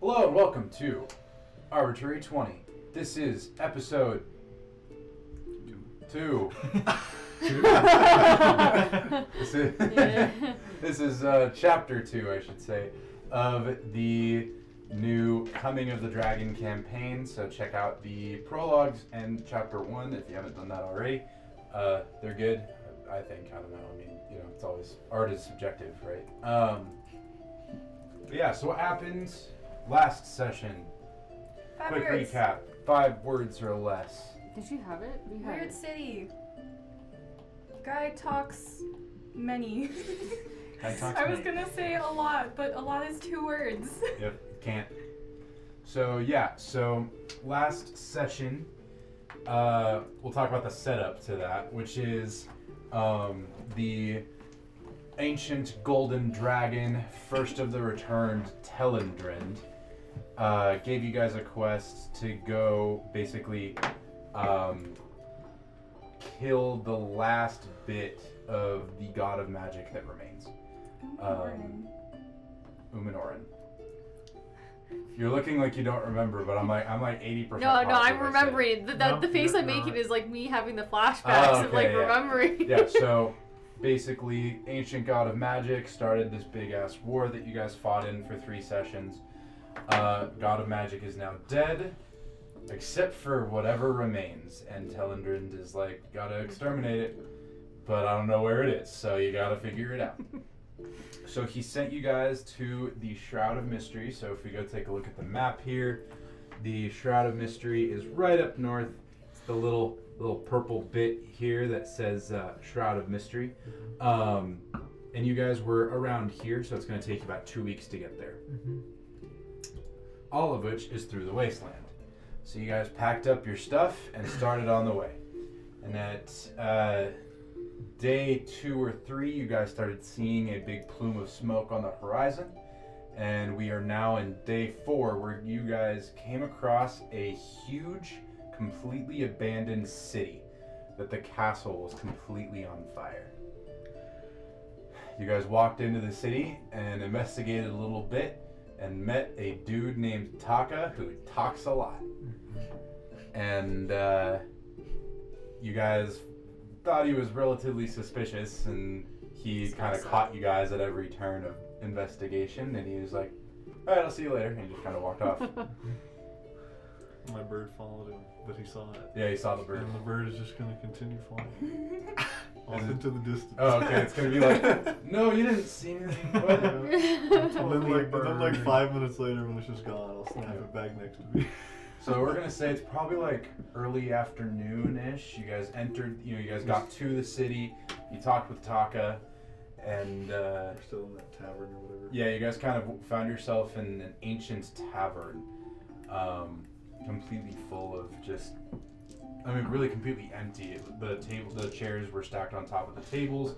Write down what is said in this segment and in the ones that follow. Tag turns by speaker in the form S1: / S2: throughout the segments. S1: Hello and welcome to Arbitrary 20. This is episode two. this is,
S2: Yeah.
S1: this is uh, chapter two, I should say, of the new Coming of the Dragon campaign. So check out the prologues and chapter one if you haven't done that already. Uh, they're good, I think. I don't know. I mean, you know, it's always art is subjective, right? Um, but yeah. So what happened last session?
S3: Five
S1: Quick
S3: words.
S1: recap: five words or less.
S2: Did you have it? We had
S3: Weird
S2: it.
S3: city. Guy talks many.
S1: Guy talks
S3: I was
S1: many.
S3: gonna say a lot, but a lot is two words.
S1: Yep, can't. So yeah, so last session, uh, we'll talk about the setup to that, which is um, the ancient golden dragon, first of the returned Telendrind, uh, gave you guys a quest to go basically um, kill the last bit of the god of magic that remains. Um, Uminoran. You're looking like you don't remember, but I'm like I'm like 80 percent.
S2: No, no, I'm remembering. The, the,
S4: No,
S2: the face
S4: you're
S2: I'm making
S4: not.
S2: is like me having the flashbacks
S1: Oh,
S2: of like
S1: okay, yeah.
S2: remembering.
S1: yeah. So basically, ancient god of magic started this big ass war that you guys fought in for three sessions. Uh, god of magic is now dead, except for whatever remains, and Telendrind is like gotta exterminate it, but I don't know where it is, so you gotta figure it out. So he sent you guys to the Shroud of Mystery. So if we go take a look at the map here, the Shroud of Mystery is right up north. It's the little little purple bit here that says uh, Shroud of Mystery. Um, and you guys were around here, so it's going to take you about two weeks to get there. All of which is through the wasteland. So you guys packed up your stuff and started on the way. And at uh, day two or three, you guys started seeing a big plume of smoke on the horizon. And we are now in day four, where you guys came across a huge, completely abandoned city that the castle was completely on fire. You guys walked into the city and investigated a little bit and met a dude named Taka who talks a lot. And uh, you guys thought he was relatively suspicious and he kind of caught you guys at every turn of investigation and he was like, all right, I'll see you later. And he just kind of walked off.
S4: My bird followed him, but he saw it.
S1: yeah, he saw the bird.
S4: And the bird is just gonna continue flying off
S1: And-
S4: into the distance.
S1: Oh, okay. It's going to be like, no, you didn't see anything. What?
S4: Yeah. And then like, and then like five minutes later, when it's just gone, I'll snap it back next to me.
S1: So we're gonna say it's probably like early afternoon ish. You guys entered, you know, you guys got to the city. You talked with Taka, and uh,
S4: We're still in that tavern or whatever.
S1: yeah, you guys kind of found yourself in an ancient tavern, um, completely full of just, I mean, really completely empty. The table, the chairs were stacked on top of the tables.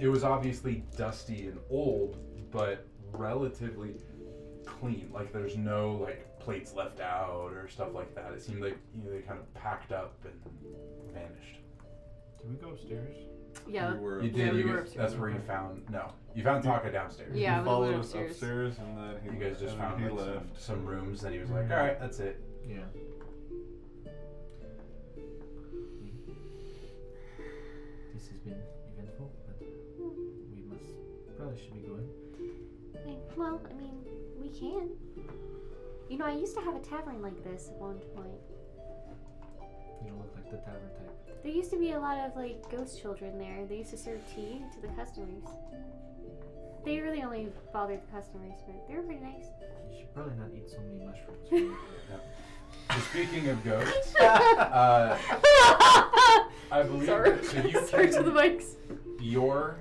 S1: It was obviously dusty and old, but relatively clean. Like there's no like plates left out or stuff like that. It seemed like you know, they kind of packed up and vanished.
S4: Did we go upstairs?
S2: yeah.
S4: We were
S1: You
S2: Yeah,
S1: did.
S2: we
S1: you
S2: were
S1: guys,
S2: upstairs.
S1: that's where you found no. You found Taka
S2: Yeah,
S1: downstairs.
S2: we
S4: He
S2: went
S4: followed us
S2: upstairs.
S4: upstairs. and then he,
S1: You guys just
S4: and then
S1: found
S4: he
S1: like, some-
S4: left.
S1: Some, rooms, and he was like, "All right, that's it."
S4: Yeah.
S5: This has been eventful, but we must probably should be going.
S6: Like, Well, I mean, we can. You know, I used to have a tavern like this at one point.
S5: You don't look like the tavern type.
S6: There used to be a lot of like ghost children there. They used to serve tea to the customers. They really only bothered the customers, but they were pretty nice.
S5: You should probably not eat so many mushrooms.
S1: So speaking of ghosts, uh, I believe
S2: Sorry.
S1: so. You
S2: Sorry to
S1: can-
S2: the mics.
S1: your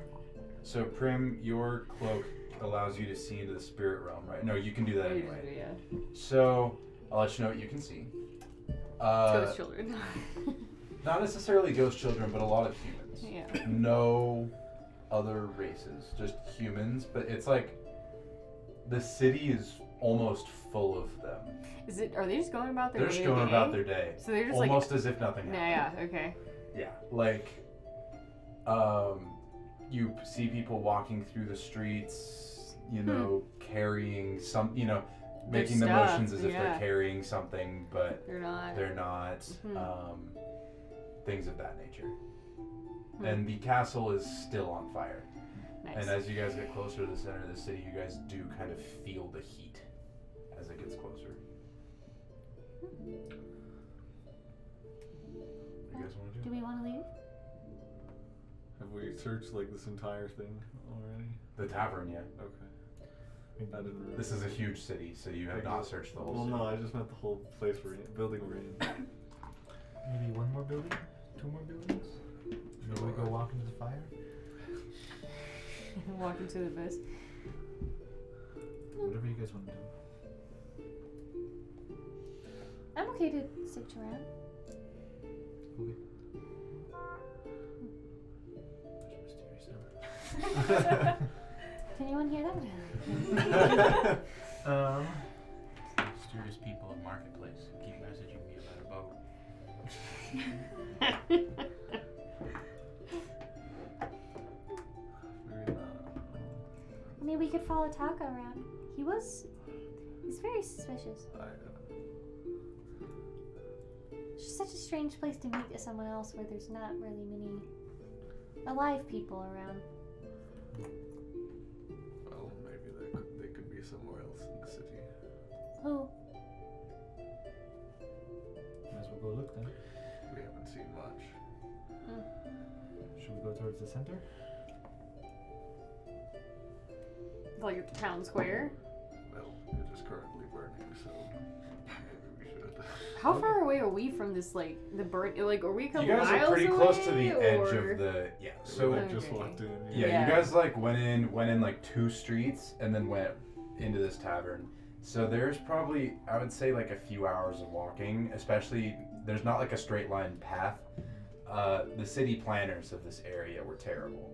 S1: so Prim, your cloak allows you to see into the spirit realm, right? No, you can do that anyway.
S2: Yeah.
S1: So I'll let you know what you can see. Uh,
S2: Ghost children.
S1: not necessarily ghost children, but a lot of humans.
S2: yeah.
S1: no other races, just humans. But it's like the city is almost full of them.
S2: Is it? Are they just going about their?
S1: They're just
S2: day-to-day?
S1: going about their day,
S2: So they're just
S1: almost as if nothing
S2: like.
S1: happened.
S2: Yeah. Yeah. Okay.
S1: Yeah, like, um, you p- see people walking through the streets, you know, carrying some, you know,
S2: Hmm. Their
S1: making the
S2: stuff,
S1: motions as if
S2: yeah.
S1: they're carrying something, but
S2: They're not.
S1: they're not.
S2: Mhm.
S1: Um, things of that nature.
S2: Hmm.
S1: And the castle is still on fire.
S2: nice.
S1: And as you guys get closer to the center of the city, you guys do kind of feel the heat as it gets closer. What do you guys want to
S6: Do
S1: do?
S6: we want to leave?
S4: Have we searched like this entire thing already?
S1: The tavern, yeah.
S4: Okay. I didn't. Remember.
S1: This is a huge city, so you have not searched the whole
S4: Well,
S1: city.
S4: no, I just meant the whole place we're in, building we're in.
S5: Maybe one more building? Two more buildings? Maybe we go
S4: Sure.
S5: walk into the fire?
S2: Walk into the abyss.
S5: Whatever you guys want to do.
S6: I'm okay to search around.
S5: Such mysterious number.
S6: Did anyone hear that?
S5: Um,
S7: Mysterious people of Marketplace keep messaging me about a boat.
S4: Maybe not.
S6: I mean, we could follow Taka around. He was. He's very suspicious.
S4: I, uh,
S6: It's just such a strange place to meet someone else where there's not really many alive people around.
S4: well, maybe they could, they could be somewhere else in the city.
S6: Who?
S5: might as well go look then.
S4: We haven't seen much.
S5: Should we go towards the center?
S2: Like at the town square.
S4: Well, it is currently burning, so maybe we should.
S2: How far away are we from this? Like the burn? Like are we a couple
S1: You guys are
S2: miles
S1: pretty
S2: away?
S1: close to the edge
S2: or-
S1: of the yeah. So
S4: like, just
S2: Okay.
S4: walked in.
S1: Yeah,
S2: Yeah.
S1: you guys like went in went in like two streets and then went into this tavern. So there's probably I would say like a few hours of walking, especially there's not like a straight line path. Uh, the city planners of this area were terrible.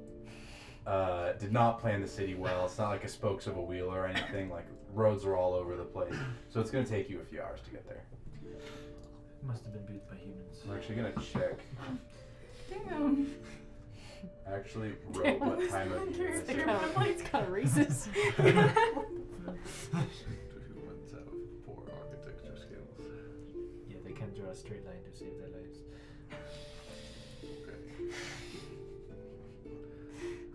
S1: Uh, did not plan the city well. It's not like a spokes of a wheel or anything. Like roads are all over the place. So it's gonna take you a few hours to get there.
S5: It must have been built by humans.
S1: I'm actually gonna check.
S3: Damn.
S1: I actually wrote what time of year.
S2: It's
S1: this
S2: kinda-
S1: is.
S2: it's kind of racist.
S4: Do humans have poor architecture skills?
S5: Yeah, they can't draw a straight line to save their lives.
S4: Okay.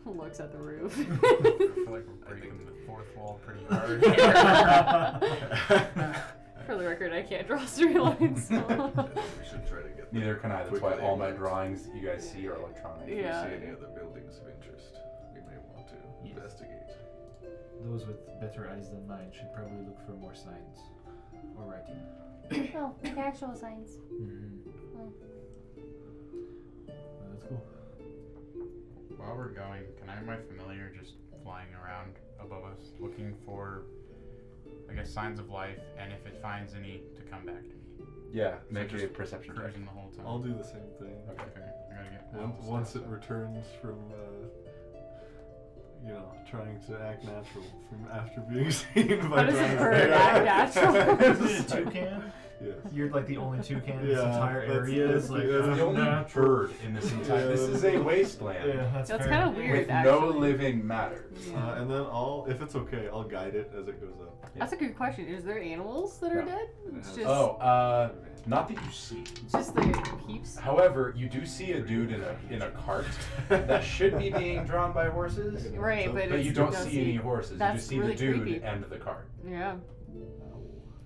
S2: Looks at the roof.
S7: I feel like we're breaking the fourth wall pretty hard.
S2: For the record, I can't draw straight lines.
S1: Uh,
S4: I think we should try to get there
S1: Neither can I. That's why
S4: quickly,
S1: all my
S4: but
S1: drawings that you guys see are electronic.
S4: If we
S2: Yeah.
S4: see any other buildings of interest, we may want to
S5: Yes.
S4: investigate.
S5: Those with better eyes than mine should probably look for more signs or writing.
S6: Oh, like actual signs.
S5: Mm-hmm.
S6: Mm.
S5: let's go.
S7: While we're going, can I have my familiar just flying around above us looking for, I guess, signs of life, and if it finds any, to come back to me?
S1: Yeah,
S7: So
S1: make a
S7: just
S1: perception check.
S7: Cruising the whole time.
S4: I'll do the same thing.
S1: Okay.
S7: Okay, I gotta get
S4: Once,
S7: all the
S4: once
S7: stuff
S4: it
S7: up.
S4: returns from, uh, you know, trying to act natural from after being seen by
S2: does it
S4: giant
S2: hurt,
S4: bear.
S2: act natural?
S5: Is it a toucan?
S4: Yes.
S5: You're like the only toucan in this
S4: Yeah,
S5: entire
S4: that's-
S5: area.
S4: that's
S5: is like
S4: the-
S5: uh,
S4: that's
S1: The only
S5: nah.
S1: bird in this entire. This is a wasteland
S5: Yeah, that's,
S2: That's
S5: fair.
S2: kind of weird,
S1: with no
S2: actually.
S1: living matter.
S4: Uh,
S2: Yeah.
S4: and then I'll, if it's okay, I'll guide it as it goes up.
S2: That's a good question. Is there animals that are
S1: No.
S2: dead? It's just,
S1: Oh, uh, not that you see.
S2: just the peeps.
S1: However, you do see a dude in a in a cart that should be being drawn by horses,
S2: Right, but,
S1: but
S2: it's,
S1: you don't
S2: no,
S1: see any horses. You
S2: that's
S1: just see
S2: really
S1: the dude
S2: creepy.
S1: and the cart.
S2: Yeah.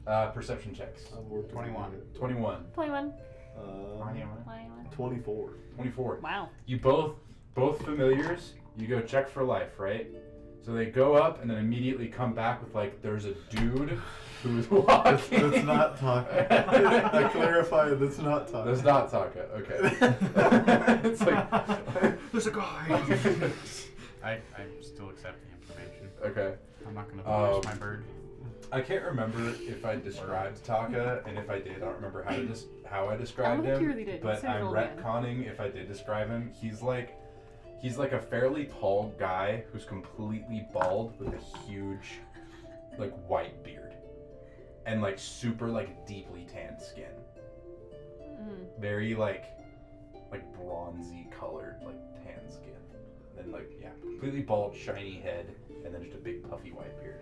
S1: Uh, perception checks.
S4: I'm working
S7: 21.
S4: with
S1: 21,
S6: 21.
S4: it. Um,
S7: 21.
S6: 21.
S4: 24.
S1: 24.
S2: Wow.
S1: You both, both familiars, you go check for life, right? So they go up and then immediately come back with like, there's a dude who's walking.
S4: That's, that's not talking. I clarify, that's not talking.
S1: That's not Taka. Okay. it's like.
S5: There's a guy.
S7: I, I still accept the information.
S1: okay.
S7: I'm not gonna
S4: Uh,
S7: force
S1: Um,
S7: my bird.
S1: I can't remember if I described Taka, and if I did, I don't remember how to dis- how I described
S2: think
S1: him.
S2: you really did. You
S1: But
S2: said an
S1: I'm
S2: old man.
S1: retconning if I did describe him. He's like, he's like a fairly tall guy who's completely bald with a huge, like white beard, and like super like deeply tanned skin.
S2: Mm.
S1: Very like, like bronzy colored like tan skin. And then like yeah, completely bald, shiny head, and then just a big puffy white beard.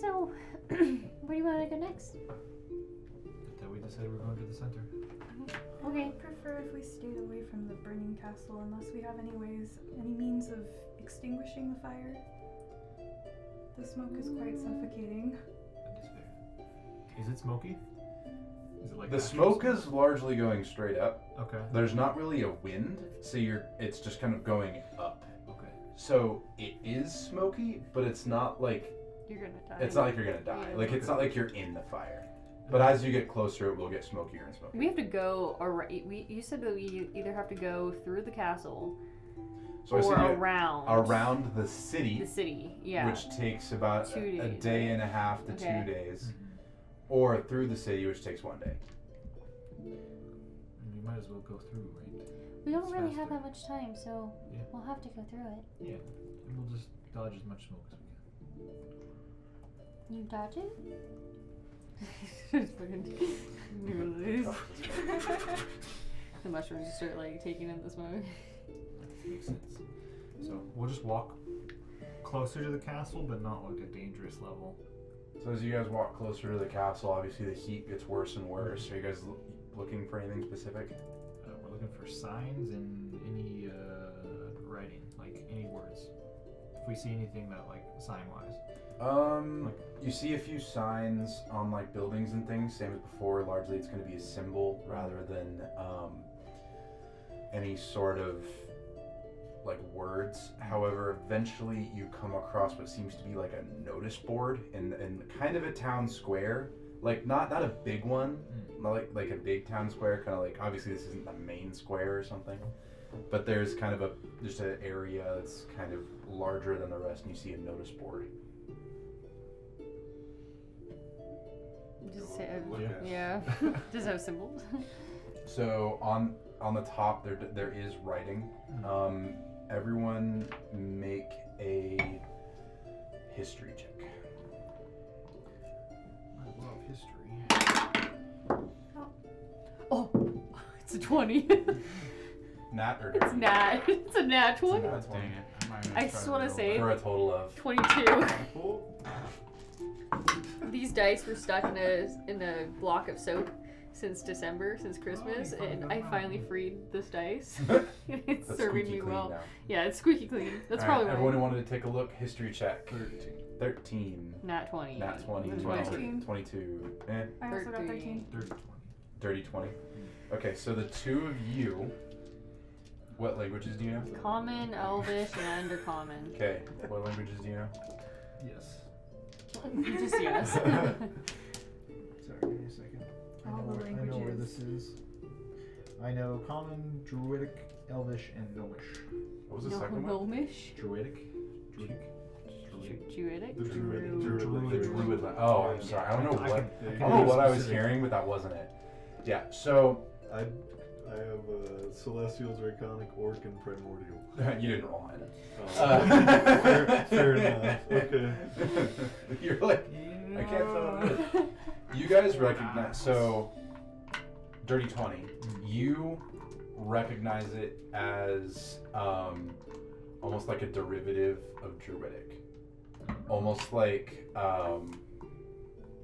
S6: Where do you want to go next?
S5: That we decided we're going to the center.
S6: Okay.
S3: I would prefer if we stayed away from the burning castle unless we have any ways, any means of extinguishing the fire. The smoke is quite suffocating.
S5: And despair. Is it smoky? Is it like
S1: The
S5: ashes?
S1: smoke is largely going straight up.
S5: Okay.
S1: There's not really a wind, so you're it's just kind of going up.
S5: Okay.
S1: So it is smoky, but it's not like
S8: You're gonna die.
S1: it's not like you're gonna die. Like it's not like you're in the fire. But as you get closer, it will get smokier and smokier.
S8: we have to go around. We you said that we either have to go through the castle
S1: So I
S8: or
S1: said you
S8: around
S1: around the
S8: the
S1: city,
S8: city. Yeah.
S1: which takes about
S8: Two
S1: a
S8: days.
S1: day and a half to
S8: Okay.
S1: two
S5: Mm-hmm.
S1: days, or through the city, which takes one day.
S5: And we might as well go through, right?
S6: We don't really have
S5: faster.
S6: that much time, so
S5: Yeah.
S6: we'll have to go through it.
S5: And we'll just dodge as much smoke as we can.
S6: You dodge it?
S8: the mushrooms just start like taking in this moment.
S5: Makes sense. So we'll just walk closer to the castle, but not like a dangerous level.
S1: So as you guys walk closer to the castle, obviously the heat gets worse and worse. Are you guys l- looking for anything specific?
S5: Uh, we're looking for signs and any uh, writing, like any words. If we see anything that like sign-wise,
S1: Um, you see a few signs on like buildings and things, same as before. Largely, it's going to be a symbol rather than um, any sort of like words. However, eventually you come across what seems to be like a notice board in in kind of a town square, like not not a big one, not like like a big town square. Kind of like obviously this isn't the main square or something, but there's kind of a just an area that's kind of larger than the rest, and you see a notice board.
S8: Just say, uh,
S4: Look at.
S8: yeah. Does it have symbols?
S1: So on on the top there there is writing. Um, everyone make a history check.
S4: I love history.
S8: Oh, It's a twenty.
S1: Nat or
S8: it's
S1: dirty?
S8: nat. It's a nat
S1: It's
S8: twenty.
S1: a nat
S7: Dang
S1: 20.
S7: it. I'm not even
S8: I
S7: gonna
S8: just
S7: try
S8: wanna
S7: roll
S8: say-
S7: it.
S1: For a total of.
S8: Twenty-two.
S7: Cool.
S8: These dice were stuck in a in a block of soap since December, since Christmas,
S1: Oh,
S5: finally
S8: and
S5: got
S8: I
S5: them out.
S8: finally freed this dice.
S1: That's
S8: it's serving
S1: squeaky
S8: me
S1: clean
S8: well.
S1: now.
S8: Yeah, it's squeaky clean. That's
S1: All right,
S8: probably why.
S1: everyone who wanted to take a look. History check.
S4: Thirteen.
S1: Thirteen.
S8: Nat twenty.
S1: Nat 20,
S8: That's
S1: 20,
S8: right.
S3: 13.
S1: 22, eh,
S3: I also got
S8: 13.
S3: 13.
S5: Dirty twenty.
S1: dirty 20.
S8: Mm.
S1: Okay, so the two of you, what languages do you know?
S8: Common, Elvish, and Undercommon.
S1: Okay, what languages do you know?
S5: Yes.
S8: Just yes.
S5: Sorry, give me a second. I
S3: All
S5: know,
S3: the
S5: where, I know where
S3: languages.
S5: this is. I know Common, Druidic, Elvish, and Gnomish.
S1: What was the second one?
S8: Gnomish.
S5: Druidic? Druidic? Druidic?
S8: Druidic.
S4: The druid.
S8: Druid.
S1: The
S4: Druid.
S1: druid la- Oh, I'm sorry. I don't know
S5: I
S1: what.
S5: can-
S1: I don't
S5: I
S1: know
S5: can
S1: Oh, what I was
S5: specific.
S1: hearing, but that wasn't it. Yeah. So
S4: I, I have uh, Celestial, Draconic, Orc, and Primordial.
S1: you didn't roll on it.
S4: Oh, fair, fair enough. Okay.
S1: Uh, You're like I can't tell. It. is. You guys recognize so dirty twenty. You recognize it as um, almost like a derivative of druidic, almost like um,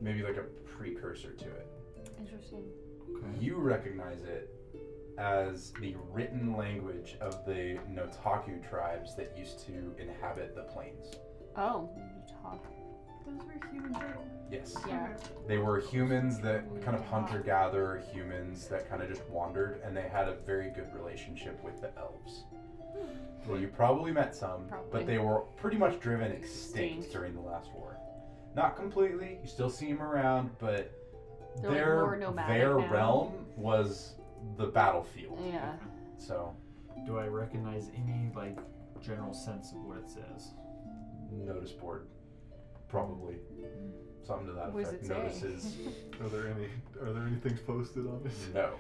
S1: maybe like a precursor to it.
S6: Interesting.
S1: You recognize it as the written language of the Notaku tribes that used to inhabit the plains.
S8: Oh, talk.
S3: Those were human right?
S1: Yes.
S8: Yeah.
S1: They were humans that kind of hunter gatherer humans that kind of just wandered, and they had a very good relationship with the elves. Well, you probably met some,
S8: Hmm. Probably.
S1: but they were pretty much driven extinct
S8: Extinct.
S1: during the last war. Not completely, you still see them around, but
S8: They're, like, more
S1: their,
S8: nomadic
S1: their
S8: now.
S1: realm was the battlefield.
S8: Yeah.
S1: So,
S5: Do I recognize any like general sense of what it says?
S1: notice board, probably something to that
S8: What does
S1: effect.
S8: it say?
S1: Notices,
S4: Are there any? Are there any things posted on this?
S1: no.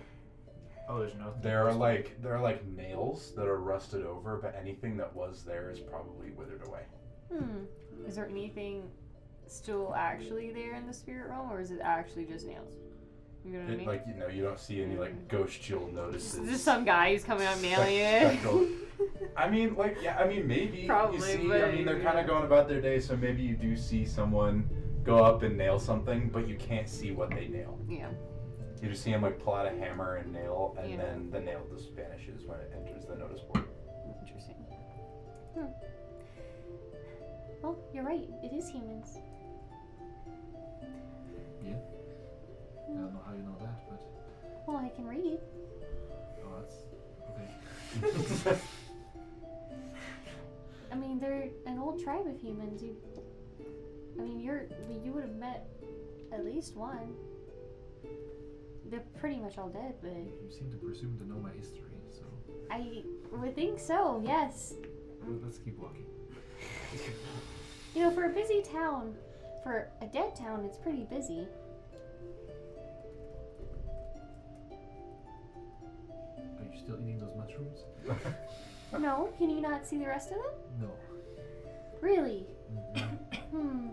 S5: Oh, there's no.
S1: There are like there are like nails that are rusted over, but anything that was there is probably withered away.
S8: Hmm. Is there anything still actually there in the spirit realm, or is it actually just nails? You know what I
S1: It,
S8: mean?
S1: like you know, you don't see any like ghost jewel
S8: Is
S1: notices.
S8: this some guy who's coming out
S1: Spec-
S8: nailing
S1: spectral.
S8: it?
S1: I mean, like yeah, I mean maybe
S8: Probably,
S1: you see. I
S8: but-
S1: mean, they're kind
S8: yeah.
S1: of going about their day, so maybe you do see someone go up and nail something, but you can't see what they nail.
S2: Yeah.
S1: You just see him like pull out a hammer and nail, and
S2: Yeah.
S1: then the nail just vanishes when it enters the notice board.
S2: Interesting.
S6: Well, you're right. It is humans.
S5: I don't know how you know that, but
S6: Well, I can read.
S5: oh, that's okay.
S6: I mean, they're an old tribe of humans. You, I mean, you're you would have met at least one. They're pretty much all dead, but
S5: You seem to presume to know my history, so
S6: I would think so. Yes,
S5: let- let's keep walking.
S6: you know, for a busy town, for a dead town, it's pretty busy.
S5: Are you still eating those mushrooms?
S6: No, can you not see the rest of them?
S5: No.
S6: Really?
S5: Mhm.
S6: Hmm.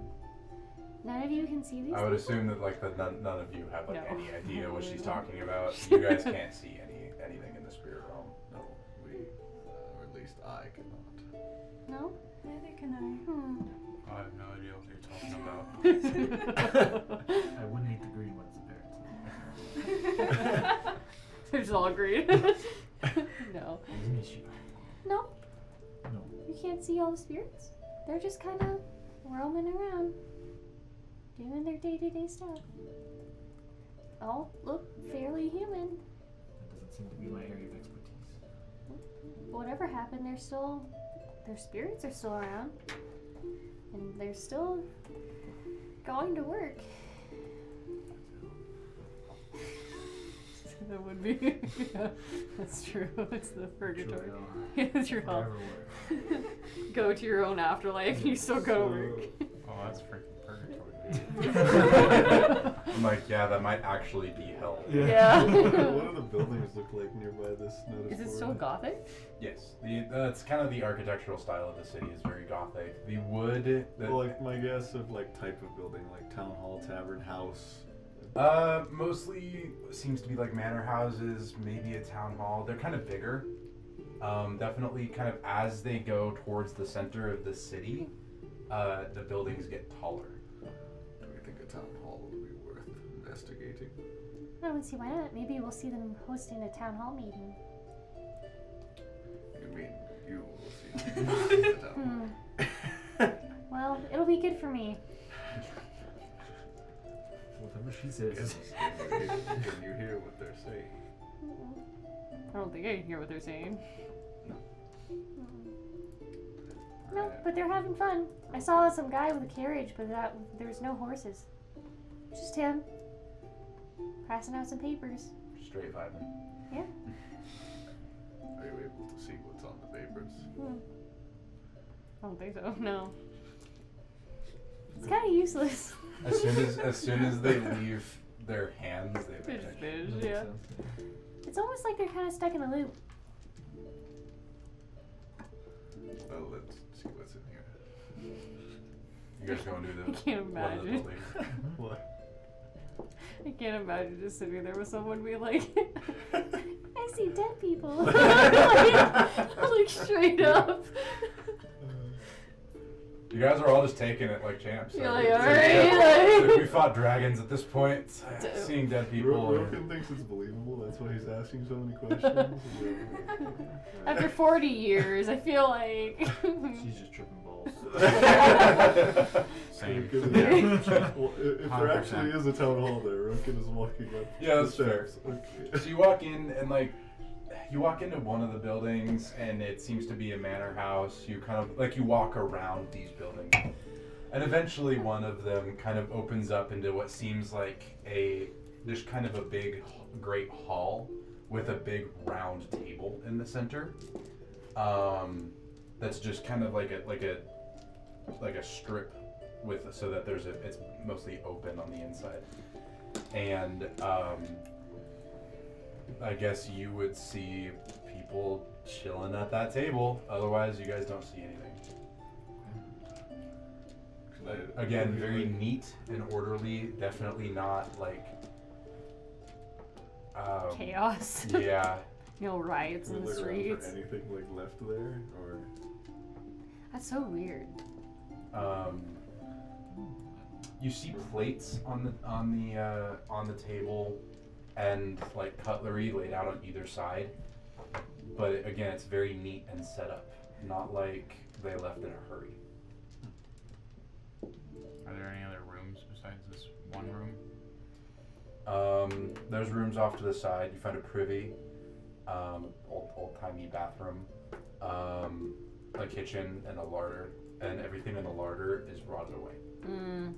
S6: None of you can see these.
S1: Mm-hmm. I would assume that like that none, none of you have like
S2: No.
S1: any idea what she's talking about.
S2: No.
S1: You guys can't see any anything in the spirit realm.
S4: No, we, uh, or at least I cannot.
S6: No.
S3: Neither can I.
S6: Hmm.
S7: I have no idea what you're talking about.
S5: I wouldn't eat the green ones, apparently.
S2: They're just all green. no.
S5: It's an issue.
S6: No.
S5: No.
S6: You can't see all the spirits. They're just kind of roaming around, doing their day to day stuff. All look fairly human.
S5: That doesn't seem to be my area of expertise.
S6: Whatever happened, they're still, their spirits are still around. And they're still going to work.
S2: that would be. yeah, that's true. It's the purgatory.
S5: Sure,
S2: Yeah, it's your
S5: I'll-
S2: hell.
S5: whatever works.
S2: go to your own afterlife and you still go to
S7: Oh, that's freaking purgatory.
S2: work.
S1: I'm like, yeah, that might actually be hell.
S2: Yeah.
S4: what do the buildings look like nearby this notice
S2: Is it
S4: board?
S2: still gothic?
S1: Yes, the that's kind of the architectural style of the city is very gothic. The wood, the,
S4: Well, like my guess of like type of building, like town hall, tavern, house.
S1: uh, mostly seems to be like manor houses, maybe a town hall. They're kind of bigger. Um, definitely, kind of as they go towards the center of the city, uh, the buildings get taller.
S4: Do we think a town hall would be worth investigating?
S6: I don't see why not. Maybe we'll see them hosting a town hall meeting.
S4: You mean you will see the town
S6: Hmm.
S4: hall?
S6: Well, it'll be good for me.
S5: Whatever she says.
S4: Can you hear what they're saying?
S6: Mm-mm.
S2: I don't think I can hear what they're saying.
S6: Mm-mm. No, but they're having fun. I saw some guy with a carriage, but that there was no horses. Just him passing out some papers.
S1: Straight vibing.
S4: Are you able to see what's on the papers?
S6: Hmm.
S2: I don't think so. No.
S6: It's kind of useless.
S1: As soon as as soon as they leave their hands, they
S2: They're just
S1: vanish.
S2: fish,
S5: That makes
S2: yeah.
S5: sense, yeah.
S6: It's almost like they're kind of stuck in a loop.
S4: Well, let's see what's in here.
S1: You guys going to do
S2: I
S1: the
S2: can't
S1: uh, one of the
S2: imagine.
S1: buildings?
S4: What?
S2: I can't imagine just sitting there with someone being like,
S6: I see dead people.
S2: like, like straight up.
S4: Uh,
S1: You guys are all just taking it like champs. so
S2: You're like,
S1: it's-
S2: all
S1: it's-
S2: right, like-
S1: we fought dragons at this point.
S2: Dope.
S1: Seeing dead people.
S4: Ro- Roken thinks it's believable. That's why he's asking so many questions.
S2: After 40 years, I feel like.
S8: Hmm.
S5: She's just tripping balls.
S7: Same.
S4: Roken is-
S1: Yeah.
S4: Well, i- if there
S7: 100%.
S4: actually is a town hall there, Roken is walking up.
S1: Yeah,
S4: the
S1: that's fair.
S4: steps.
S1: so
S4: Okay.
S1: you walk in and like you walk into one of the buildings and it seems to be a manor house. You kind of like you walk around these buildings. And eventually one of them kind of opens up into what seems like a just kind of a big h- great hall with a big round table in the center. Um, that's just kind of like a like a like a strip with so that there's a it's mostly open on the inside. And um, I guess you would see people chilling at that table. Otherwise, you guys don't see anything.
S4: Can I-
S1: Again,
S4: can we,
S1: very
S4: like,
S1: neat and orderly. Definitely not like. Um,
S2: Chaos.
S1: Yeah.
S2: No riots
S4: can we
S2: in the
S4: look around for
S2: streets.
S4: anything like left there, or
S2: That's so weird.
S1: Um, you see plates on the on the uh, on the table, and like cutlery laid out on either side. But again, it's very neat and set up. Not like they left in a hurry.
S7: Are there any other rooms besides this one room? Uh,
S1: Um, there's rooms off to the side. You find a privy, um, old old timey bathroom, um, a kitchen, and a larder. And everything in the larder is rotted away,
S2: Mm.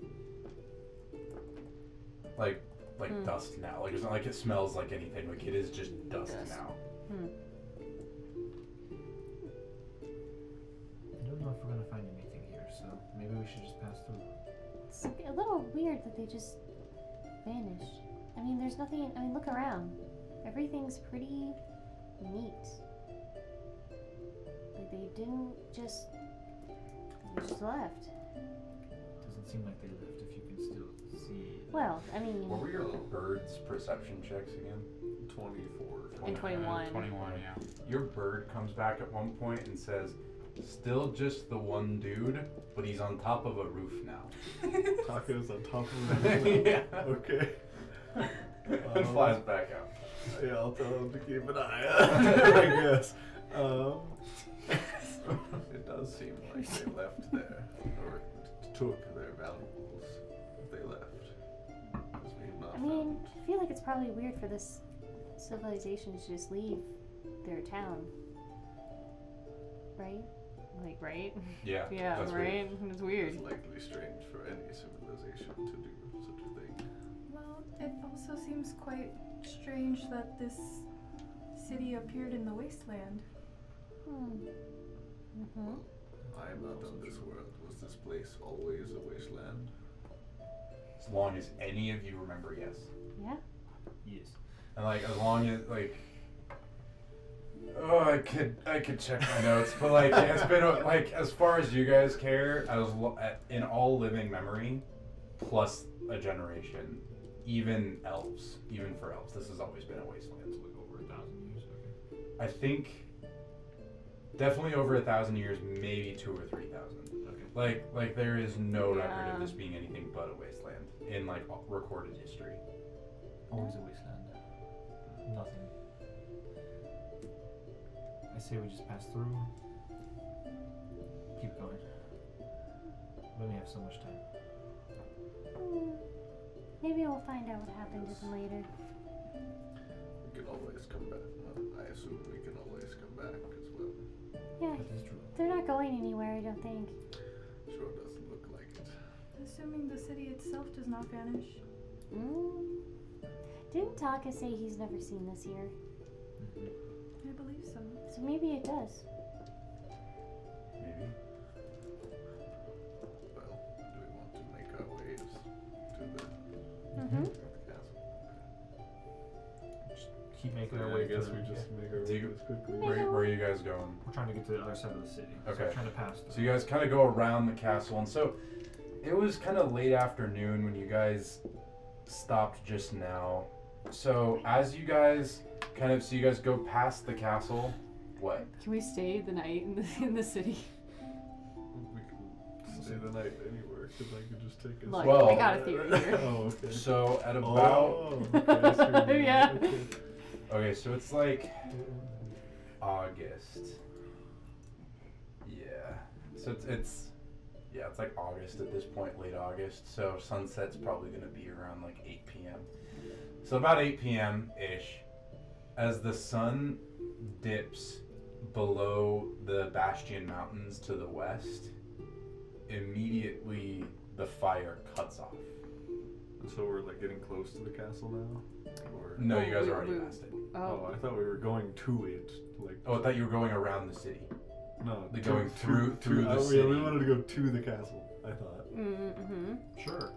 S1: like like
S2: Hmm.
S1: dust now. Like it's not like it smells like anything. Like it is just dust,
S2: Dust.
S1: now.
S5: I don't know if we're gonna find anything here, so maybe we should just pass through.
S6: It's a little weird that they just vanished. I mean, there's nothing. I mean, look around. Everything's pretty neat. Like they didn't just. They just left.
S5: Doesn't seem like they left. If you can still see. the-
S6: Well, I mean,
S1: What were your birds' perception checks again?
S4: 24.
S2: And 21.
S7: Twenty-one. Yeah.
S1: Your bird comes back at one point and says, "Still just the one dude, but he's on top of a roof now."
S4: Taco's on top of it. Okay.
S1: and flies back out.
S4: Yeah, I'll tell him to keep an eye out. I guess. Um, it does seem like they left there, or t- took their valuables. if They left. 'Cause we've not
S6: I mean,
S4: found-
S6: I feel like it's probably weird for this civilization to just leave their town, right?
S2: Like right?
S1: Yeah.
S2: Yeah,
S1: that's weird.
S2: right. It's
S4: it's
S2: weird.
S4: likely strange for any civilization to do such a thing.
S3: Well, it also seems quite strange that this city appeared in the wasteland.
S6: Hmm.
S2: Mm-hmm.
S4: I am not of this world. Was this place always a wasteland?
S1: As long as any of you remember, yes.
S6: Yeah.
S5: Yes.
S1: And like as long as like Oh, I could I could check my notes, but like it's been a, like as far as you guys care, as lo- at- in all living memory, plus a generation, even elves, even for elves, this has always been a wasteland.
S5: It's like over a thousand years. Okay.
S1: I think definitely over a thousand years, maybe two or three thousand.
S5: Okay.
S1: Like like there is no record
S2: Yeah.
S1: of this being anything but a wasteland in like all- recorded history.
S5: Always a wasteland. Nothing. I say we just pass through. Keep going. We only have so much time.
S6: Hmm. Maybe we'll find out what happened to them later.
S4: We can always come back. Well, I assume we can always come back as well.
S6: Yeah,
S5: That is true.
S6: they're not going anywhere, I don't think.
S4: Sure doesn't look like it.
S3: Assuming the city itself does not vanish.
S6: Mm. Didn't Taka say he's never seen this here?
S5: Mhm.
S3: I believe so.
S6: So maybe it does.
S1: Maybe.
S4: Well, do we want to make our ways to the
S6: Mm-hmm.
S4: castle?
S5: Mm-hmm. Keep making our way through.
S4: make our
S1: Do you-
S4: as quickly.
S1: Where, where are you guys going?
S5: We're trying to get to the other side of the city. So
S1: Okay.
S5: we're trying to pass through.
S1: So you guys kind of go around the castle, and so it was kind of late afternoon when you guys stopped just now. So as you guys kind of, so you guys go past the castle. What?
S2: Can we stay the night in the in the city?
S4: We can stay the night anywhere because I could just take us.
S2: Look,
S1: Well-
S2: I got a theory here.
S4: oh, okay.
S1: So at about
S4: Oh, okay, I see what you mean.
S2: Yeah.
S4: Okay.
S1: okay, so it's like August. Yeah. So it's, it's yeah, it's like August at this point, late August. So sunset's probably gonna be around like 8 p.m. So about 8 p.m. ish, as the sun dips below the Bastion Mountains to the west, immediately the fire cuts off.
S4: So we're like getting close to the castle now? Or...
S1: No, you guys
S2: Wait,
S1: are already
S2: wait.
S1: past it.
S4: Oh,
S2: Oh,
S4: I thought we were going to it. Like
S1: Oh, I thought you were going around the city.
S4: no,
S1: Like
S4: to-
S1: going
S4: to-
S1: through-
S4: to-
S1: through the
S4: oh, Yeah, we
S1: city.
S4: wanted to go to the castle. I thought.
S2: mm-hmm.
S5: Sure.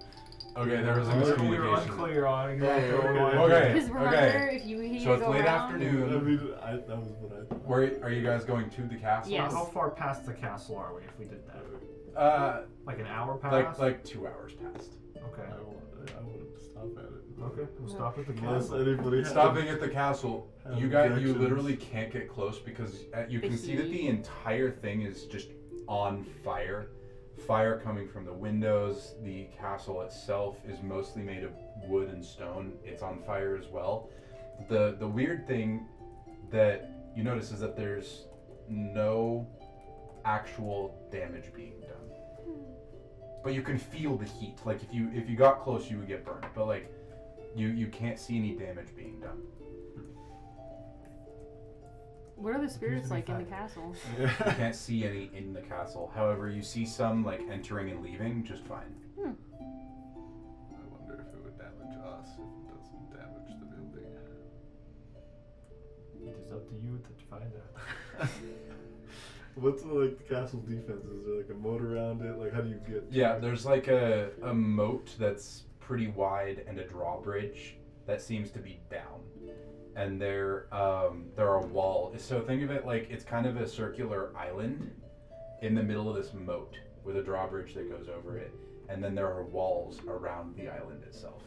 S1: Okay, there was a
S4: We were-
S1: miscommunication.
S5: We were unclear on exactly what we wanted.
S1: Okay.
S2: Because remember,
S1: okay.
S2: if you he
S1: So it's
S2: go
S1: late
S2: around,
S4: I
S1: afternoon.
S4: mean, I, that was what I thought.
S1: Where are you guys going to the castle?
S2: Yes.
S5: How far past the castle are we if we did that?
S1: Uh,
S5: Like an hour past?
S1: like like two hours past.
S5: okay.
S4: I won't. I won't stop at it.
S5: Okay. We'll stop at the
S4: Unless
S5: castle.
S4: anybody has-
S1: Stopping at the castle,
S4: Have
S1: you guys you
S4: objections.
S1: literally can't get close because uh, you can see that the entire thing is just on fire. fire coming from the windows. The castle itself is mostly made of wood and stone. It's on fire as well. The the weird thing that you notice is that there's no actual damage being done. But you can feel the heat. Like if you if you got close you would get burned. But like you you can't see any damage being done.
S2: What are the spirits
S5: be
S2: like in the
S5: fun.
S2: castle?
S1: You can't see any in the castle. However, you see some like entering and leaving just fine.
S4: I wonder if it would damage us if it doesn't damage the building.
S5: It is up to you to find out.
S4: What's the, like the castle defense? Is there like a moat around it? Like how do you get?
S1: Yeah, there's like a, a moat that's pretty wide and a drawbridge that seems to be down. And there um, there are wall. So think of it like it's kind of a circular island in the middle of this moat with a drawbridge that goes over it. And then there are walls around the island itself.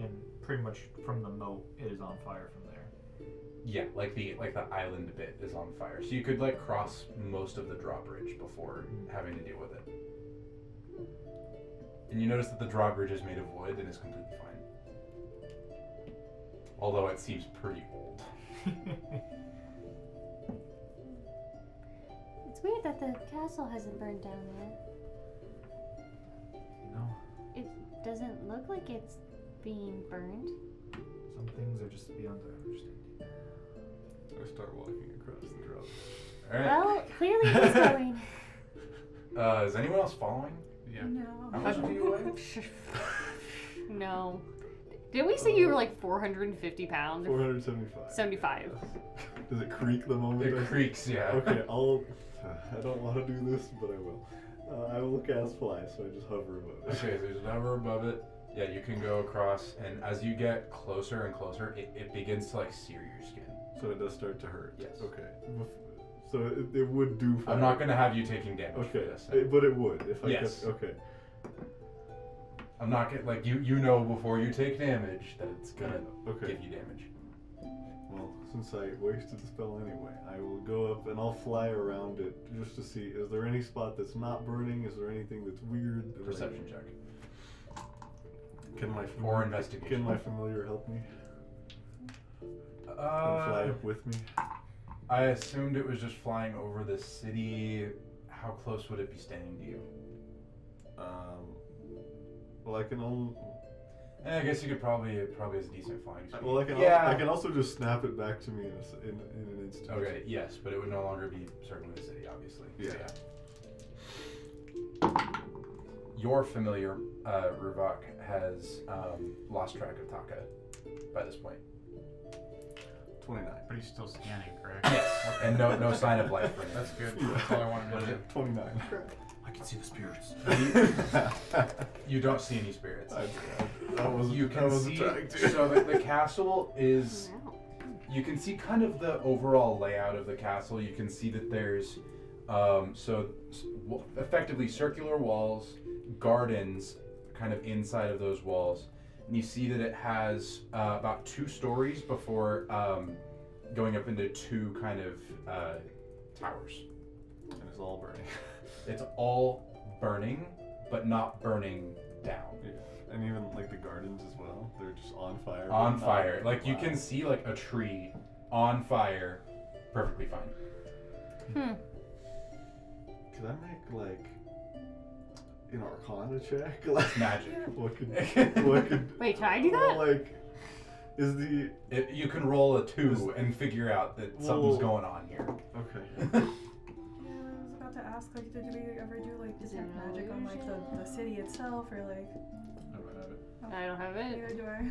S5: And pretty much from the moat, it is on fire from there.
S1: Yeah, like the like the island bit is on fire. So you could like cross most of the drawbridge before having to deal with it. And you notice that the drawbridge is made of wood and is completely fine. Although it seems pretty old.
S6: It's weird that the castle hasn't burned down yet.
S5: you know,
S6: Doesn't look like it's being burned.
S5: some things are just beyond our understanding.
S4: I start walking across the drop.
S1: All right.
S6: Well, clearly it's going.
S1: Uh, is anyone else following?
S7: Yeah.
S1: How
S3: No.
S1: much do you weigh?
S2: no. Didn't we say you were like 450 pounds?
S4: Four hundred seventy-five.
S2: 75.
S4: Does it creak the moment? I
S1: It
S4: say-
S1: creaks. Yeah.
S4: Okay, I'll. I don't want to do this, but I will. Uh, I will cast fly, so I just hover above it.
S1: Okay, there's a number above it. Yeah, you can go across, and as you get closer and closer, it, it begins to like sear your skin.
S4: So it does start to hurt.
S1: Yes.
S4: Okay. Bef- So it, it would do. Fire.
S1: I'm not gonna have you taking damage for
S4: Okay.
S1: this.
S4: It- but it would if I
S1: Yes.
S4: kept. Okay.
S1: I'm not gonna like you. You know before you take damage that it's gonna
S4: Okay.
S1: give you damage.
S4: Well, since I wasted the spell anyway, I will go up and I'll fly around it just to see is there any spot that's not burning? Is there anything that's weird? Like,
S1: Perception check
S4: Can my
S1: or
S4: familiar, can
S1: investigation.
S4: my familiar help me? And fly
S1: Uh,
S4: up with me?
S1: I assumed it was just flying over the city. How close would it be staying to you?
S4: Um, well, I can only.
S1: Eh, I guess you could probably it probably has a decent flying speed.
S4: Well, I can. al-
S1: yeah.
S4: I can also just snap it back to me in, a s in, in an instant.
S1: Okay. Yes, but it would no longer be circling the city, obviously. So,
S4: Yeah.
S1: Your familiar uh, Ruvok has um, lost track of Taka by this point.
S4: Twenty-nine.
S7: But he's still scanning, correct?
S1: Yes. And no no sign of life for him.
S7: That's good. That's all I wanted to know.
S4: Twenty-nine.
S5: I can see the spirits.
S1: You don't see any spirits.
S4: I, I wasn't.
S1: you
S4: I
S1: can
S4: wasn't
S1: see
S4: trying to.
S1: so the, the castle is
S2: Wow.
S1: you can see kind of the overall layout of the castle you can see that there's um, so s- w- effectively circular walls gardens kind of inside of those walls and you see that it has uh, about two stories before um, going up into two kind of uh, towers
S4: and it's all burning.
S1: it's all burning but not burning down
S4: And even like the gardens as well. They're just on fire. but
S1: on
S4: not-
S1: fire. Like you
S4: Wow.
S1: can see like a tree on fire, perfectly fine.
S4: Could I make like an Arcana check? Like
S1: Magic.
S4: What could? What could?
S2: Wait, can I do that?
S4: Like, is the
S1: It, you can roll a two and figure out that something's
S4: Whoa.
S1: going on here.
S4: okay?
S3: Yeah, I was about to ask, like, did we ever do like
S2: Is it
S3: detect
S2: an
S3: magic on like the, the city itself, or like
S5: I don't have
S2: I don't have
S5: it.
S2: it.
S3: neither do I?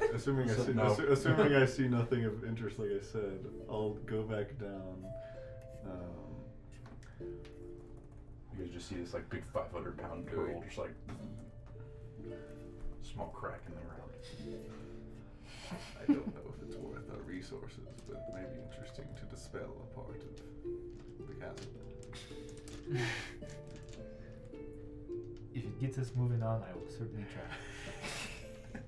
S4: I- Assuming I
S1: So-
S4: see,
S1: no.
S4: assu- assuming I see nothing of interest, like I said, I'll go back down. Um,
S1: You guys just see this like big 500 pound girl just like small crack in the ground.
S4: I don't know if it's worth our resources, but it may be interesting to dispel a part of the chasm.
S5: If it gets us moving on, I will certainly try.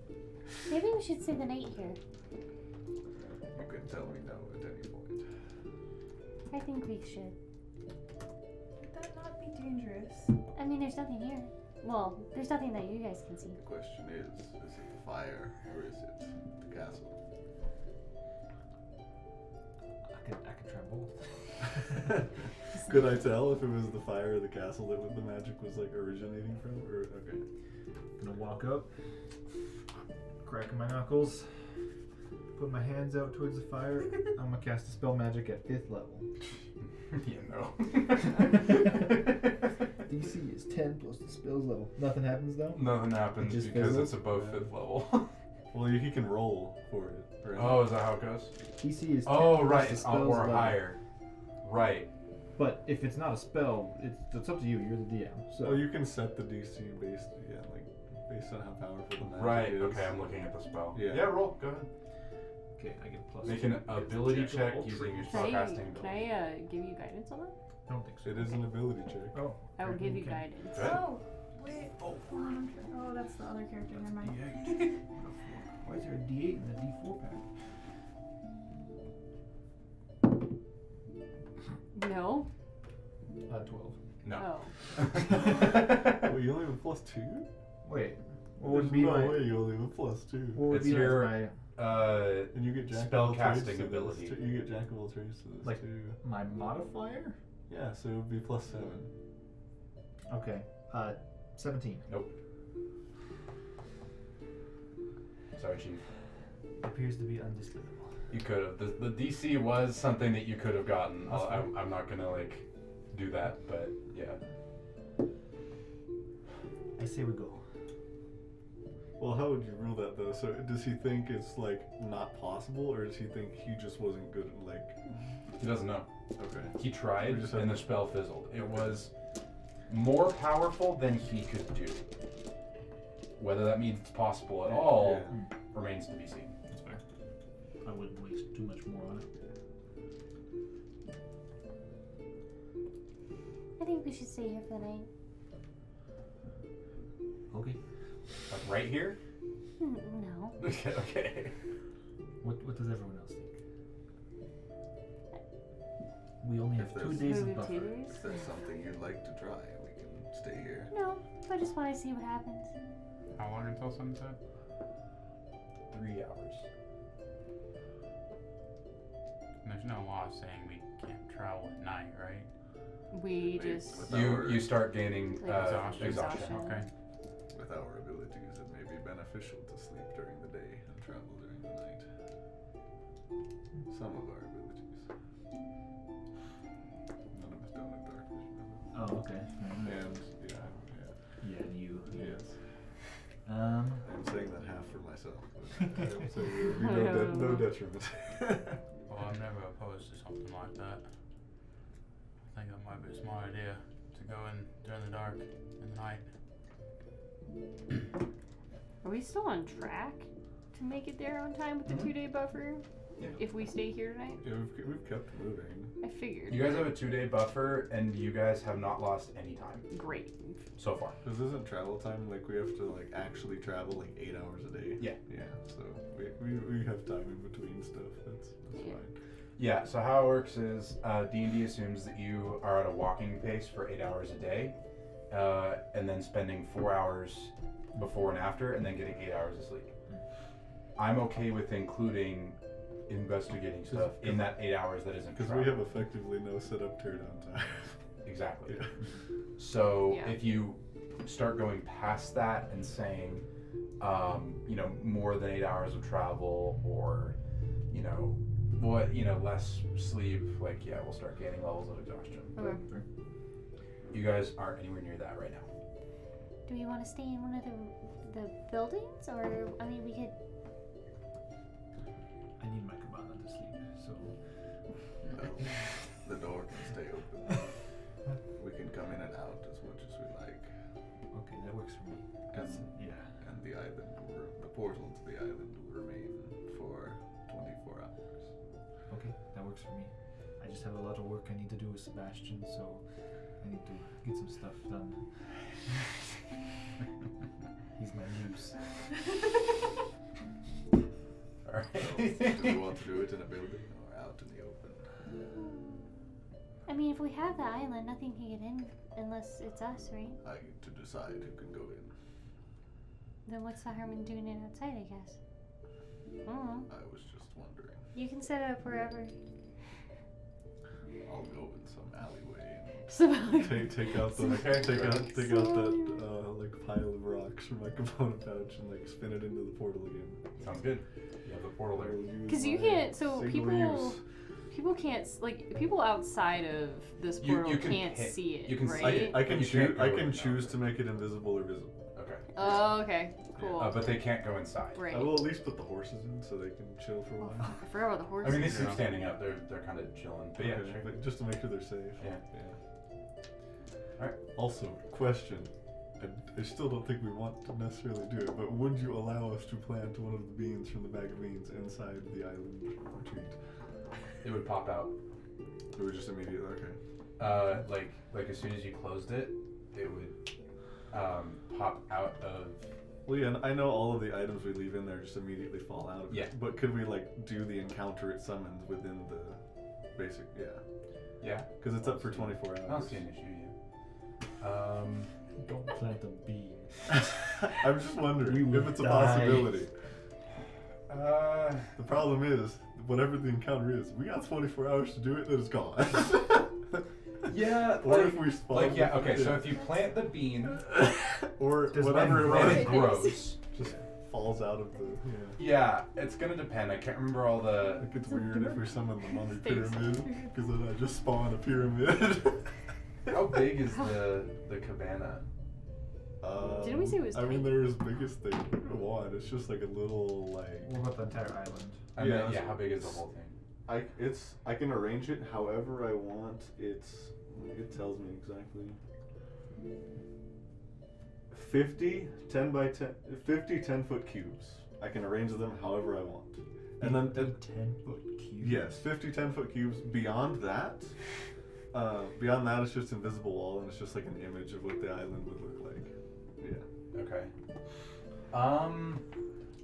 S6: Maybe we should stay the night here.
S4: You can tell me no at any point.
S6: I think we should.
S3: Did that not dangerous.
S6: I mean, there's nothing here. Well, there's nothing that you guys can see.
S4: The question is, is it the fire or is it the castle?
S5: I could, I could try both.
S4: Could I tell if it was the fire or the castle that the magic was like originating from? Or okay,
S5: Gonna walk up, cracking my knuckles, put my hands out towards the fire. I'm gonna cast a spell magic at fifth level.
S1: you know.
S5: DC is 10 plus the spell's level. Nothing happens though.
S1: Nothing happens
S5: It just
S1: because it's
S5: fizzles?
S1: above
S4: Yeah.
S1: fifth level.
S4: well he can roll for it. Right?
S1: oh, is that how it goes?
S5: DC is 10
S1: Oh,
S5: plus
S1: right,
S5: the
S1: it's
S5: spell's
S1: or
S5: level.
S1: higher. Right.
S5: But if it's not a spell, it's, it's up to you. You're the DM. So
S1: Oh,
S4: Well, you can set the DC based, yeah, like based on how powerful the magic
S1: Right.
S4: is.
S1: Okay, I'm looking at the spell.
S4: Yeah.
S1: Yeah, roll. Go ahead.
S5: okay, I get plus.
S1: Make
S5: two.
S1: an
S5: It's
S1: ability
S5: of
S1: check
S5: all
S1: using your
S5: trades.
S2: Can I,
S1: Sarcastic
S2: can I uh, give you guidance on that?
S5: I don't think so.
S4: It is an ability check.
S5: Oh,
S2: I will give you
S5: okay.
S2: guidance.
S1: Good.
S3: Oh, wait. Oh, oh, that's the other character. Never mind.
S5: Why is there a D8 and a D4 pack?
S2: No.
S5: Uh, 12.
S1: No.
S2: Oh.
S4: Wait, you only have a plus two?
S5: Wait. What
S4: There's
S5: would be
S4: no
S5: my.
S4: way you only have a plus two.
S5: What would
S1: It's
S5: be like
S1: your-
S5: my,
S1: Uh,
S4: And you get jack of all
S1: Spellcasting
S4: trades to this
S1: ability.
S4: too- You get jack of all trades to this
S5: Like-
S4: too.
S5: my modifier?
S4: Yeah, so it would be plus seven.
S5: Okay. Uh, 17.
S1: sorry, chief.
S5: Appears to be undisputable.
S1: You could have. The, the DC was something that you could have gotten.
S5: That's
S1: I'll- I'm, I'm not gonna like do that, but yeah.
S5: I say we go.
S4: Well, how would you rule that though? So does he think it's like not possible, or does he think he just wasn't good at like?
S1: He doesn't know.
S4: Okay.
S1: He tried,
S4: We just
S1: and
S4: have-
S1: the spell fizzled. It was more powerful than he could do. Whether that means it's possible at all
S4: Yeah.
S1: remains to be seen.
S5: That's fair. I wouldn't waste too much more on it.
S6: I think we should stay here for the night.
S5: Okay.
S1: Like right here?
S6: Hmm, No.
S1: Okay, okay.
S5: What, what does everyone else think? We only
S4: If
S5: have two
S4: there's-
S5: days
S2: Maybe
S5: of
S2: two
S5: buffer.
S2: days?
S4: If there's something you'd like to try, we can stay here.
S6: No. I just want to see what happens.
S7: How long until sunset?
S1: Three hours.
S7: And there's no law saying we can't travel at night, right?
S2: We
S4: Wait,
S2: just.
S4: what the-
S1: You
S4: Hours.
S1: you start gaining
S2: Like
S1: uh,
S7: exhaustion.
S1: exhaustion.
S7: Okay.
S4: With our abilities, it may be beneficial to sleep during the day and travel during the night. Some of our abilities. None of us don't have dark vision.
S5: Oh, okay.
S4: And yeah, yeah,
S5: Yeah, and you.
S4: yes.
S5: Um,
S4: I'm saying that half for myself. but I'm saying it would be no, de- no detriment.
S7: Well, Oh, I'm never opposed to something like that. I think that might be a smart idea to go in during the dark in the night.
S2: Are we still on track to make it there on time with the
S1: Mhm.
S2: two day buffer?
S1: Yeah.
S2: If we stay here tonight?
S4: yeah, we've, we've kept moving.
S2: I figured.
S1: You guys have a two day buffer, and you guys have not lost any time
S2: Great.
S1: so far.
S4: This isn't travel time. Like we have to like actually travel like eight hours a day.
S1: Yeah.
S4: Yeah. So we, we, we have time in between stuff. That's that's
S2: Yeah.
S4: fine.
S1: Yeah. So how it works is uh, D&D assumes that you are at a walking pace for eight hours a day, uh, and then spending four hours before and after, and then getting eight hours of sleep. I'm okay with including investigating stuff in that eight hours that isn't
S4: Because
S1: travel.
S4: we have effectively no setup teardown time.
S1: exactly.
S4: yeah.
S1: So
S2: Yeah.
S1: if you start going past that and saying, um, you know, more than eight hours of travel or, you know, what you know, less sleep, like yeah, we'll start gaining levels of exhaustion.
S2: Okay.
S1: You guys aren't anywhere near that right now.
S6: Do we want to stay in one of the the buildings, or I mean, we could.
S5: I need my cabana to sleep, so.
S4: No, the door can stay open. We can come in and out as much as we like.
S5: Okay, that works for me.
S4: And,
S5: Yeah.
S4: and the island, will, re- the portal to the island will remain for 24 hours.
S5: Okay, that works for me. I just have a lot of work I need to do with Sebastian, so I need to get some stuff done. He's my muse.
S1: All
S4: So, do we
S1: right.
S4: want to do it in a building or out in the open?
S6: I mean, if we have the island, nothing can get in Unless it's us, right?
S4: I get to decide who can go in.
S6: Then what's the harm in doing it outside, I guess? I don't know.
S4: I was just wondering.
S6: You can set it up wherever.
S4: I'll go in some alleyway and
S6: Somebody-
S4: take take out the
S1: Okay.
S4: take out take out that uh, like pile of rocks from my component pouch and like spin it into the portal again.
S1: Sounds good. You have the portal there.
S2: 'Cause you can't- so people- People can't s- like people outside of this
S1: You-
S2: portal
S1: you can
S2: not
S1: hit-
S2: see it.
S1: you can see
S2: right?
S1: it.
S4: I
S1: But
S4: can
S1: you can't
S4: choose. I
S1: go
S4: can
S1: in.
S4: choose to make it invisible or visible.
S1: Okay.
S2: Oh, okay, cool.
S1: Uh, but they can't go inside.
S2: right.
S4: I will at least put the horses in so they can chill for a
S2: Oh,
S4: while.
S2: fuck, I forgot about the horse.
S1: I mean, they keep
S7: Yeah.
S1: standing up. They're they're kind of chilling. But yeah,
S4: Okay,
S1: sure.
S4: but just to make sure they're safe.
S1: Yeah. Alright.
S4: Also, question. I, I still don't think we want to necessarily do it, but would you allow us to plant one of the beans from the bag of beans inside the island retreat?
S1: It would pop out.
S4: It was just immediately okay.
S1: Uh, like like as soon as you closed it, it would um, pop out of.
S4: Well, yeah, and I know all of the items we leave in there just immediately fall out of
S1: Yeah.
S4: it. But could we like do the encounter it summons within the basic? Yeah,
S1: Yeah.
S4: because it's up for 24 hours.
S1: I don't see an issue. Yeah. Um,
S5: Don't plant a bee.
S4: I'm just
S5: We
S4: wondering if
S5: will
S4: it's a
S5: die.
S4: possibility.
S1: uh,
S4: The problem is, whatever the encounter is, we got 24 hours to do it, then it's gone.
S1: yeah.
S4: or
S1: Like,
S4: if we spawn.
S1: like yeah. Okay. So if you plant the bean,
S4: or
S5: Does
S4: whatever it
S5: one
S1: and
S4: was,
S1: it grows.
S4: just falls out of the. Yeah.
S1: Yeah, it's gonna depend. I can't remember all the.
S4: It gets weird if we summon the mummy
S2: Stays-
S4: pyramid, because then I just spawn a pyramid.
S1: How big is the the cabana?
S4: Um,
S2: Didn't we say it was
S4: I mean,
S2: tiny?
S4: they're as big as they want. It's just like a little like.
S5: What about the entire island?
S1: I
S4: Yeah,
S1: mean,
S4: that's-
S1: yeah. How big is the whole thing?
S4: I it's I can arrange it however I want. It's it tells me exactly. 50 10 by 10 50 10 foot cubes. I can arrange them however I want. And then and-
S5: ten foot cube.
S4: yes, 50 10 foot cubes beyond that uh, beyond that it's just invisible wall and it's just like an image of what the island would look like.
S1: Okay. Um,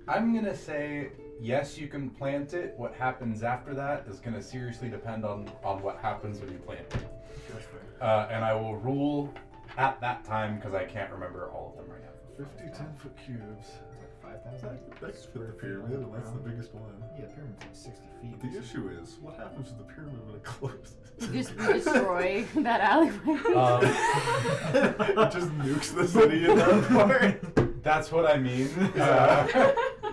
S1: I'm gonna say yes. You can plant it. What happens after that is gonna seriously depend on on what happens when you plant it. Uh, and I will rule at that time because I can't remember all of them right now.
S4: 50 10 foot cubes.
S5: It's like five thousand.
S4: That, that could fit the pyramid and that's the biggest one.
S5: Yeah, the pyramid's like sixty feet.
S4: The issue is, what happens to the pyramid when it closes?
S2: You just we destroy that alleyway.
S1: Um,
S4: it just nukes the city in that part.
S1: that's what I mean.
S4: Yeah.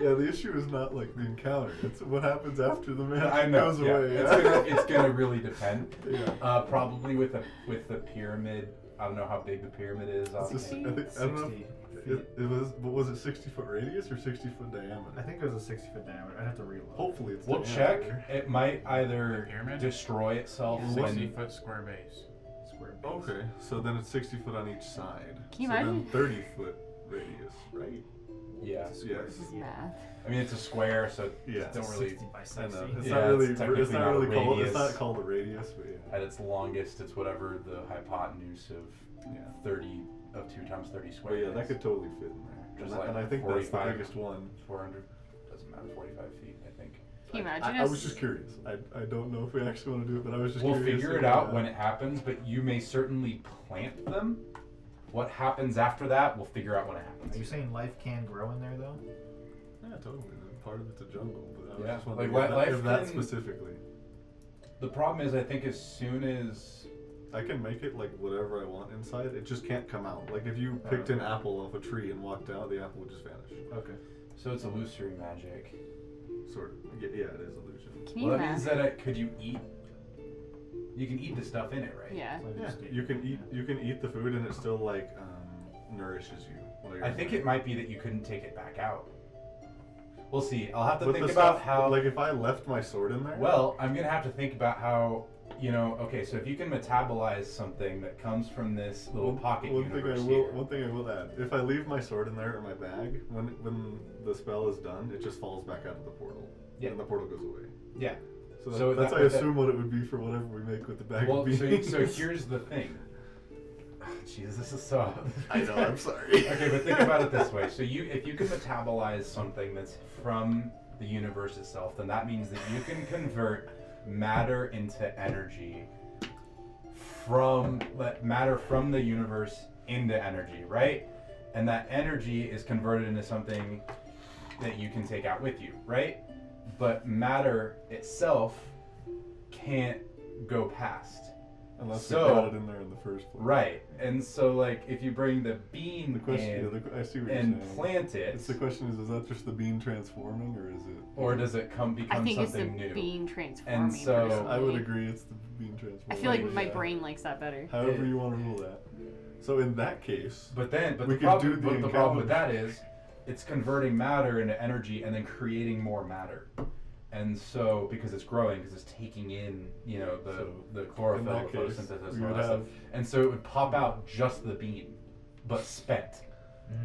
S4: Yeah, the issue is not like the encounter. It's what happens after the man
S1: I know.
S4: goes
S1: yeah.
S4: away.
S1: It's,
S4: yeah.
S1: gonna, it's gonna really depend.
S4: Yeah.
S1: Uh, probably with the with the pyramid. I don't know how big the pyramid is.
S4: It's just- I,
S1: Obviously.
S4: think, I don't know.
S5: Sixty.
S4: if-
S5: feet.
S4: It, it was, but was it 60 foot radius or 60 foot diameter?
S5: I think it was a sixty foot diameter. I'd have to reload.
S4: Hopefully it's.
S1: We'll check.
S4: diameter.
S1: It might either
S7: Pyramid?
S1: destroy itself
S7: It's
S1: when-
S7: 60 foot square base.
S5: Square base.
S4: Okay, so then it's 60 foot on each side.
S2: Can you
S4: so
S2: imagine?
S4: then 30 foot radius, right?
S1: Yeah.
S4: Yes.
S2: This is math.
S1: I mean, it's a square, so
S4: Yeah.
S1: don't really.
S5: Sixty by
S4: I
S5: sixty.
S4: know. It's
S1: Yeah,
S4: not really.
S1: it's
S4: It's,
S1: technically
S4: not
S1: not a
S4: really called. It's
S1: radius.
S4: not called a radius, but yeah.
S1: At its longest, it's whatever the hypotenuse of
S4: Yeah.
S1: thirty of two times thirty
S4: But
S1: squared.
S4: yeah, that
S1: is.
S4: could totally fit in there.
S1: Just
S4: and, I-
S1: like
S4: and I think that's the
S1: 45.
S4: biggest one.
S1: 400 doesn't matter 45 feet i think
S2: Can you
S4: I-
S2: imagine
S4: I, I
S2: us-
S4: was just curious. I, I don't know if we actually want to do it, but I was just
S1: we'll
S4: curious.
S1: figure it
S4: if,
S1: out
S4: uh,
S1: when it happens but you may certainly plant them what happens after that we'll figure out when it
S5: Are you
S1: happens
S5: saying life can grow in there though?
S4: Yeah, totally. man. Part of it's a jungle, but I was
S1: Yeah,
S4: just wondering
S1: like,
S4: if,
S1: li-
S4: that,
S1: life
S4: if that
S1: can-
S4: specifically.
S1: the problem is i think as soon as
S4: I can make it like whatever I want inside. It just can't come out. Like if
S1: Uh.
S4: you picked an apple off a tree and walked out, the apple would just vanish.
S5: Okay.
S1: so it's illusory magic
S4: Sort of. Yeah, yeah it is illusion.
S2: Can you
S1: well that means
S2: math?
S1: that it, could you eat you can eat the stuff in it right
S2: Yeah.
S5: So
S4: Yeah,
S5: just-
S4: you can eat. You can eat the food, and it still like um, nourishes you. while you're
S1: i
S4: in
S1: think
S4: there.
S1: it might be that you couldn't take it back out we'll see i'll have to
S4: But
S1: think
S4: the
S1: about
S4: stuff-
S1: how
S4: Like if I left my sword in there.
S1: Well, I'm gonna have to think about how you know. Okay, so if you can metabolize something that comes from this little pocket
S4: one thing I
S1: universe
S4: will
S1: here,
S4: one thing I will add. If I leave my sword in there or my bag, when when the spell is done, it just falls back out of the portal.
S1: Yeah.
S4: And the portal goes away.
S1: Yeah.
S4: So, that-
S1: So
S4: that's
S1: that-
S4: I
S1: that-
S4: assume what it would be for whatever we make with the bag
S1: well,
S4: of beans.
S1: so, you- so here's the thing. Jesus, this is so.
S4: I know, I'm sorry.
S1: okay, but think about it this way. So you, if you can metabolize something that's from the universe itself, then that means that you can convert matter into energy from like, matter from the universe into energy, right? And that energy is converted into something that you can take out with you, right? But matter itself can't go past.
S4: Unless
S1: So-
S4: you got it in there in the first place.
S1: Right. And so like if you bring the
S4: The
S1: bean
S4: question.
S1: in
S4: yeah, the, I see what you're
S1: and
S4: saying.
S1: plant it,
S4: It's the question is: Is that just the bean transforming, or is it?
S1: or does it come become
S2: I think it's the
S1: something new?
S2: being transforming.
S1: so-
S2: personally.
S4: I would agree. It's the bean transforming.
S2: I feel like my
S4: yeah.
S2: brain likes that better.
S4: However you want to rule that. So in that case,
S1: But then, but
S4: We
S1: the,
S4: could
S1: problem,
S4: do the
S1: but the problem with that
S4: encounter.
S1: is, it's converting matter into energy and then creating more matter, and so because it's growing, because it's taking in, you know, the
S4: So,
S1: the
S4: in
S1: chlorophyll,
S4: that
S1: the
S4: case,
S1: photosynthesis,
S4: we
S1: and all
S4: would
S1: that stuff,
S4: have
S1: and so it would pop out just the bean, but spent.
S5: Mm.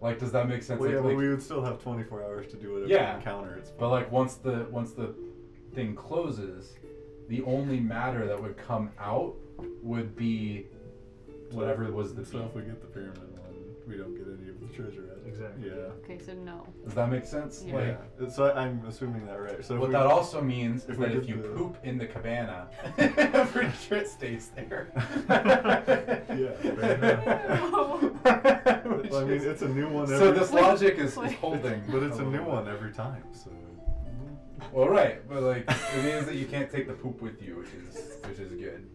S1: Like, does that make sense?
S4: Well, yeah,
S1: Like-
S4: but
S1: like-
S4: we would still have 24 hours to do it.
S1: Yeah.
S4: Encounter. It's
S1: but like once the once the thing closes, the only matter that would come out would be whatever was the
S4: so
S1: bean.
S4: if we get the pyramid one, we don't get any of the treasure. out of it.
S5: Exactly.
S4: Yeah.
S2: Okay, so no.
S1: Does that make sense?
S2: Yeah.
S1: Like,
S4: Yeah. So I, I'm assuming that right. So if
S1: what
S4: we,
S1: that also means is
S4: if we
S1: that if
S4: did
S1: you
S4: the-
S1: poop in the cabana, I'm pretty sure it stays there. yeah.
S4: Well, I mean, it's a new one. Every,
S1: so this
S4: it's-
S1: logic is, is
S2: Wait.
S1: holding. Mm-hmm.
S4: but it's a
S1: little
S4: new
S1: bit.
S4: one every time. So.
S1: Well, right, but like it means that you can't take the poop with you, which is which is good.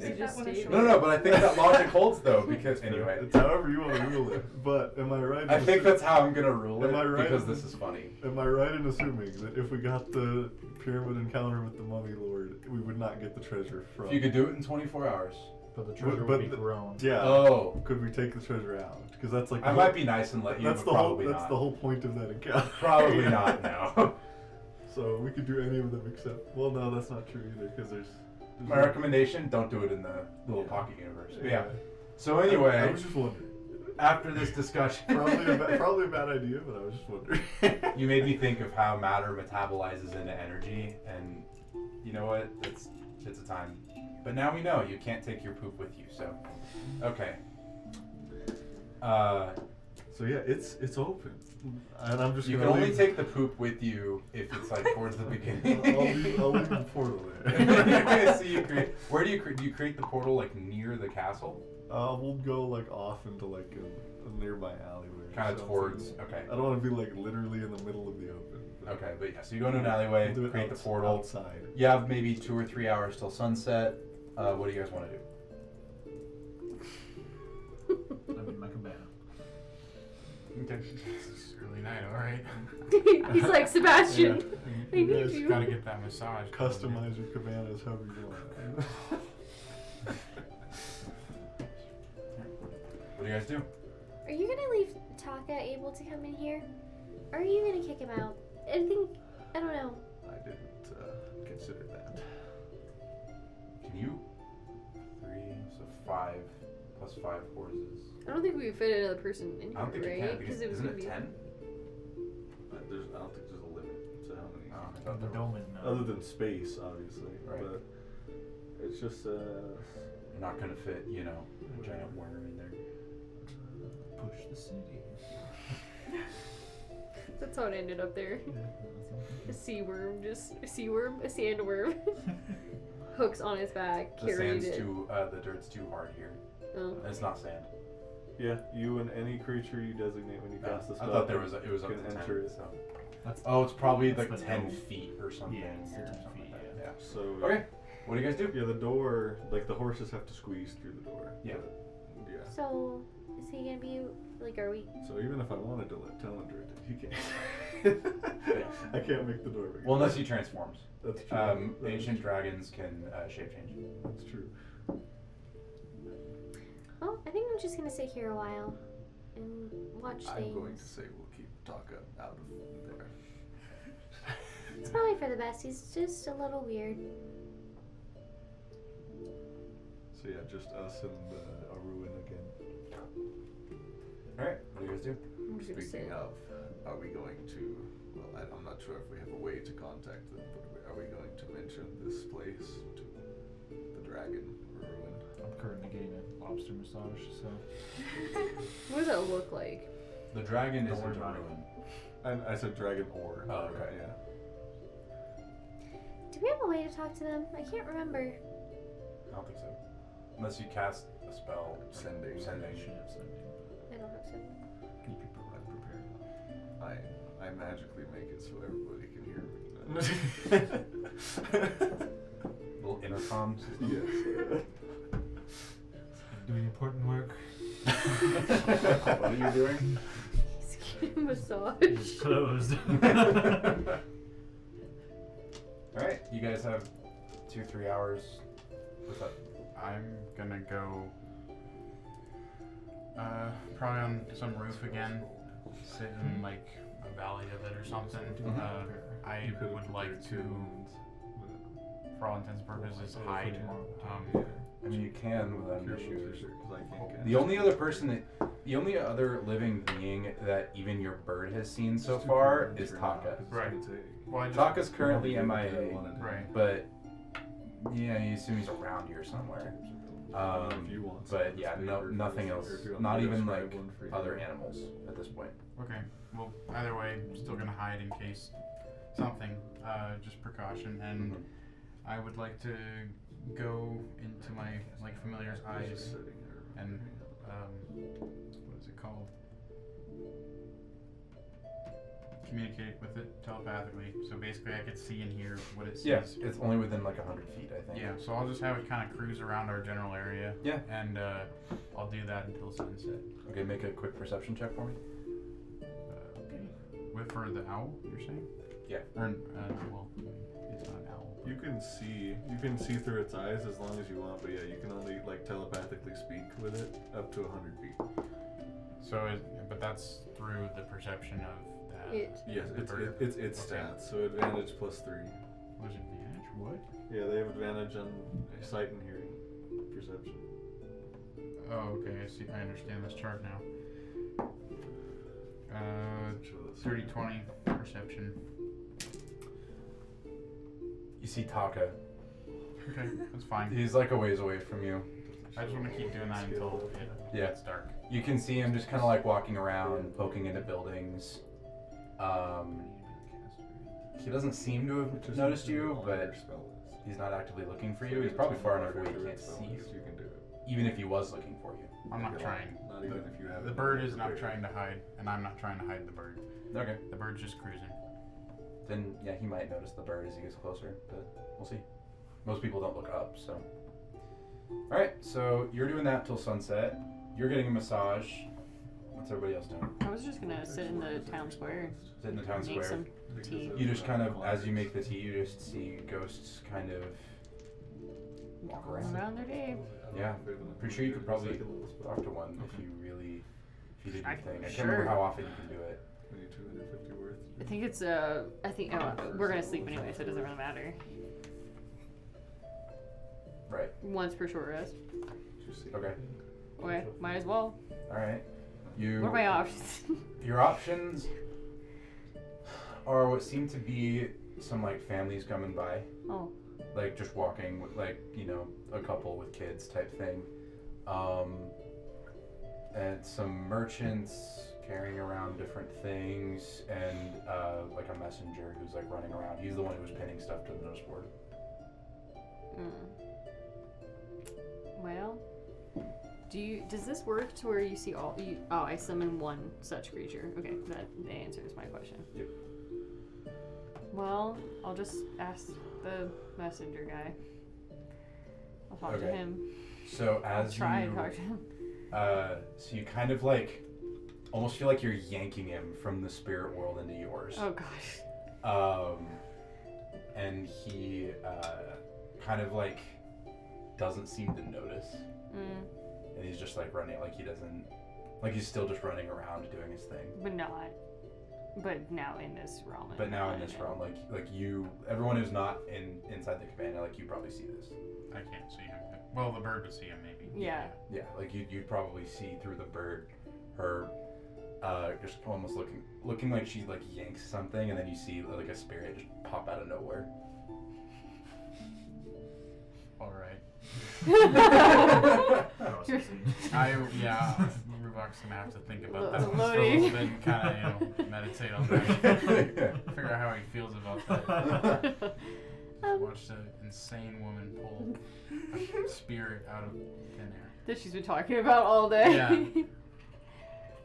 S3: Take
S1: it
S2: just
S3: that one
S2: stay-
S3: ashore.
S1: No, no, no, but I think that logic holds though because anyway,
S4: It's however you want to rule it. But am I right? in
S1: I think
S4: assu-
S1: that's how I'm gonna rule it
S4: Am I right?
S1: because this is funny.
S4: Am I right in assuming that if we got the pyramid encounter with the mummy lord, we would not get the treasure from?
S1: If you could do it in 24 hours,
S5: But the treasure
S4: but
S5: would be
S4: the-
S5: grown.
S4: Yeah.
S1: oh,
S4: Could we take the treasure out? Because that's like.
S1: I
S4: the
S1: might
S4: whole-
S1: be nice and let you,
S4: That's
S1: but
S4: the whole.
S1: probably
S4: That's
S1: not.
S4: the whole point of that encounter.
S1: Probably not now.
S4: So we could do any of them except. Well, no, that's not true either. Because there's. there's
S1: My recommendation: don't do it in the little
S4: Yeah.
S1: pocket universe. But yeah.
S4: Yeah.
S1: So
S4: I, I
S1: anyway,
S4: was just wondering.
S1: after this discussion,
S4: Probably a ba- probably a bad idea, but I was just wondering.
S1: you made me think of how matter metabolizes into energy, and you know what? It's it's a time. But now we know you can't take your poop with you. So, okay. Uh,
S4: So yeah, it's it's open, and I'm just.
S1: you can
S4: gonna
S1: only
S4: leave-
S1: take the poop with you if it's like towards the beginning.
S4: I'll leave, I'll leave the portal there.
S1: so you create. Where do you create? Do you create the portal like near the castle,
S4: uh, we'll go like off into like a, a nearby alleyway. or
S1: kind of
S4: something.
S1: towards? Okay.
S4: I don't want to be like literally in the middle of the open. but
S1: Okay, but yeah. So you go into an
S4: we'll
S1: alleyway,
S4: do it
S1: create the
S4: outs-
S1: portal.
S4: outside.
S1: You have maybe two or three hours till sunset. Uh, what do you guys want to do?
S5: I'm in my cabana.
S1: Okay.
S7: It's early night, alright.
S6: He's like Sebastian.
S4: Yeah.
S6: I need
S4: guys
S6: you.
S7: Gotta get that massage.
S4: Customize your cabanas however you want.
S1: What do you guys do?
S6: Are you gonna leave Taka able to come in here? Or are you gonna kick him out? I think I don't know.
S4: I didn't uh, consider that.
S1: Can you? Three, so five plus five horses.
S2: I don't think we would fit another person in here,
S1: I don't think you
S2: right?
S1: can because
S2: it was
S1: isn't
S2: gonna
S1: it
S2: be
S1: ten?
S4: But there's, I don't think there's a limit to how many.
S1: Oh, I
S5: The uh,
S1: thought there was.
S5: dome is not.
S4: Other than space, obviously.
S1: Right.
S4: But it's just. Uh,
S1: You're not gonna fit, you know, a giant worm in there.
S5: Push the city.
S2: That's how it ended up there. A sea worm, just a sea worm, a sandworm. Hooks on his back,
S1: The
S2: carried
S1: sand's
S2: it.
S1: too. Uh, the dirt's too hard here.
S2: Oh.
S1: It's not sand.
S4: yeah, you and any creature you designate when you cast the
S1: I
S4: spell.
S1: thought there was. A, it was up
S4: can
S1: to ten.
S4: enter it.
S1: So.
S5: That's-
S1: oh, it's probably
S5: that's
S1: like
S5: the
S1: ten
S5: dome.
S1: feet or something.
S5: Yeah, it's
S1: or
S5: 10
S1: something
S5: feet,
S1: like that. Yeah.
S4: So.
S1: Okay. What do you guys do?
S4: Yeah, the door. Like the horses have to squeeze through the door.
S1: Yeah.
S4: but- yeah.
S6: So is he gonna be like are we
S4: So even if I wanted to let Talon direct it, he can't. I can't make the door bigger.
S1: Well, unless he transforms.
S4: That's true.
S1: Um,
S4: That is
S1: ancient dragons can uh, shape change.
S4: That's true.
S6: Oh, I think I'm just gonna sit here a while and watch
S4: I'm
S6: things.
S4: going to say we'll keep Taka out of there.
S6: It's probably for the best. He's just a little weird.
S4: So yeah, just us and uh, Aruin again.
S1: All right. What do you guys do?
S2: I'm just gonna say
S4: Speaking of, uh, are we going to? Well, I, I'm not sure if we have a way to contact them, but are we going to mention this place to the dragon Aruin?
S5: I'm currently getting a lobster massage, so.
S2: What does that look like?
S1: The dragon
S5: Don't
S1: is
S5: worry
S1: into
S5: about it.
S1: ruin.
S4: And I said dragon or.
S1: Oh, okay.
S4: Yeah.
S6: Do we have a way to talk to them? I can't remember.
S1: I don't think so. unless you cast a spell.
S4: Sending.
S1: Sending.
S5: should have something.
S2: I don't have seven.
S5: Keep your people unprepared.
S4: I I magically make it so everybody can hear me.
S1: Little intercom system.
S4: yes.
S5: Doing important work.
S4: what are you doing?
S2: He's getting a massage.
S5: It's closed.
S1: All right, you guys have two, three hours. What's up?
S7: I'm gonna go. Uh, probably on some roof again, sit in like a valley of it or something.
S1: Mm-hmm.
S5: Mm-hmm.
S7: Uh, I would like to, for all intents and purposes, hide. Um,
S1: I mean, you can without an issue. The
S4: The
S1: only other person that, the only other living being that even your bird has seen so far is Taka.
S7: Right. well, I just,
S1: Taka's currently MIA,
S7: right.
S1: but yeah, you assume he's around here somewhere. Um, but yeah, no, nothing else. Not even like other animals at this point.
S7: Okay. Well, either way, I'm still gonna hide in case something. Uh, just precaution, and I would like to go into my like familiar's eyes and um, what is it called? Communicate with it telepathically. So basically, I could see and hear what it sees.
S1: Yeah, it's only within like hundred feet, I think.
S7: Yeah. So I'll just have it kind of cruise around our general area.
S1: Yeah.
S7: And uh, I'll do that until sunset.
S1: Okay, make a quick perception check for me.
S7: Uh, with for the owl, you're saying?
S1: Yeah.
S7: Or uh, well, it's not an owl.
S4: You can see you can see through its eyes as long as you want, but yeah, you can only like telepathically speak with it up to hundred feet.
S7: So, it, but that's through the perception of that.
S2: It.
S4: Yes,
S7: The
S4: it's
S7: bird.
S4: it, it's its
S7: Okay.
S4: stats. So advantage plus three.
S7: Was it advantage? What?
S4: Yeah, they have advantage on sight and hearing, perception.
S7: Oh, okay. I see. I understand this chart now. Uh,
S4: Show this.
S7: 30 20 perception.
S1: You see Taka.
S7: Okay, that's fine.
S1: He's like a ways away from you.
S7: I just want to keep doing that until it
S1: Yeah.
S7: gets dark.
S1: You can see him just kind of like walking around, poking into buildings. Um, he doesn't seem to have noticed you, but he's not actively looking for you. He's probably far enough away he can't see you,
S4: You can do it.
S1: even if he was looking for you.
S7: I'm not
S4: Yeah.
S7: trying.
S4: Not even if you have
S7: The
S4: it
S7: bird is not
S4: prepared.
S7: trying to hide, and I'm not trying to hide the bird.
S1: Okay.
S7: The bird's just cruising.
S1: Then yeah, he might notice the bird as he gets closer, but we'll see. Most people don't look up, so. All right, so you're doing that till sunset. You're getting a massage. What's everybody else doing?
S8: I was just gonna sit in the town square,
S1: Is it in the town
S8: and make
S1: square?
S8: some
S4: Because
S8: tea.
S1: You just kind of, as you make the tea, you just see ghosts kind of walk around.
S8: around their day.
S1: Yeah. Pretty sure you could probably
S4: It's like a little spell.
S1: talk to one if you really, if you did your
S8: I-
S1: thing. I can't
S8: sure.
S1: remember how often you can do it.
S4: We need 250 worth.
S8: I think it's uh, I think oh, we're gonna sleep anyway, so it doesn't really matter.
S1: Right.
S8: Once per short rest.
S4: Did you see?
S1: Okay.
S8: Okay, might as well.
S1: All right. You.
S8: What are my options?
S1: Your options are what seem to be some like families coming by,
S8: oh,
S1: like just walking, with, like you know, a couple with kids type thing, um, and some merchants carrying around different things, and uh, like a messenger who's like running around. He's the one who was pinning stuff to the notice board.
S8: mm. well. Do you does this work to where you see all? You, oh, I summon one such creature. Okay, that, that answers my question.
S1: Yep.
S8: Well, I'll just ask the messenger guy. I'll talk to
S1: Okay.
S8: him.
S1: So
S8: I'll
S1: as
S8: try
S1: you,
S8: and talk to him.
S1: Uh, so you kind of like almost feel like you're yanking him from the spirit world into yours.
S8: Oh gosh.
S1: Um, and he uh, kind of like doesn't seem to notice.
S8: Mm,
S1: And he's just like running, like he doesn't, like he's still just running around doing his thing.
S8: but not. But now in this realm.
S1: But now in
S8: I'm
S1: this realm, like like you, everyone who's not in inside the cabana, like you probably see this.
S7: I can't see him. Well, the bird would see him maybe.
S8: Yeah.
S1: Yeah, like you you probably see through the bird, her, uh, just almost looking looking like she like yanks something, and then you see like a spirit just pop out of nowhere.
S7: All right.
S1: yeah,
S7: I yeah, Rubux gonna have to think about that
S8: Lo-
S7: one
S8: loading.
S7: for a little bit, kind of you know meditate on that, figure out how he feels about that.
S8: uh,
S6: Um,
S7: watched an insane woman pull a spirit out of thin air.
S8: That she's been talking about all day.
S7: Yeah.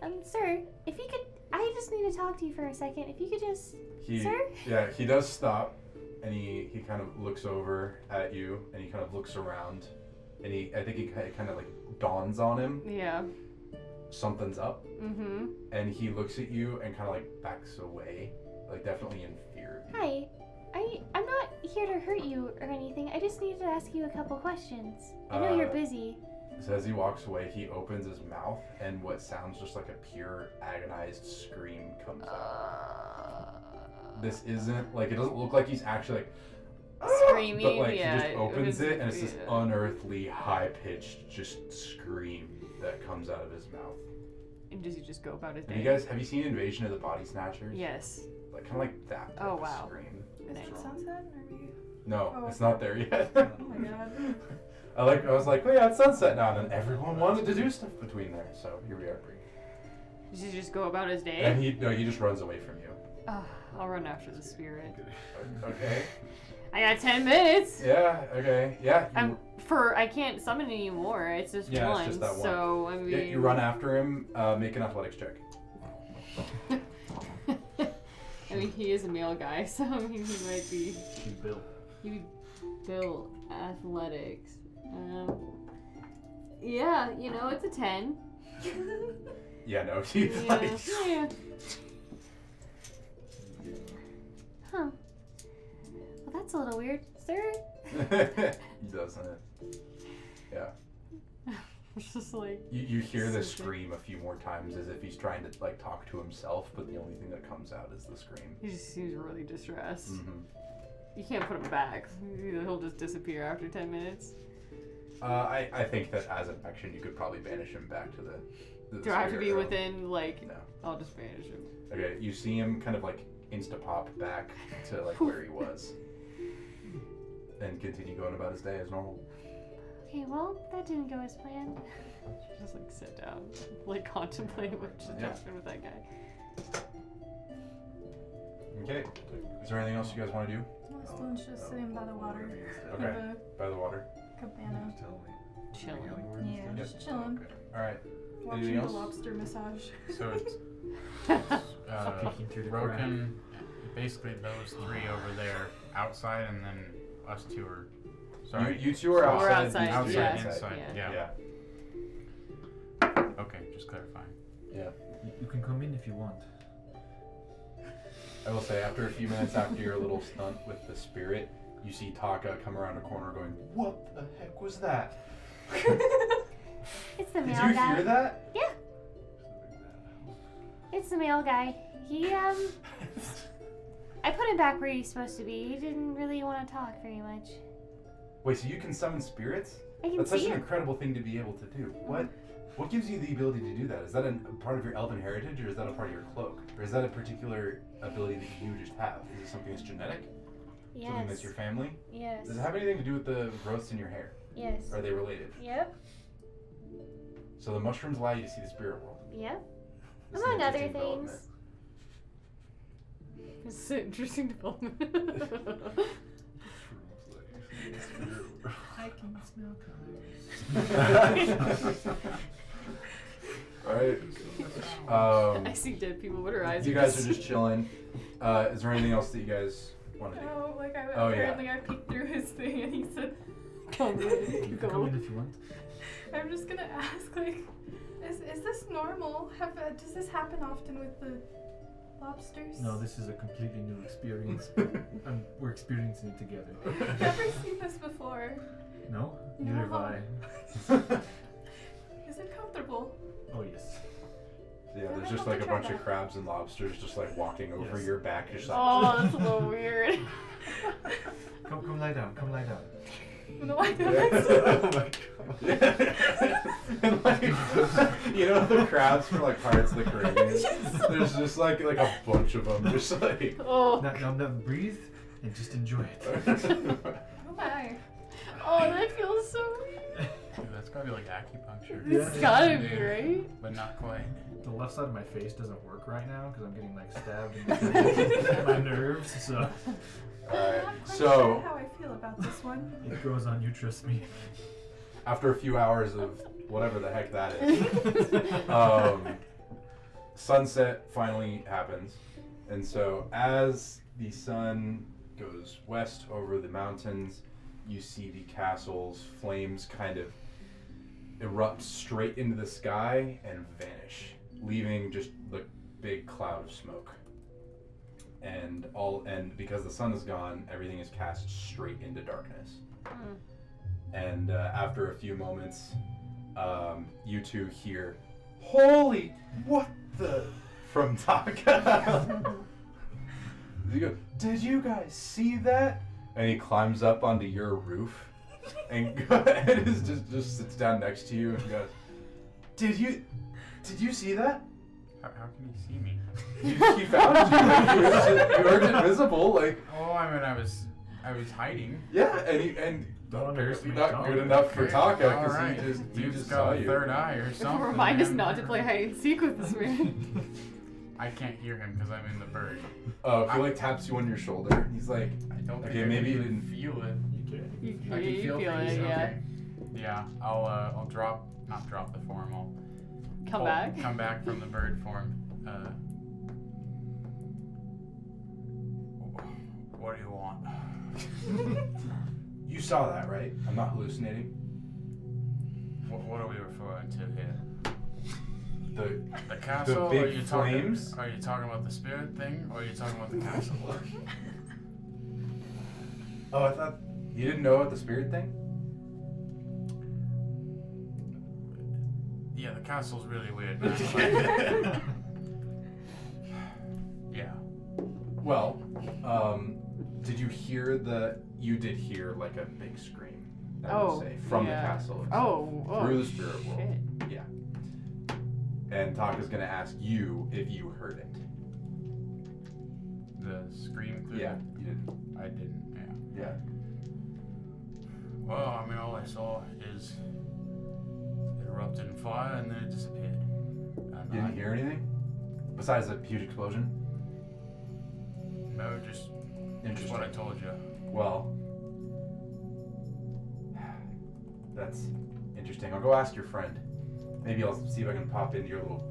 S6: Um, sir, if you could, I just need to talk to you for a second. If you could just,
S1: He
S6: sir,
S1: yeah, he does stop, and he he kind of looks over at you, and he kind of looks around, and he I think he kind of like dawns on him
S8: yeah.
S1: something's up,
S8: Mm-hmm.
S1: and he looks at you and kind of like backs away, like definitely in fear.
S6: hi. I I'm not here to hurt you or anything. I just needed to ask you a couple questions. I know
S1: Uh,
S6: you're busy.
S1: So as he walks away, he opens his mouth, and what sounds just like a pure agonized scream comes out. Uh, This isn't like it doesn't look like he's actually like "Ah," but
S8: Screaming,
S1: like
S8: yeah,
S1: he just
S8: it
S1: opens
S8: was-
S1: it, and it's this
S8: yeah.
S1: unearthly, high pitched just scream that comes out of his mouth.
S8: And does he just go about his
S1: Have you
S8: day?
S1: guys have you seen Invasion of the Body Snatchers?
S8: yes.
S1: like kind of like that. Type
S8: Oh,
S1: of
S8: wow.
S1: Scream.
S3: Is it
S8: Nice.
S3: sunset? Are we?
S1: No,
S3: Oh,
S1: it's
S3: okay.
S1: not there yet.
S3: Oh my god.
S1: I like. I was like, oh yeah, it's sunset now, and then everyone wanted to do stuff between there, so here we are.
S8: Does he just go about his day?
S1: And he no, he just runs away from you.
S8: Ugh, I'll run after the spirit.
S1: Okay.
S8: I got ten minutes.
S1: Yeah. Okay. Yeah. You,
S8: I'm for I can't summon anymore. It's just
S1: Yeah, it's
S8: one.
S1: just that one.
S8: So I mean,
S1: yeah, you run after him. Uh, make an athletics check.
S8: I mean, he is a male guy, so I mean, he might be.
S5: You built.
S8: You built athletics. Um, yeah, you know, it's a 10.
S1: Yeah. No. He's
S8: Yeah,
S1: like.
S8: yeah.
S6: Huh. Well, that's a little weird, sir.
S1: he doesn't.
S8: It's just like,
S1: You, you hear the
S8: Stupid.
S1: scream a few more times as if he's trying to like talk to himself, but the only thing that comes out is the scream.
S8: he just seems really distressed.
S1: hmm
S8: You can't put him back. He'll just disappear after 10 minutes.
S1: Uh, I I think that as an action, you could probably banish him back to the. the
S8: Do I have to
S1: spirit
S8: be
S1: realm.
S8: within, like,
S1: No.
S8: I'll just banish him.
S1: Okay. You see him kind of like insta pop back to like where he was, and continue going about his day as normal.
S6: Okay, well, that didn't go as planned.
S8: Just, like, sit down, like, contemplate what just
S1: Yeah.
S8: happened with that guy.
S1: Okay. Is there anything else you guys want to do
S3: No, Stone's just sitting by the water.
S1: Okay.
S3: by the
S1: by the water?
S3: cabana.
S4: Tell me.
S8: Chilling.
S3: Yeah, just chilling.
S1: All right.
S3: Watching the
S1: else?
S3: lobster massage.
S7: So it's uh,
S5: Peeking through the crack.
S7: Roken, basically those three over there outside, and then us two are. Sorry.
S1: You, you two are
S8: We're
S1: outside.
S8: outside,
S1: these
S7: outside,
S1: two are
S8: yeah.
S1: inside.
S7: inside.
S1: Yeah.
S7: Yeah. Okay, just clarifying.
S5: You- You can come in if you want.
S1: I will say, after a few minutes after your little stunt with the spirit, you see Taka come around a corner going, What the heck was that?
S6: It's the
S1: Did
S6: male
S1: you
S6: guy.
S1: hear that?
S6: Yeah, it's the male guy. He um, I put him back where he's supposed to be. He didn't really want to talk very much.
S1: Wait, so you can summon spirits?
S6: I can
S1: That's such
S6: see
S1: an
S6: him.
S1: incredible thing to be able to do. What? What gives you the ability to do that? Is that an, a part of your elven heritage, or is that a part of your cloak, or is that a particular ability that you just have? Is it something that's genetic? Something
S6: Yes.
S1: that's your family?
S6: Yes.
S1: Does it have anything to do with the growths in your hair?
S6: Yes.
S1: Are they related?
S6: Yep.
S1: So the mushrooms allow you to see the spirit world.
S6: Yep.
S1: This is an
S6: Among other
S1: interesting development.
S6: things.
S8: It's an interesting development.
S5: I can smell colors.
S1: Alright. Um,
S8: I see dead people. What are eyes?
S1: you guys are just chilling. Uh, is there anything else that you guys want to do?
S3: Oh, like I
S1: Oh, yeah.
S3: apparently I peeked through his thing and he said,
S8: Come in,
S5: You can come
S8: Oh, go.
S5: in if you want.
S3: I'm just gonna ask, like, is, is this normal? Have uh, does this happen often with the lobsters?
S5: No, this is a completely new experience. and we're experiencing it together.
S3: I've never seen this before.
S5: No? Neither have
S3: No.
S5: I.
S3: Is it comfortable?
S5: Oh, yes.
S1: yeah, there's just like a bunch of crabs and lobsters just like walking over
S5: Yes.
S1: your back. Just like,
S8: Oh, that's a little weird.
S5: Come, come lie down. Come lie down.
S3: No, I don't like
S1: Yeah.
S4: oh my god.
S1: and like, you know, the crabs for like Pirates of the Caribbean. There's just like like a bunch of them, just like.
S8: Oh,
S5: Now, now, now breathe and just enjoy it.
S3: Oh my.
S8: oh, that feels so weird.
S7: Dude, that's probably like acupuncture.
S5: Yeah.
S8: It's gotta be, right?
S7: But not quite.
S5: The left side of my face doesn't work right now because I'm getting like stabbed in my nerves, so
S1: Alright.
S3: I'm not quite
S1: So-
S3: sure how I feel about this one.
S5: it grows on you. Trust me.
S1: After a few hours of whatever the heck that is, um, sunset finally happens. And so, as the sun goes west over the mountains, you see the castle's flames kind of erupt straight into the sky and vanish, leaving just the big cloud of smoke. And all and because the sun is gone, everything is cast straight into darkness. And uh, after a few moments, um, you two hear, "Holy, what the!" from Taka. you go, "Did you guys see that?" And he climbs up onto your roof, and, go- and is just just sits down next to you and goes, "Did you, did you see that?"
S7: How, how can he see me?
S1: You, he found you. You were- you were invisible, like
S7: Oh, I mean, I was, I was hiding.
S1: yeah. And he, and
S5: Don't
S1: apparently
S5: underestimate
S1: not
S5: Taka.
S1: good enough for
S7: Okay,
S1: Taka
S7: all
S1: because
S7: right.
S1: he just he
S7: Dude's
S1: just saw
S7: got a
S1: you.
S7: third eye or something.
S8: Remind us
S7: man.
S8: not to play hide and seek with this man.
S7: I can't hear him because I'm in the bird.
S1: Uh, he like taps you on your shoulder. and He's like,
S7: I don't think
S1: Okay,
S7: I
S1: maybe you
S7: can even
S1: didn't-
S7: feel it.
S5: You can.
S8: you
S7: I can
S8: you
S7: feel, things.
S8: it, yeah.
S7: Okay. Yeah, I'll uh, I'll drop not drop the form. I'll
S1: Oh,
S8: Come
S7: pull-
S8: back.
S7: Come back from the bird form. Uh, what do you want?
S1: you saw that, right? I'm not hallucinating.
S7: What, what are we referring to here?
S1: The
S7: The castle?
S1: big
S7: are you talking?
S1: flames?
S7: Are you talking about the spirit thing, or are you talking about the castle?
S1: oh, I thought you didn't know about the spirit thing.
S7: yeah, the castle's really weird. man. yeah.
S1: Well, um, did you hear the? You did hear like a big scream. I would
S8: Oh,
S1: say, from
S8: yeah.
S1: the castle. itself.
S8: Oh, oh.
S1: Through the spirit world.
S8: shit.
S1: And Taka's gonna ask you if you heard it.
S7: The scream. Clue?
S1: you did.
S7: I didn't. Yeah.
S1: Yeah.
S7: Well, I mean, all I saw is it erupted in fire and then it disappeared. And
S1: You
S7: I,
S1: didn't hear anything besides the huge explosion.
S7: No, just, just what I told you.
S1: Well, that's interesting. I'll go ask your friend. Maybe I'll see if I can pop into your little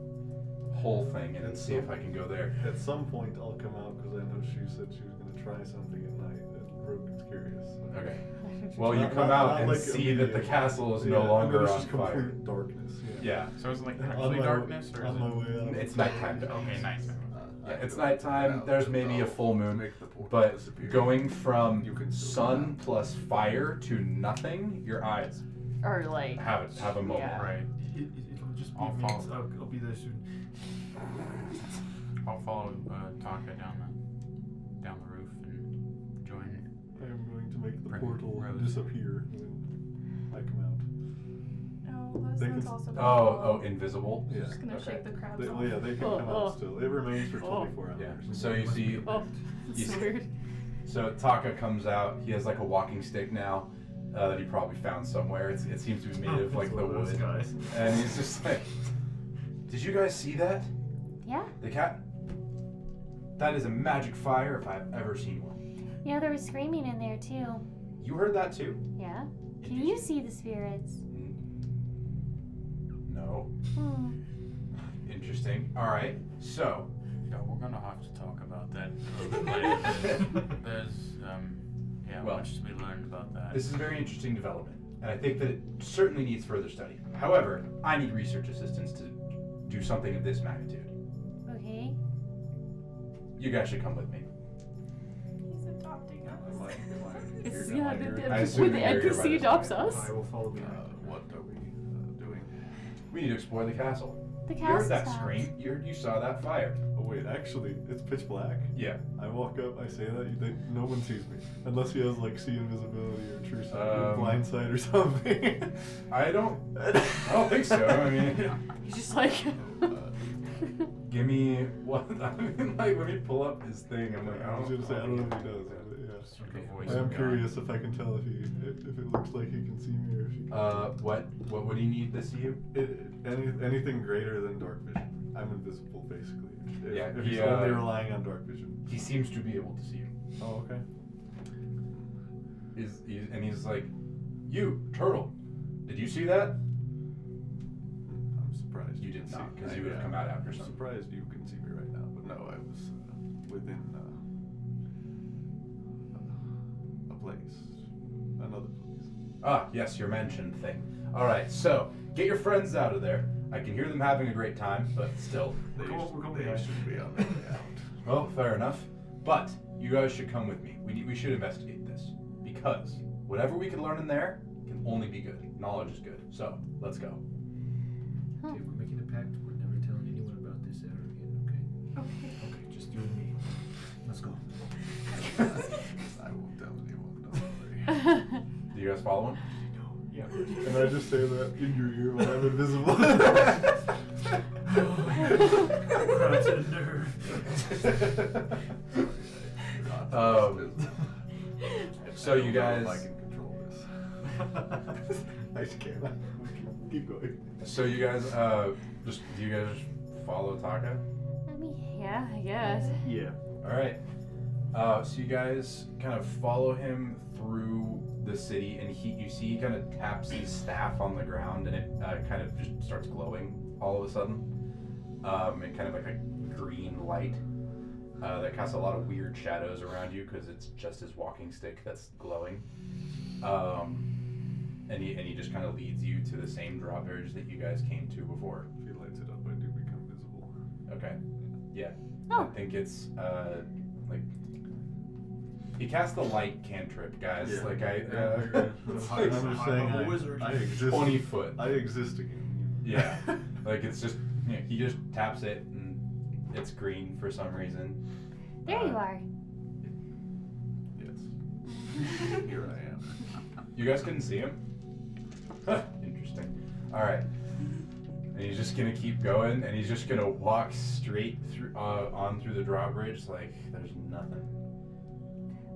S1: hole thing and then see if I can go there.
S4: At some point, I'll come out because I know she said she was going to try something at night. And Brogan's curious. so-
S1: Okay. Well, Oh, you
S4: Not-
S1: come
S4: not-
S1: out
S4: not
S1: and
S4: like
S1: see that the
S4: immediately.
S1: castle is
S4: Yeah,
S1: no
S4: I mean,
S1: longer
S4: it's
S1: on
S4: just
S1: fire.
S4: complete darkness. Yeah.
S1: Yeah,
S7: So is it like
S4: On
S7: actually
S4: my-
S7: darkness or
S4: on my
S7: is
S4: way out.
S1: it's nighttime.
S7: it? Okay, nice.
S4: Uh,
S1: Yeah, it's nighttime. There's maybe a full moon,
S4: Oh. Make the portal
S1: but
S4: disappear.
S1: going from
S4: You can still
S1: sun plus fire to nothing, your eyes
S8: Or like,
S1: have it have a moment.
S8: Yeah.
S7: Right.
S5: It, it, it'll just be
S7: I'll
S5: minutes.
S7: follow.
S5: I'll, I'll be there soon.
S7: I'll follow uh, Taka down the down the roof and join.
S4: I'm going to make the
S7: Right.
S4: portal
S7: Rose.
S4: disappear when I come out.
S3: Oh, those
S4: They
S3: ones
S4: can-
S3: also.
S1: Oh, oh, invisible.
S4: Yeah.
S3: Just gonna
S1: okay.
S3: shake the crowds
S4: They,
S3: off.
S4: well, yeah, they can
S8: Oh,
S4: come
S8: oh.
S4: out still. It remains for
S8: Oh.
S4: 24 hours.
S1: Yeah. So you
S5: Must be
S1: see,
S8: oh,
S1: You
S8: it's
S1: see-
S8: weird.
S1: so Taka comes out. He has like a walking stick now uh, that he probably found somewhere. It's, it seems to be made of
S5: Oh, It's
S1: like
S5: one
S1: the
S5: of those
S1: wood,
S5: guys.
S1: and he's just like, "Did you guys see that?
S6: Yeah.
S1: The cat? That is a magic fire if I've ever seen one.
S6: Yeah, there was screaming in there too.
S1: You heard that too?
S6: Yeah. Can you see the spirits?
S1: No.
S6: Hmm.
S1: Interesting. All right. So,
S7: Yeah, we're gonna have to talk about that a little bit later. There's um, yeah,
S1: Well,
S7: much to be learned about that.
S1: This is a very interesting development, and I think that it certainly needs further study. However, I need research assistance to do something of this magnitude.
S6: Okay.
S1: You guys should come with me.
S3: He's adopting us.
S4: Am I, am I
S8: It's,
S4: here? Am
S8: yeah,
S4: I
S8: the,
S4: here?
S8: the,
S1: I
S8: when
S1: assume
S8: the
S1: you're here by this
S8: NPC
S1: point.
S8: adopts us.
S5: I will follow
S4: Uh,
S5: behind.
S4: what are we uh, doing?
S1: We need to explore the castle.
S6: The
S1: you heard
S6: cast
S1: that scream. You, heard- you saw that fire.
S4: Oh, wait, actually, it's pitch black.
S1: Yeah.
S4: I walk up, I say that, you think no one sees me. Unless he has, like, see invisibility or true sight or
S1: Um,
S4: blind sight or something.
S1: I don't.
S4: I
S1: I don't think so. I mean,
S8: He's just like,
S4: Uh,
S1: Give me what? I mean, like, let me pull up his thing. I'm like, I
S4: I was
S1: don't,
S4: gonna say, I don't know if he does.
S1: Yeah.
S4: But yeah.
S7: Just like
S1: Okay.
S7: a voice
S4: I am
S7: of God.
S4: curious if I can tell if he if if it looks like he can see me or if he can.
S1: Uh, what? What would he need to see you?
S4: It, any, anything greater than dark vision. I'm invisible, basically. If,
S1: Yeah,
S4: if
S1: he,
S4: he's only
S1: uh,
S4: relying on dark vision.
S1: He seems to be able to see you.
S4: Oh, okay.
S1: Is he, and he's like, you turtle. Did you see that?
S4: I'm surprised
S1: You
S4: can
S1: did
S4: see
S1: not,
S4: me.
S1: 'cause you
S4: I- uh,
S1: would've
S4: yeah,
S1: come out after
S4: I'm
S1: something.
S4: surprised you can see me right now, but no, I was uh, within uh, a place, another place.
S1: Ah, yes, your mentioned thing. All right, so get your friends out of there. I can hear them having a great time, but still.
S4: They,
S5: Come on,
S4: should,
S5: we're going
S4: they
S5: back.
S4: should be on their way out.
S1: Well, fair enough. But you guys should come with me. We need, we should investigate this because whatever we can learn in there can only be good. Knowledge is good. So let's go.
S9: Okay, we're making a pact. We're never telling anyone about this ever again, okay?
S3: Okay.
S9: Okay, just you and me. Let's go.
S4: I won't tell anyone, don't worry.
S1: Do you guys follow him?
S5: Yeah.
S4: Can I just say that in your ear when I'm invisible?
S9: That's a nerve.
S1: Um, so you
S4: I don't know if I
S1: guys,
S4: can control this. I just can't. Keep going.
S1: so you guys, uh, just do you guys follow Taka?
S6: Let me.
S8: Yeah, I guess.
S5: Yeah.
S1: All right. Uh, so you guys kind of follow him through the city, and he, you see, he kind of taps his staff on the ground, and it uh, kind of just starts glowing all of a sudden, um, and kind of like a green light uh, that casts a lot of weird shadows around you because it's just his walking stick that's glowing. Um, and he and he just kind of leads you to the same drawbridge that you guys came to before.
S4: If he lights it up, I do become visible.
S1: Okay. Yeah.
S6: Oh.
S1: I think it's uh like he cast the light cantrip, guys.
S4: Yeah.
S1: Like I
S4: Yeah,
S1: uh,
S4: I agree.
S1: it's
S4: I'm
S1: like
S4: just saying
S9: I'm a
S4: I,
S9: wizard.
S4: I exist.
S1: twenty foot.
S4: I exist again.
S1: Yeah. Like it's just you know, he just taps it and it's green for some reason.
S6: There you
S1: Uh,
S6: are.
S4: Yes. Here I am.
S1: You guys couldn't see him? Huh, Interesting. Alright. And he's just gonna keep going and he's just gonna walk straight through uh, on through the drawbridge like there's nothing.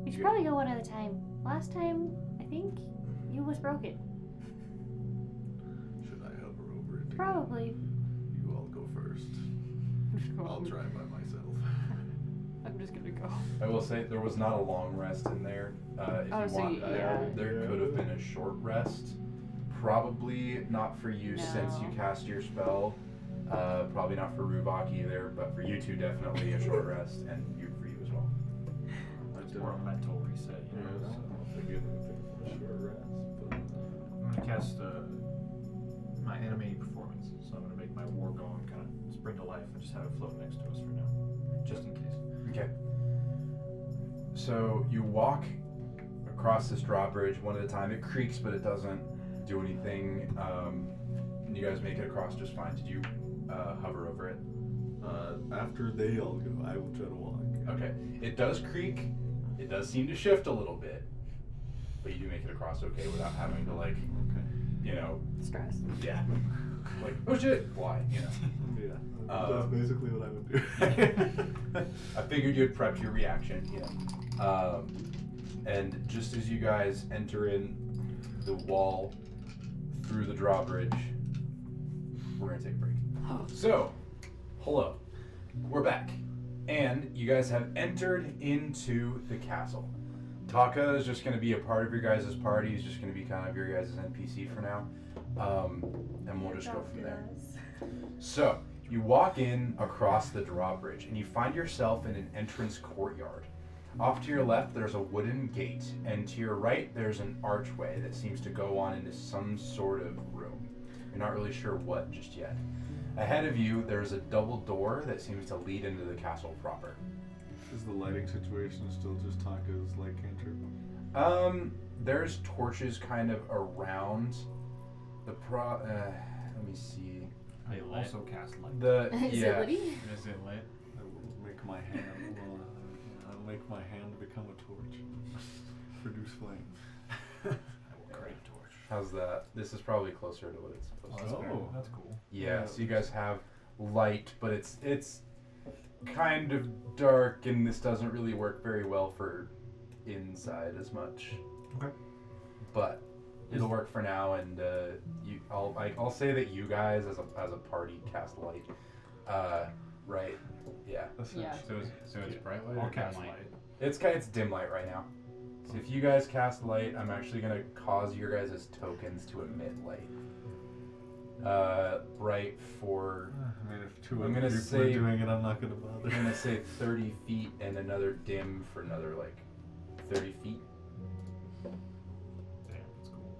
S6: We should
S1: you-
S6: probably go one at a time. Last time, I think you was broken.
S4: Should I hover over it? again?
S6: Probably.
S4: You all go first. I'll try by myself.
S8: I'm just gonna go.
S1: I will say there was not a long rest in there. Uh, if
S8: Oh,
S1: you
S8: so
S1: want
S8: you-
S1: that,
S8: yeah.
S1: there could have been a short rest. Probably not for you since you
S8: No.
S1: cast your spell. Uh, probably not for Rubok either, but for you two definitely a short rest, and you for you as well.
S9: It's more a mental reset, you know? so.
S5: I'm gonna cast uh, my animated performance, so I'm gonna make my war golem kind of spring to life and just have it float next to us for now, just in case.
S1: So you walk across this drawbridge one at a time. It creaks, but it doesn't do anything. Um, and you guys make it across just fine. Did you uh, hover over it?
S4: Uh, after they all go, I will try to walk.
S1: Okay. It does creak. It does seem to shift a little bit. But you do make it across okay without having to like,
S4: Okay.
S1: you know,
S8: Stress.
S1: yeah. Like, oh shit, why? You know.
S4: Yeah.
S1: Uh,
S4: That's basically what I would do.
S1: I figured you'd prep your reaction, you know. Um, and just as you guys enter in the wall through the drawbridge, we're gonna take a break. So, hello. We're back. And you guys have entered into the castle. Taka is just going to be a part of your guys' party. He's just going to be kind of your guys' NPC for now. Um, and we'll just go from there. So, you walk in across the drawbridge and you find yourself in an entrance courtyard. Off to your left, there's a wooden gate, and to your right, there's an archway that seems to go on into some sort of room. You're not really sure what just yet. Ahead of you, there's a double door that seems to lead into the castle proper.
S4: Is the lighting situation still just Taka's light cantrip?
S1: Um, there's torches kind of around the pro. Uh, let me see.
S5: I also cast light.
S1: The
S8: Is
S1: Uh, yeah.
S8: it Liddy?
S7: Is it lit?
S4: I will make my hand. Well, I'll make my hand become a torch. Produce flame.
S5: Great torch.
S1: How's that? This is probably closer to what it's supposed to.
S7: Oh.
S5: that's
S1: be.
S5: cool. That's cool.
S1: Yeah. So you guys have light, but it's it's kind of dark, and this doesn't really work very well for inside as much.
S5: Okay.
S1: But it'll work for now, and uh, you, I'll I, I'll say that you guys as a as a party cast light. Uh, right. Yeah.
S8: Yeah.
S7: So it's, so it's bright light
S5: I'll
S7: or dim
S5: cast
S7: light?
S5: light.
S1: It's kind it's dim light right now. So if you guys cast light, I'm actually gonna cause your guys' tokens to emit light. Uh, right for
S5: Uh-huh.
S4: I mean, if two
S1: I'm
S4: other
S1: gonna
S4: people
S1: say-
S4: are doing it, I'm not gonna
S1: I'm
S4: bother.
S1: gonna say 30 feet and another dim for another like 30 feet.
S5: Damn, that's cool.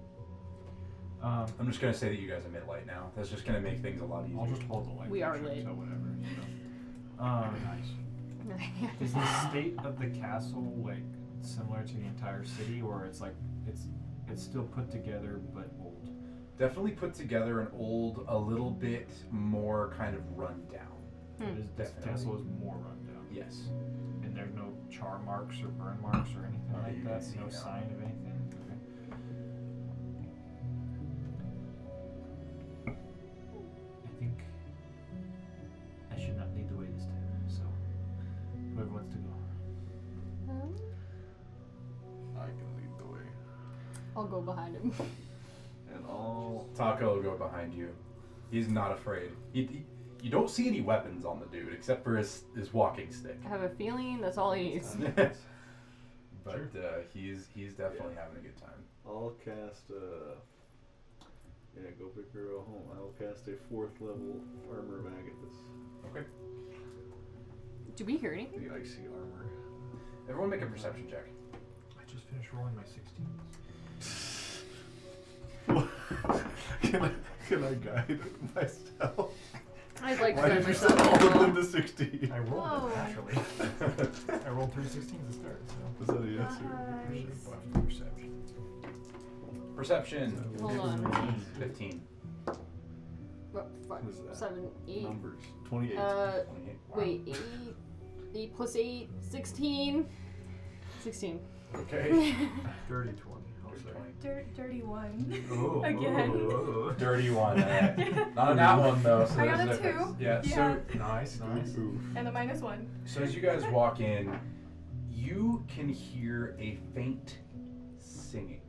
S5: Um,
S1: I'm just gonna say that you guys emit light now. That's just gonna make things a lot
S5: I'll
S1: easier.
S5: just hold the light.
S8: We are
S5: picture,
S8: lit.
S5: So whatever. You know. um, is the state of the castle like similar to the entire city, or it's like it's it's still put together but old?
S1: Definitely put together an old, a little bit more kind of rundown.
S8: Hmm.
S5: It is, this
S1: Definitely.
S5: castle is more run down,
S1: Yes.
S5: and there's no char marks or burn marks or anything
S1: Uh, you
S5: like
S1: can
S5: that.
S1: see
S5: No
S1: now.
S5: sign of anything. Okay.
S9: I think I should not lead the way this time. So whoever wants to go.
S4: I can lead the way.
S8: I'll go behind him.
S4: And all
S1: Taco will go behind you. He's not afraid. He, he- you don't see any weapons on the dude except for his, his walking stick.
S8: I have a feeling that's all he needs.
S1: but uh, he's he's definitely having a good time.
S4: I'll cast a. Yeah, go big or go home. I will cast a fourth level armor mag at this.
S8: Do we hear anything?
S4: The icy armor.
S1: Everyone make a perception check.
S5: I just finished rolling my 16.
S4: can I can I guide myself?
S8: I'd like to
S4: Why
S8: guide
S4: did you set
S8: myself.
S4: all
S8: as
S4: of
S8: well.
S4: them to sixteen?
S5: I rolled
S2: Whoa.
S5: it naturally. I rolled three 16s to start, so.
S4: Was that a yes
S3: Uh,
S4: or
S5: I should have left perception.
S1: Perception.
S8: Hold on.
S1: Fifteen.
S8: What, fuck?
S4: Who's that?
S8: Seven, eight.
S4: numbers? Twenty-eight.
S8: Uh,
S1: 28. Wow.
S8: wait, eight, eight plus eight, sixteen. Sixteen.
S1: Okay.
S5: Dirty 20. I'll say.
S3: Dirt, dirty one.
S5: Oh,
S3: Again.
S5: oh, oh.
S1: Dirty one. uh, not on that one though. So
S3: I
S1: there's
S3: got a
S1: difference.
S3: two.
S1: Yeah. So
S3: Yeah.
S5: Nice, nice.
S3: and a minus one.
S1: So as you guys walk in, you can hear a faint singing.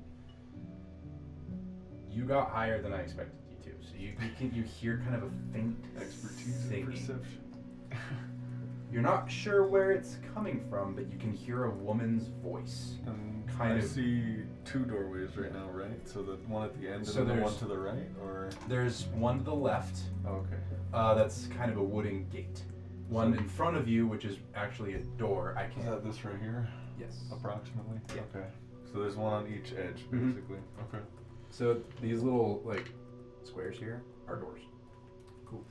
S1: You got higher than I expected you to, so you, you can you hear kind of a faint
S4: Expertise in
S1: singing.
S4: perception.
S1: You're not sure where it's coming from, but you can hear a woman's voice.
S4: Um,
S1: Kind
S4: I
S1: of.
S4: see two doorways right now, right? So the one at the end and
S1: So
S4: then the one
S1: there's-
S4: to the right, or
S1: There's one to the left,
S4: oh, okay.
S1: uh, that's kind of a wooden gate. One in front of you, which is actually a door. I
S4: Is
S1: can't.
S4: that this right here,
S1: Yes.
S4: approximately?
S1: Yeah.
S4: Okay. So there's one on each edge,
S1: Mhm.
S4: basically. Okay.
S1: So these little like squares here are doors.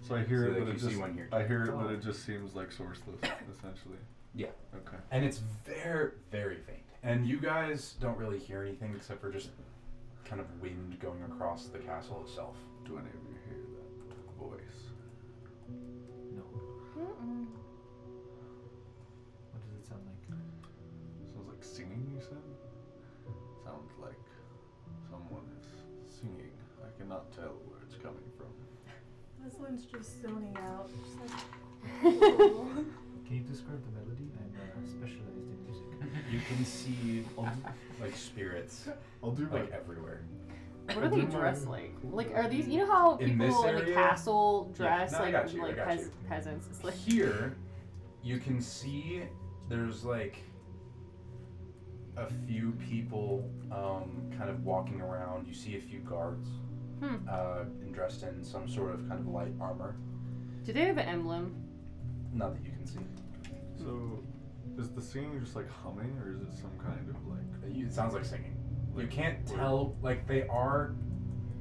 S4: So I hear
S1: So,
S4: it,
S1: like,
S4: but
S1: you
S4: it
S1: see
S4: just
S1: one here.
S4: I hear it, but
S5: Oh.
S4: it just seems like sourceless, essentially.
S1: Yeah.
S4: Okay.
S1: and it's very very faint and you guys don't really hear anything except for just kind of wind going across the castle itself
S4: Do any of you hear that voice?
S9: No. What does it sound like?
S4: Sounds like singing. You said. Sounds like someone is singing. I cannot tell where it's coming from.
S3: This one's just zoning out. Just like,
S9: Can you describe the melody? I'm uh, specialized in music.
S1: you can see like spirits
S4: I'll do
S1: like everywhere
S8: What are they dressed like? Like, are these? You know how
S1: In
S8: people
S1: this
S8: in, the
S1: area?
S8: castle dress
S1: no, I got
S8: like
S1: you, I
S8: like
S1: got
S8: peas
S1: you.
S8: peasants? It's like
S1: here you can see there's like a few people um, kind of walking around you see a few guards
S8: Hmm.
S1: uh, and dressed in some sort of kind of light armor
S8: Do they have an emblem?
S1: not that you can see
S4: So, is the singing just like humming, or is it some kind of like?
S1: It sounds like singing. You
S4: Like,
S1: can't
S4: word.
S1: tell, like, they are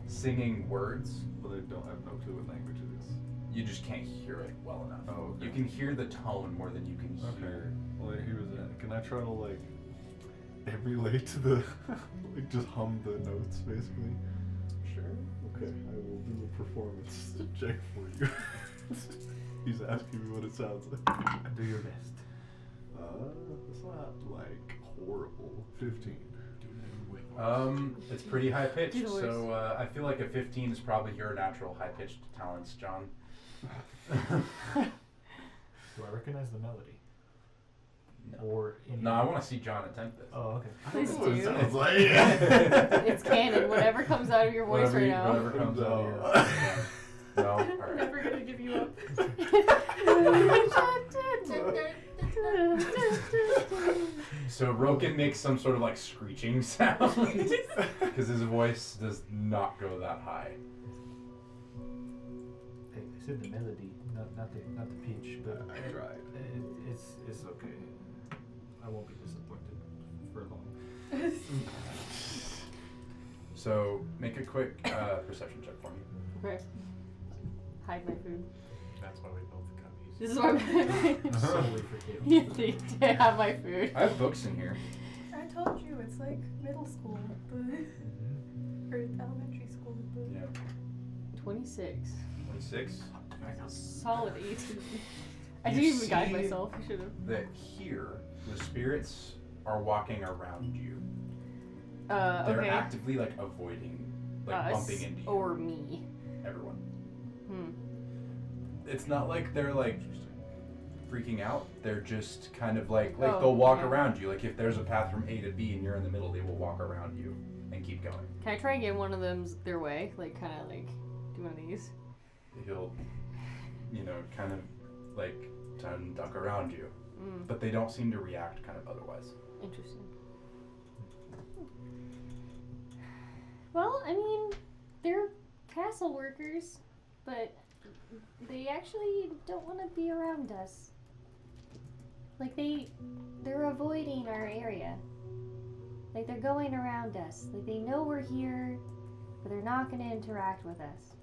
S1: singing words.
S4: But I don't have no clue what language it is.
S1: You just can't hear it well enough.
S4: Oh, okay.
S1: You can hear the tone more than you can
S4: Okay.
S1: hear.
S4: Well, here was that. Can I try to like emulate the, like just hum the notes basically?
S1: Sure.
S4: Okay, I will do a performance check for you. He's asking me what it sounds like.
S9: Do your best.
S4: Uh, it's not like horrible. Fifteen.
S1: Um, it's pretty high pitched,
S8: Do the worst.
S1: so uh, I feel like a 15 is probably your natural high pitched talents, John.
S5: Do I recognize the melody? Or any
S1: No, I want to see John attempt this.
S5: Oh, okay.
S8: Please
S4: Ooh, it
S8: do.
S4: sounds like
S8: It's canon. Whatever comes out of your voice
S1: whatever,
S8: right
S1: you-
S8: now.
S1: whatever comes out of your- No. All right.
S2: Never gonna give you up.
S1: So Roken makes some sort of like screeching sound because his voice does not go that high.
S5: I I said the melody, not, not the not the pitch, but
S4: I tried.
S5: it, it's it's okay. I won't be disappointed for long.
S1: So make a quick uh, perception check for me.
S8: Okay. Hide my food.
S7: That's why we built the cubbies.
S8: This is why I'm
S1: Uh-huh.
S5: Solely for you.
S8: you need to have my food.
S1: I have books in here.
S3: I told you, it's like middle school, but,
S5: Mhm.
S4: Mm-hmm.
S3: or elementary school, but.
S1: Yeah.
S8: 26.
S1: Twenty-six.
S8: Solid 18. I
S1: You
S8: didn't even guide
S1: see-
S8: myself. I should have.
S1: That here the spirits are walking around you.
S8: Uh,
S1: They're
S8: okay.
S1: actively like avoiding, like
S8: Us
S1: bumping into you.
S8: Or me.
S1: everyone.
S8: Hmm.
S1: It's not like they're like freaking out. They're just kind of like like
S8: Oh,
S1: they'll walk
S8: yeah.
S1: around you. Like if there's a path from A to B and you're in the middle, they will walk around you and keep going.
S8: Can I try and get one of them their way? Like, kind of like, do one of these?
S1: He'll, you know, kind of like try and duck around you,
S8: Mm,
S1: but they don't seem to react kind of otherwise.
S8: interesting.
S6: Well, I mean, they're castle workers, but they actually don't want to be around us. Like they they're avoiding our area. Like they're going around us. Like they know we're here, but they're not going to interact with us.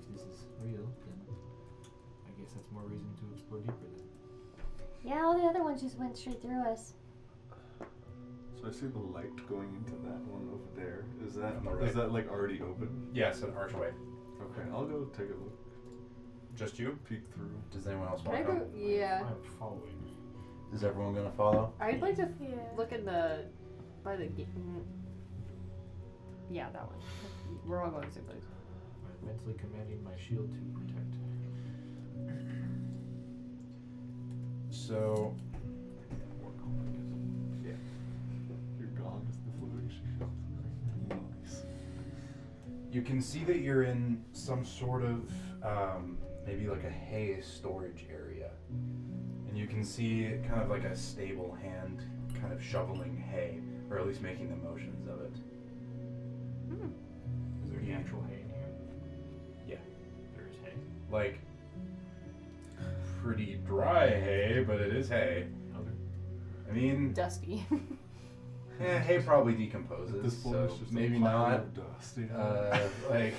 S9: If this is real, then I guess that's more reason to explore deeper then.
S6: Yeah, all the other ones just went straight through us.
S4: So I see the light going into that one over there. Is that
S1: On
S4: is
S1: the right.
S4: that like already open?
S1: Yes, an archway.
S4: Okay, I'll go take a look,
S1: Just you?
S4: peek through.
S1: Does anyone else
S8: Can
S1: want to
S8: I go?
S1: go?
S8: Yeah.
S1: Uh.
S5: I'm following.
S1: Is everyone gonna follow?
S8: I'd like to
S3: Yeah.
S8: look in the by the gate. Yeah, that one. We're all going to the same place.
S5: I'm mentally commanding my shield to protect.
S1: So
S4: Your gong is the floating shield. Nice.
S1: You can see that you're in some sort of um, maybe like a hay storage area. And you can see kind of like a stable hand kind of shoveling hay, or at least making the motions of it.
S9: Is there any
S1: Yeah.
S9: Hmm. actual hay in here?
S1: Yeah.
S9: There is hay.
S1: Like pretty dry hay, but it is hay.
S9: Okay.
S1: I mean,
S8: Dusty.
S1: eh, hay probably
S4: At
S1: decomposes.
S4: this point,
S1: so
S4: it's just
S1: maybe
S4: a pile
S1: not.
S4: of dust. you know?
S1: Uh, like,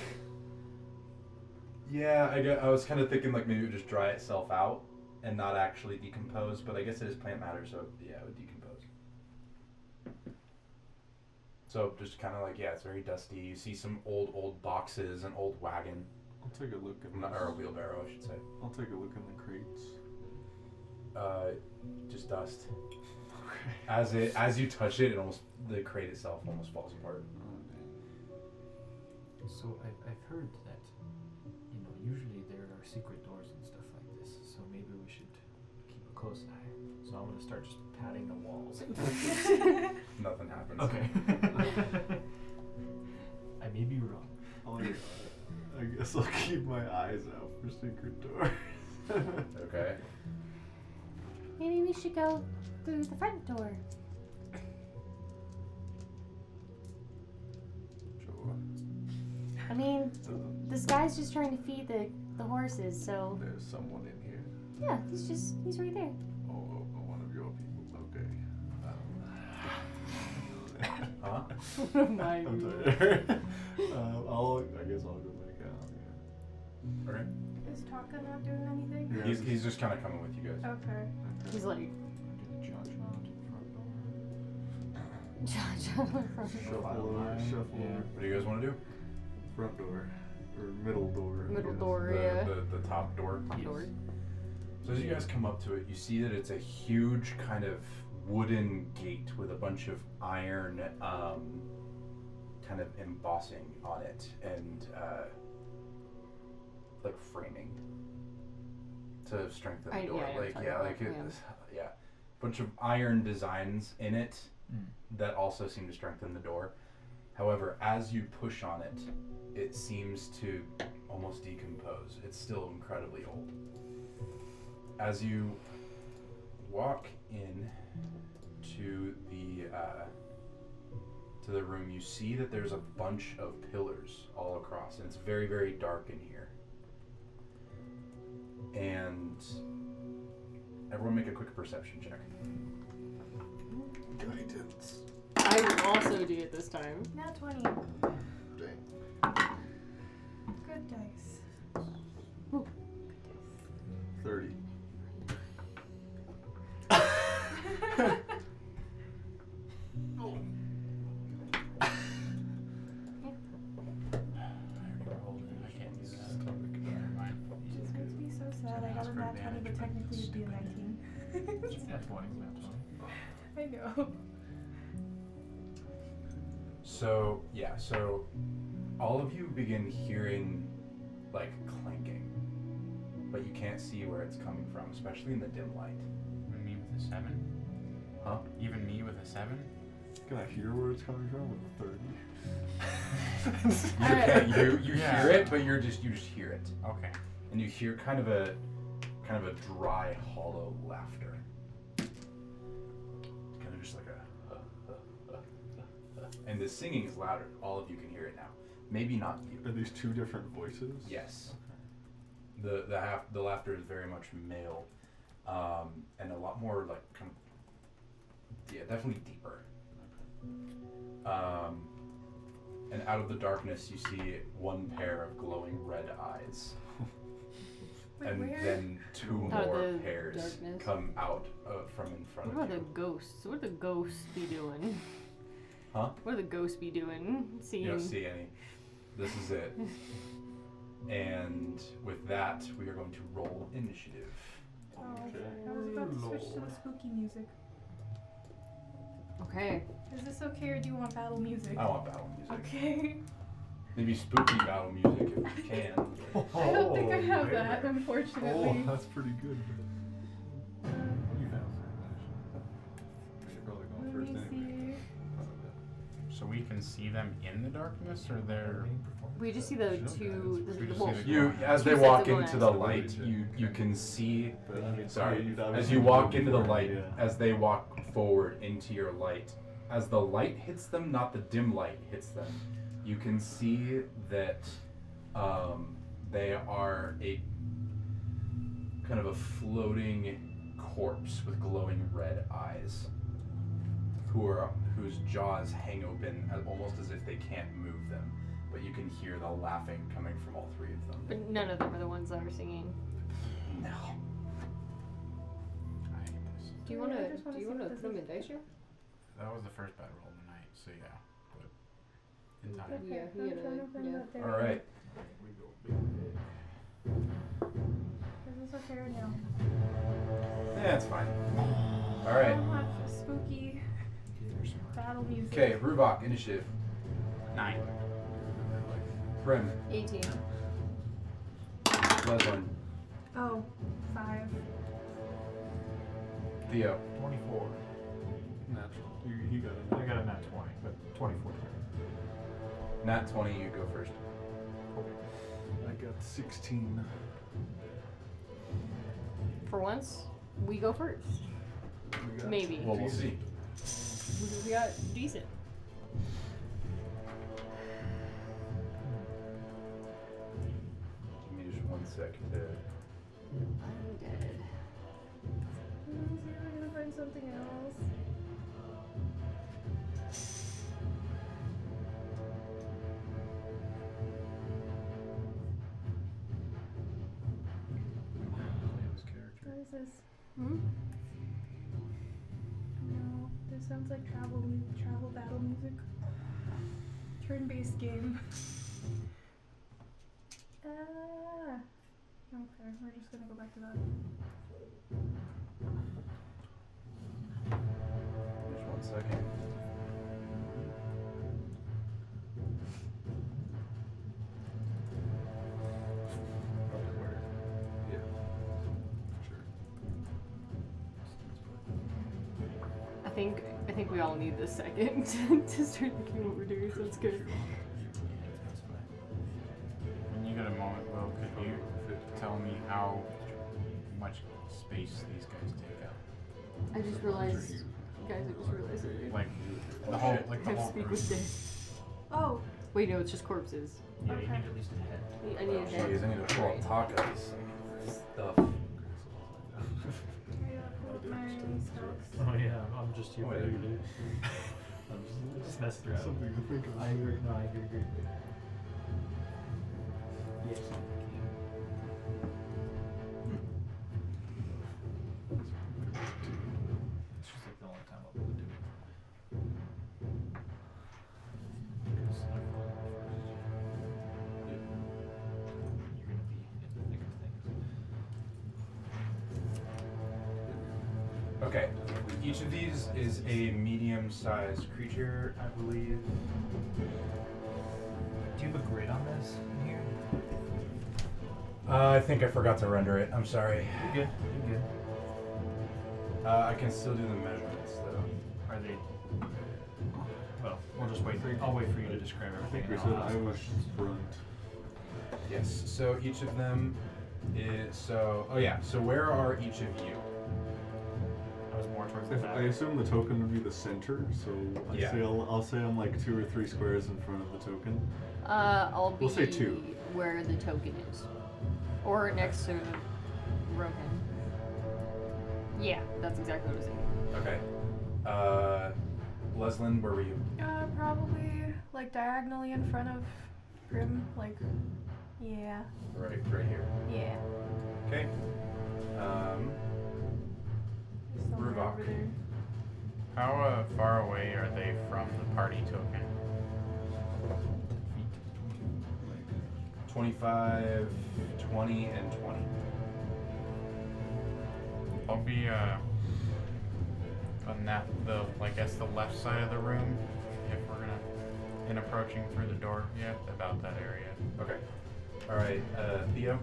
S1: yeah, I, gue- I was kind of thinking like maybe it would just dry itself out and not actually decompose, but I guess it is plant matter, so yeah, it would decompose. So just kind of like yeah, it's very dusty. You see some old old boxes, an old wagon,
S4: I'll take a look at
S1: or a
S4: this.
S1: wheelbarrow, I should say.
S4: I'll take a look in the crates.
S1: Uh, just dust.
S4: Okay.
S1: As it as you touch it, it almost the crate itself almost falls apart.
S9: So I've, I've heard that, you know, usually there are secret doors and stuff like this, so maybe we should keep a close eye. So I'm gonna start just patting the walls.
S1: Nothing happens.
S9: Okay. I may be wrong.
S4: I'll, I guess I'll keep my eyes out for secret doors.
S1: Okay.
S6: Maybe we should go through the front door.
S4: sure.
S6: I mean,
S4: Um,
S6: this guy's just trying to feed the the horses, so
S4: There's someone in here.
S6: yeah, he's just he's right there.
S4: Oh, oh, oh, one of your people. Okay. Um,
S1: Huh?
S8: My
S4: I'm
S8: rule.
S4: tired. um, I'll, I guess I'll go make out. Yeah.
S3: Is Taka not doing anything?
S4: Yeah,
S1: He's
S4: just-
S1: he's just kind of coming with you guys.
S3: Okay.
S8: He's like,
S9: I'm gonna judge out the front door.
S4: Shuffle
S9: File
S4: over,
S9: line,
S4: shuffle
S9: yeah.
S4: over.
S1: What do you guys want to do?
S4: Front door. Or middle door. I
S8: Middle
S4: guess.
S8: door.
S1: the,
S8: Yeah.
S1: the, the top door.
S8: "Fuck door.
S1: So as you guys come up to it, you see that it's a huge kind of wooden gate with a bunch of iron um, kind of embossing on it and uh, like framing to strengthen the
S8: I- yeah,
S1: door.
S8: I know what
S1: like
S8: you're
S1: yeah,
S8: talking
S1: like
S8: about,
S1: it- yeah, bunch of iron designs in it
S9: Mm.
S1: that also seem to strengthen the door. However, as you push on it, it seems to almost decompose. It's still incredibly old. As you walk in to the uh, to the room, you see that there's a bunch of pillars all across, and it's very very dark in here. And everyone, make a quick perception check.
S4: Guidance.
S8: I will also do it this time.
S3: Now 20.
S4: Dang.
S3: Good dice.
S4: 30.
S3: Just makes me so sad. I got a nat 20, but technically it'd be a 19.
S9: That's why it's not twenty.
S3: I know.
S1: So yeah, so all of you begin hearing like clanking, but you can't see where it's coming from, especially in the dim light.
S7: Even me with a seven?
S1: Huh?
S7: Even me with a seven?
S4: Can I hear where it's coming from with
S1: You
S8: Alright.
S1: can't, you you
S7: Yeah.
S1: hear it, but you're just you just hear it,
S7: Okay.
S1: and you hear kind of a kind of a dry, hollow laughter, kind of just like a. And the singing is louder. All of you can hear it now. Maybe not you.
S4: 30? Are these two different voices?
S1: Yes. The the half the laughter is very much male, um, and a lot more like kind of, yeah, definitely deeper. Um, and out of the darkness, you see one pair of glowing red eyes,
S3: Wait,
S1: and
S3: where?
S1: then two
S8: Out of
S1: more
S8: the
S1: pairs
S8: darkness.
S1: come out uh, from in front
S8: What
S1: of
S8: about the
S1: you.
S8: ghosts? What do the ghosts be doing?
S1: Huh?
S8: What do the ghosts be doing? Seeing.
S1: You don't see any. This is it. and with that, we are going to roll initiative.
S4: Okay.
S3: Oh, I was about to switch to the spooky music.
S8: Okay.
S3: Is this okay or do you want battle music?
S4: Oh.
S1: I want battle music.
S3: Okay.
S1: Maybe spooky battle music if you can.
S3: I don't think I
S4: Oh,
S3: have
S4: man.
S3: that, unfortunately. Uh,
S4: Oh, that's pretty good. You have. I should probably go
S3: Let
S4: first
S3: me see.
S4: anyway.
S7: So we can see them in the darkness, or they're
S8: We just see the two. The,
S7: We
S8: the
S7: just
S8: wolf.
S7: see the-
S1: You, as they
S8: Two sets
S1: walk
S8: of
S1: into
S8: eyes.
S1: the light, you you can see.
S4: But I mean,
S1: Sorry,
S4: you'd
S1: as
S4: obviously
S1: you
S4: go
S1: walk into the
S4: before,
S1: light,
S4: yeah.
S1: as they walk forward into your light, as the light hits them, not the dim light hits them, you can see that um, they are a kind of a floating corpse with glowing red eyes, who are whose jaws hang open a- almost as if they can't move them, but you can hear the laughing coming from all three of them.
S8: But none of them are the ones that are singing.
S1: No.
S7: I
S8: Do you
S3: Yeah, I
S8: want to?
S3: just wanna
S8: Do you
S3: see
S8: want to
S3: what
S8: put
S3: this
S8: them in
S3: is.
S8: danger?
S7: That was the first bad roll of the night, so yeah. But in time.
S8: Yeah,
S3: Okay,
S8: you
S3: I'm
S8: gotta,
S3: trying to find
S8: yeah.
S3: out there.
S1: All right.
S3: Is this okay or no?
S1: Yeah, it's fine. All
S3: I
S1: right.
S3: don't have spooky battle music.
S1: Okay, Rubok, initiative.
S7: Nine.
S1: Prim,
S8: 18.
S1: Leslin,
S3: Oh, five.
S1: Theo,
S5: Twenty-four.
S4: Natural. You, he got
S5: I
S4: it.
S5: got a nat twenty, but twenty-four.
S1: Nat 20, you go first.
S4: I got 16.
S8: For once, we go first.
S4: We got
S8: Maybe.
S1: Well, we'll see.
S8: We got decent.
S1: Give me just one uh, sec to.
S8: I'm dead.
S3: Let's see if I can find something else. What is this?
S8: Hmm?
S3: No, this sounds like travel mu- travel battle music. Turn-based game. Ah. Okay, we're just gonna go back to that.
S1: Just one second.
S8: think I think we all need this second to, to start thinking what we're doing. So it's good.
S7: When you get a moment, Will, could you tell me how much space these guys take up?
S8: I just realized, guys. I just realized that we
S7: Like the whole,
S8: I
S7: like the
S8: have to
S7: whole
S8: speak
S7: group.
S8: with death.
S3: Oh,
S8: Wait, no, it's just corpses.
S9: Yeah, you need at least a head.
S8: I need a
S1: Jeez,
S8: head.
S1: I need to pull up tacos. Stuff.
S3: I gotta pull up my stocks.
S9: Oh yeah, I'm- I'm just here for
S1: Wait.
S9: you, dude. I'm just, just messing around.
S4: Something to think of.
S9: I agree. No, I agree. agree. Yes. It's just like the only time I'll be able to do it. Because everyone else is- You're gonna be in the thick of things.
S1: Okay. Each of these is a medium-sized creature, I believe.
S9: Do you have a grid on this in here?
S1: Uh, I think I forgot to render it. I'm sorry.
S9: You're good. You're good.
S1: Uh, I can still do the measurements though.
S9: Are they? Well, we'll just wait. I'll wait for you to describe
S4: I
S9: everything.
S4: think we
S9: and I'll
S4: said I
S9: ask
S4: was
S9: questions.
S4: brunt.
S1: Yes. So each of them is so. Oh yeah. So where are each of you?
S9: I was more towards the
S4: If, I
S9: back.
S4: assume the token would be the center, so I
S1: Yeah.
S4: say I'll, I'll say I'm like two or three squares in front of the token.
S8: Uh, I'll be
S4: We'll say two.
S8: where the token is, or next to Rohan. Yeah, that's exactly what I was thinking.
S1: Okay. Uh, Leslin, where were you?
S3: Uh, probably like diagonally in front of Grim. Like, yeah,
S1: Right, right here.
S3: yeah.
S1: Okay. Um,
S3: There's somewhere
S1: Ruvok.
S3: over there.
S7: How uh, far away are they from the party token?
S4: Like
S1: 25, 20, and 20.
S7: I'll be uh, on that the like that's the left side of the room if we're gonna in approaching through the door yet about that area.
S1: Okay. All right, uh, Theo.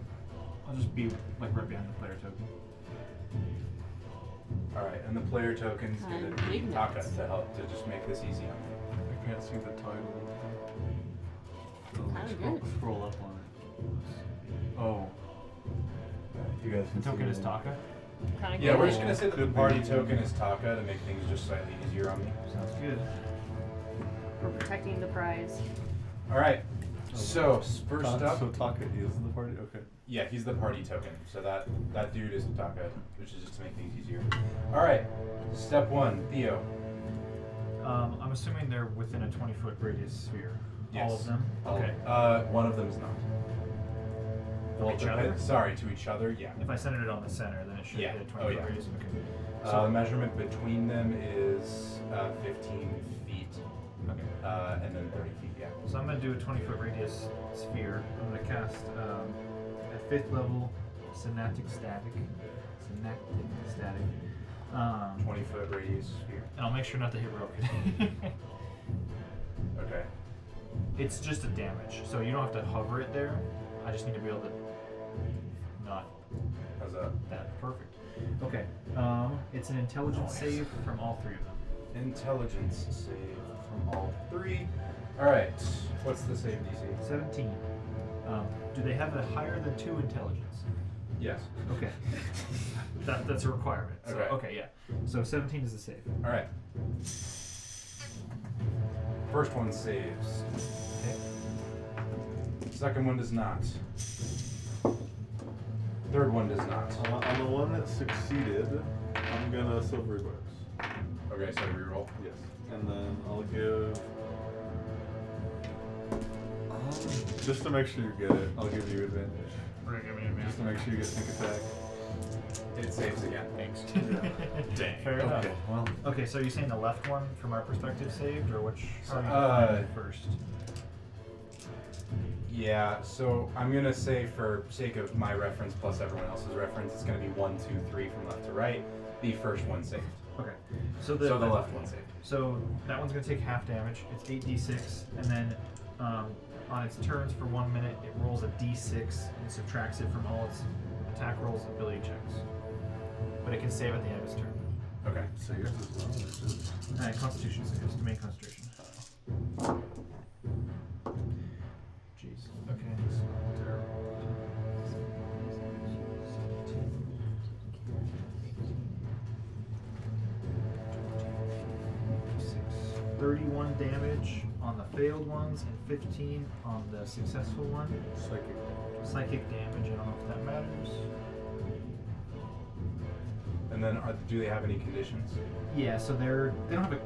S5: I'll just be like right behind the player token.
S1: All right, and the player token's gonna
S8: Kind
S1: be
S8: big
S1: Taka
S8: nuts.
S1: to help to just make this easy on you.
S4: I can't see the title.
S8: Kinda
S4: Oh, scroll,
S8: good.
S4: scroll up on it. Oh,
S1: You guys
S5: The token is Taka.
S8: Kind of
S1: Yeah, we're
S8: cool.
S1: just gonna say that the party token is Taka to make things just slightly easier on me.
S5: Sounds good.
S8: We're protecting the prize.
S1: All right. So first
S4: Ta-
S1: up,
S4: So Taka is the party. Okay.
S1: yeah, he's the party token. So that that dude is Taka, which is just to make things easier. All right. Step one, Theo.
S5: Um, I'm assuming they're within a 20 foot radius sphere. All
S1: Yes.
S5: of them. Okay.
S1: Uh, one of them is not.
S5: From each
S1: the-
S5: other?
S1: Sorry, to each other. Yeah.
S5: If I centered it on the center, then it should
S1: Yeah.
S5: hit a 20
S1: Oh,
S5: foot
S1: yeah.
S5: radius. Okay.
S1: Uh, the measurement between them is uh, 15 feet,
S5: Okay.
S1: uh, and then 30 feet. Yeah.
S5: So I'm going to do a 20 foot radius sphere. I'm going to cast um, at fifth level synaptic static. Synaptic static. Um,
S1: 20 foot radius sphere.
S5: and I'll make sure not to hit Rogan.
S1: Okay.
S5: it's just a damage, so you don't have to hover it there. I just need to be able to not
S1: How's that?
S5: that. Perfect. Okay. Um, it's an intelligence
S1: Oh,
S5: save from all three of them.
S1: Intelligence save from all three. All right. What's the save DC?
S5: 17. Um, do they have a higher than 2 intelligence?
S1: Yes.
S5: Okay. that, that's a requirement. So,
S1: Okay.
S5: okay. yeah. So 17 is the save.
S1: All right. First one saves. Second one does not. Third one does not.
S4: On, on Uh, the one that succeeded, I'm gonna silver eclipse.
S1: Okay, so reroll.
S4: Yes. And then I'll give. Just to make sure you get it, I'll give you advantage.
S7: We're gonna give me an
S4: Just to make sure you get sneak attack.
S1: It saves again. Thanks.
S5: Dang. Fair enough.
S4: Well.
S5: Okay, so you're saying the left one from our perspective saved, or which? how are you
S1: Uh,
S5: defining it first.
S1: Yeah, so I'm gonna say for sake of my reference plus everyone else's reference, it's gonna be one, two, three from left to right. The first one saved.
S5: Okay. So the,
S1: So the left one saved.
S5: So that one's gonna take half damage. It's 8d6, and then um, on its turns for one minute, it rolls a d6 and subtracts it from all its attack rolls and ability checks. But it can save at the end of its turn.
S1: Okay.
S4: So yours is long, it's just-
S5: Uh, Constitution. It was domain Constitution. Jeez. Okay. Six. Thirty-one damage on the failed ones and fifteen on the successful one.
S4: Psychic.
S5: Psychic damage. I don't know if that matters.
S1: And then, are, do they have any conditions?
S5: Yeah. So they're they don't have a.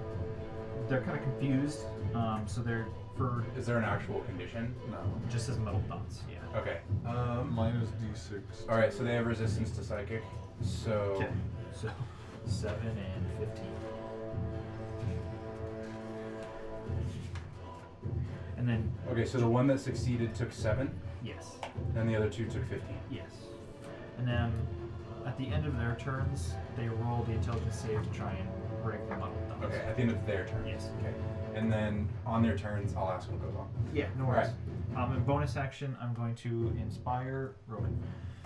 S5: They're kind of confused. Um. So they're for
S1: Is there an actual condition?
S4: No.
S5: just as metal dots. Yeah.
S1: Okay.
S4: Uh, minus d6.
S1: All right. So they have resistance to psychic. So
S5: Okay. So seven and fifteen. And then
S1: okay. So the one that succeeded took seven,
S5: yes,
S1: and the other two took fifteen.
S5: yes. And then at the end of their turns, they roll the intelligence save to try and break the model. dots.
S1: Okay. At the end of their turn.
S5: Yes.
S1: Okay. And then on their turns, I'll ask what goes on.
S5: Yeah. No worries. Um, in bonus action, I'm going to inspire Roman.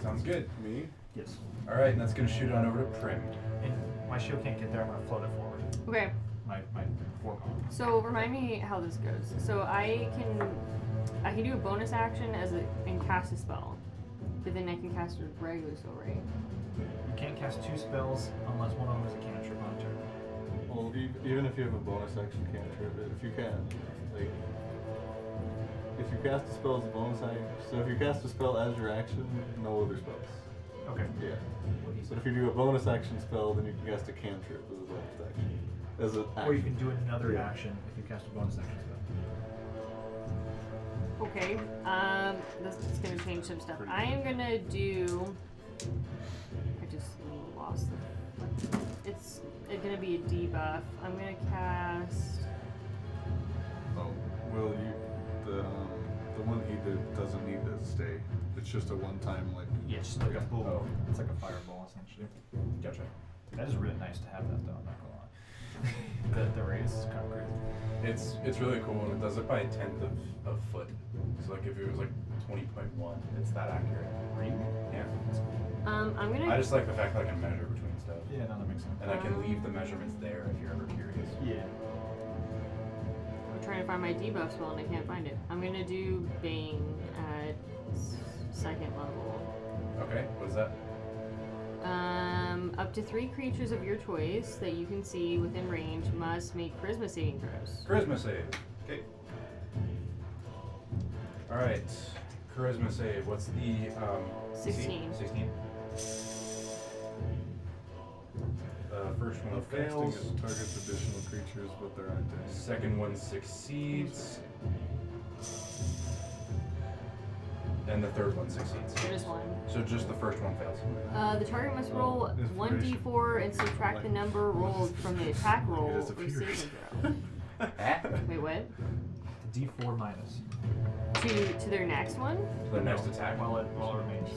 S1: Sounds good.
S4: Me?
S5: Yes.
S1: All right, and that's gonna shoot on over to Prim.
S5: And my shield can't get there. I'm gonna float it forward.
S8: Okay,
S5: My my fork on.
S8: so remind me how this goes. So I can, I can do a bonus action as a, and cast a spell, but then I can cast a regular spell, right?
S5: You can't cast two spells unless one of them is a cantrip on a turn.
S4: Well, e- even if you have a bonus action cantrip, if you can, like, if you cast a spell as a bonus action, so if you cast a spell as your action, no other spells.
S5: Okay.
S4: Yeah.
S5: What do you
S4: But if you do a bonus action spell, then you can cast a cantrip as a bonus action. As an action.
S5: Or you can do another action if you cast a bonus action spell.
S8: Okay. Um, this is gonna change some stuff. I am gonna do. I just lost the. It's gonna be a debuff. I'm gonna cast.
S4: Oh, well, you, the, um, the one he did doesn't need to stay. It's just a one-time, like,
S5: Yeah, just like a
S4: Okay.
S5: boom.
S1: Oh.
S5: It's like a fireball essentially.
S1: Gotcha.
S5: That is really nice to have that though. I'm not gonna lie. the the raise is kind of crazy.
S1: It's it's really cool, and it does it by a tenth of a foot. So like if it was like twenty point one, it's that accurate. Yeah.
S8: Um, I'm gonna.
S1: I just like the fact that I can measure between stuff,
S5: Yeah, no, that makes sense.
S1: and I can leave the measurements there if you're ever curious.
S5: Yeah.
S8: I'm trying to find my debuff spell and I can't find it. I'm gonna do Bane at s- second level.
S1: Okay. What is that?
S8: Um, up to three creatures of your choice that you can see within range must make charisma saving throws.
S1: Charisma save. Okay. All right. Charisma save. What's the um? DC?
S8: Sixteen.
S1: Sixteen. The Uh, first one
S4: of casting
S1: fails.
S4: it targets additional creatures, but there aren't any.
S1: Second one succeeds. And the third one succeeds.
S8: There's one.
S1: So just the first one fails.
S8: Uh, the target must roll
S4: Oh, inspiration.
S8: 1d4 and subtract the number rolled from the attack roll
S4: It
S8: or
S4: is a
S8: saving
S4: fury.
S8: throw. Wait, what?
S5: The D4 minus.
S8: To to their next one?
S1: The next attack.
S5: While it while it remains.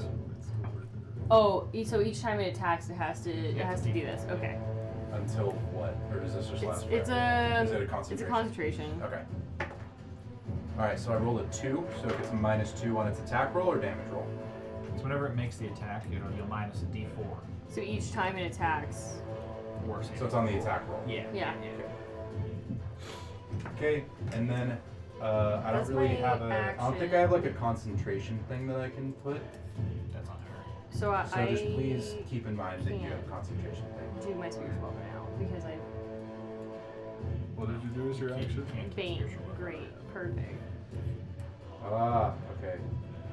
S8: Oh, e- so each time it attacks, it has to it has to do this. Okay.
S1: Until what? Or is this just
S8: It's
S1: last
S8: it's
S1: round? Is
S8: a
S1: it a
S8: it's a
S1: concentration?
S8: concentration.
S1: Okay. Alright, so I rolled a 2, so it gets a minus 2 on its attack roll or damage roll.
S5: So whenever it makes the attack, you know, you'll minus a D4
S8: So each time it attacks,
S5: or save.
S1: So it's on the attack roll.
S5: Yeah.
S8: yeah.
S1: Okay, and then uh, I
S8: That's
S1: don't really
S8: my
S1: have a. I don't think I
S8: action.
S1: have like a concentration thing that I can put.
S5: That's on her.
S8: So, I
S1: So just
S8: I
S1: please keep in mind that you
S8: can't.
S1: have a concentration thing.
S8: do my spiritual weapon now because I
S4: What did you do as your action?
S5: Can't cast
S8: bane.
S5: spiritual weapon.
S8: Great, perfect.
S1: Ah, okay.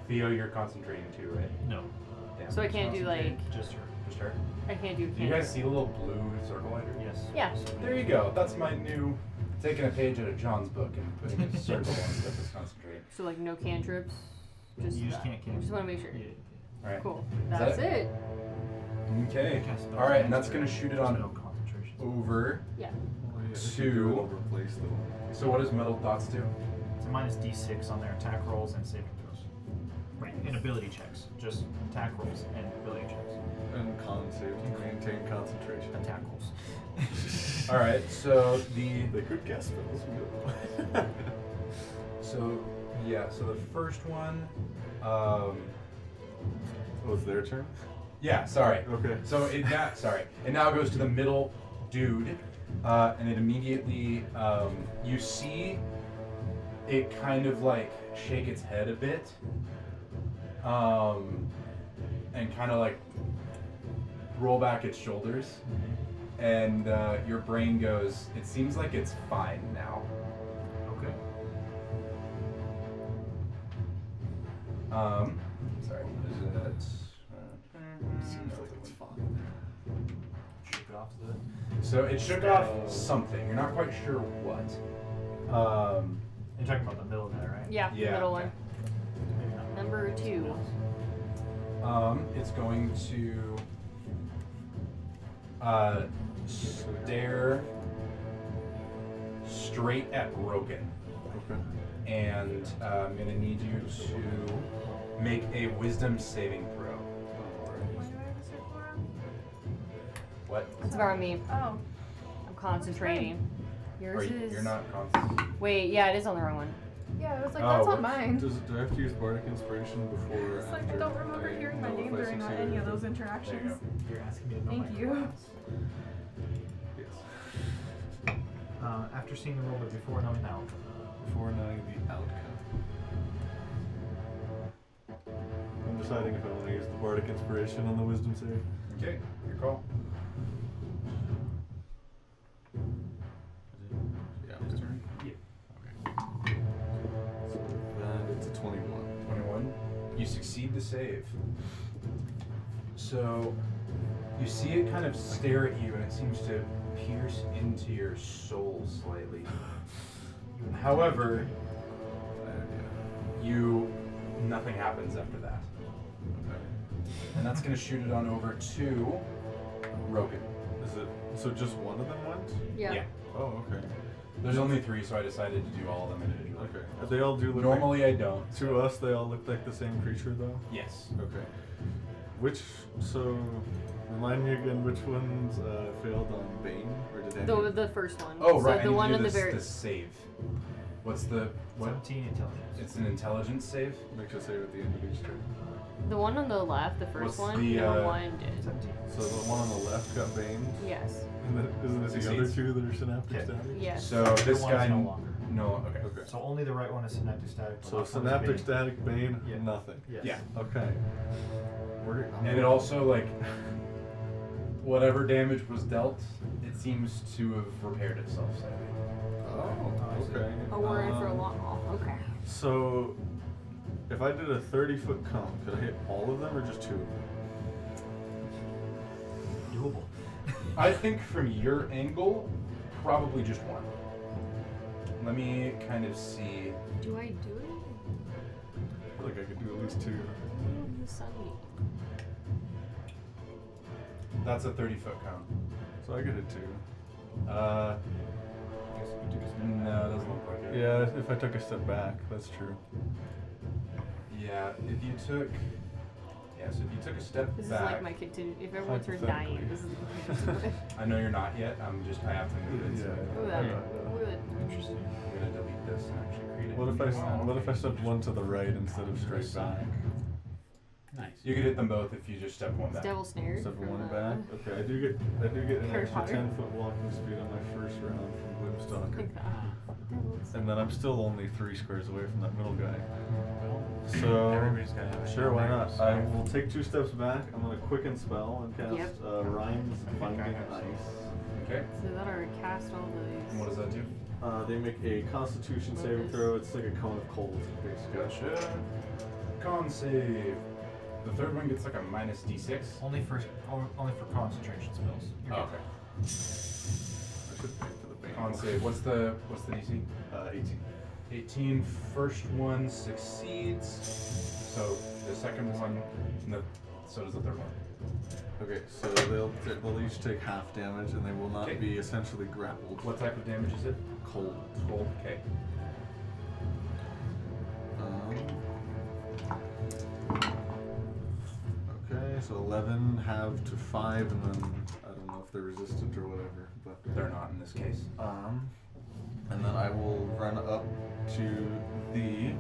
S1: Theo, you're concentrating too, right?
S5: No.
S1: Damn.
S8: So I can't do like
S5: Just her.
S1: Just her.
S8: I can't do.
S1: Do you
S8: cantrip.
S1: guys see the little blue circle lighter?
S5: Yes.
S8: Yeah.
S1: There you go. That's my new taking a page out of John's book and putting a circle on stuff that's concentrating.
S8: So like no cantrips. Just
S5: You
S8: that.
S5: just can't can't.
S8: Just want to make sure.
S5: Yeah.
S1: Alright.
S8: Cool.
S1: that
S8: That's
S1: it?
S8: it.
S1: Okay.
S5: Cast spells
S1: All right,
S5: against
S1: and that's
S5: her.
S1: gonna shoot it
S5: There's
S1: on
S5: No concentration.
S1: over.
S4: Oh, yeah, if
S1: Two.
S4: you do it, I'll replace the one.
S1: So what does metal dots do?
S5: It's a minus d6 on their attack rolls and saving throws. Right, and ability checks. Just attack rolls and ability checks.
S4: And con save to maintain concentration.
S5: Attack rolls.
S1: All right. So the
S4: They could cast spells. we don't know.
S1: so yeah. So the first one. Um,
S4: oh, it's their turn?
S1: yeah. Sorry.
S4: Okay.
S1: So it now sorry. It now goes to the middle dude, uh, and it immediately um, you see it kind of like shake its head a bit, um, and kind of like roll back its shoulders, and uh, your brain goes, "It seems like it's fine now."
S5: Okay.
S1: Um, sorry, is it? Uh,
S4: Seems like it's fine.
S5: Shook off the.
S1: so it shook off something. You're not quite sure what. Um,
S5: You're talking about the middle of that, right?
S8: Yeah, the
S1: Yeah.
S8: middle one.
S5: Maybe not.
S8: Number two.
S1: Um, it's going to uh, stare straight at Rogan,
S4: Okay.
S1: and uh, I'm gonna need you to make a Wisdom saving throw.
S3: What do I have to search for?
S1: What?
S8: It's about me.
S3: Oh,
S8: I'm concentrating.
S1: Or
S8: Yours
S1: you,
S8: is.
S1: you're not conscious.
S8: Wait, yeah, it is on the wrong one.
S3: yeah, I was like,
S1: Oh,
S3: that's
S1: what-
S3: on mine.
S4: Does do I have to use bardic inspiration before? or
S3: It's like, I
S4: after
S3: don't remember
S4: I
S3: hearing my
S4: know if
S3: name
S4: I
S3: during
S4: succeeded
S3: any
S4: or
S3: of those
S4: failed?
S3: interactions.
S5: You're asking me to know
S3: Thank
S5: my
S3: you.
S5: class.
S4: Yes.
S5: Uh, after seeing the roll, but before knowing the outcome.
S4: Before knowing the outcome. I'm deciding if I want to use the bardic inspiration on the wisdom save.
S1: Okay, your call.
S4: Yeah, I'm just So that it's a 21.
S1: 21. You succeed the save. So you see it kind of stare at you, and it seems to pierce into your soul slightly. However,
S4: I have, yeah.
S1: you nothing happens after that
S4: Okay.
S1: and that's going to shoot it on over to rogan
S4: Is it so? Just one of them went?
S2: Yeah.
S1: Yeah.
S4: Oh, okay.
S1: there's only three so i decided to do all of them individually
S4: Okay. They all do look
S1: normally i don't
S4: Like, to us, they all look like the same creature, though.
S1: yes
S4: Okay. Which so remind me again which ones uh, failed on Bane or did any?
S8: The, the first one.
S1: oh
S8: so
S1: right I
S8: The
S1: need
S8: one
S1: to
S8: in
S1: do
S8: the
S1: this,
S8: very.
S1: this save what's the what
S5: 17 intelligence.
S1: it's an intelligence save
S4: Make sure to save at the end of each turn.
S8: The one on the left, the
S1: What's
S8: first one,
S1: the,
S8: number
S1: uh,
S8: one did.
S5: 17.
S4: So the one on the left got Bane,
S8: Yes.
S4: and then isn't it the other
S1: Succeeds.
S4: two that are synaptic
S5: Yeah.
S4: static?
S8: Yes.
S1: so oh, this
S5: one's
S1: guy
S5: no longer.
S1: no okay
S4: Okay.
S5: So only the right one is synaptic static. the
S4: So
S5: left one is
S4: synaptic
S5: big.
S4: static Bane,
S5: Yeah.
S4: nothing.
S5: Yes.
S1: Yeah.
S4: Okay. We're, I'm
S1: and it
S4: gonna-
S1: also like whatever damage was dealt it seems to have repaired itself slightly
S4: Oh, okay.
S8: Oh, we're in for a
S4: Um,
S8: long haul. Okay.
S4: So, if I did a 30 foot cone, could I hit all of them or just two of them?
S5: Doable.
S1: I think from your angle, probably just one. Let me kind of see.
S8: Do I do it?
S4: I feel like I could do at least two.
S8: The sunny.
S1: That's a 30 foot cone.
S4: So I could hit two.
S1: Uh, no, it doesn't look like it.
S4: Yeah, if I took a step back, that's true.
S1: Yeah, if you took. Yeah, so if you took a step
S8: This is
S1: back.
S8: like my continue. If everyone's here
S4: Hypothetically.
S8: dying, this is the contingency.
S1: I know you're not yet. I'm just. I have to move it. so
S8: Ooh,
S4: I
S8: that-
S4: know, I know.
S8: Good.
S1: Interesting. I'm gonna delete this and actually create it.
S4: What if I s- what if I stepped one to the right instead of straight back?
S7: Nice.
S1: You could hit them both if you just step one
S8: It's
S1: back.
S8: Devil snare.
S4: Step
S8: from,
S4: one
S8: uh,
S4: back. Okay, I do get I do get an
S8: Harry
S4: extra
S8: Potter.
S4: ten foot walking speed on my first round from Gloomstalker,
S8: Like that.
S4: and then I'm still only three squares away from that middle guy.
S7: Well,
S4: So-
S7: everybody's got to.
S4: Sure, why not? I will take two steps back. I'm gonna quicken spell and cast
S8: Yep.
S4: uh, Rhyme's
S7: I think I
S4: Binding
S7: have some.
S4: Ice.
S1: Okay.
S8: So that are cast all
S1: And what
S8: these.
S1: does that do?
S4: Uh, they make a Constitution
S8: What
S4: saving
S8: is-
S4: throw. It's like a cone of cold, basically.
S1: Gotcha. Con save. The third one gets like a minus d6.
S5: Only for only for concentration spells. You're
S1: Oh,
S5: good.
S1: okay.
S4: I should pay for the bane.
S1: Con save. What's the what's the DC?
S4: Uh, 18.
S1: 18. First one succeeds. So the second one, no. So does the third one.
S4: Okay, so they'll t- they'll each take half damage, and they will not
S1: Okay.
S4: be essentially grappled.
S1: What type of damage is it?
S4: cold?
S1: Cold. Okay.
S4: Um, okay, so 11 have to five, and then I don't know if they're resistant or whatever, but
S1: They're not in this case.
S4: Um, and then I will run up to the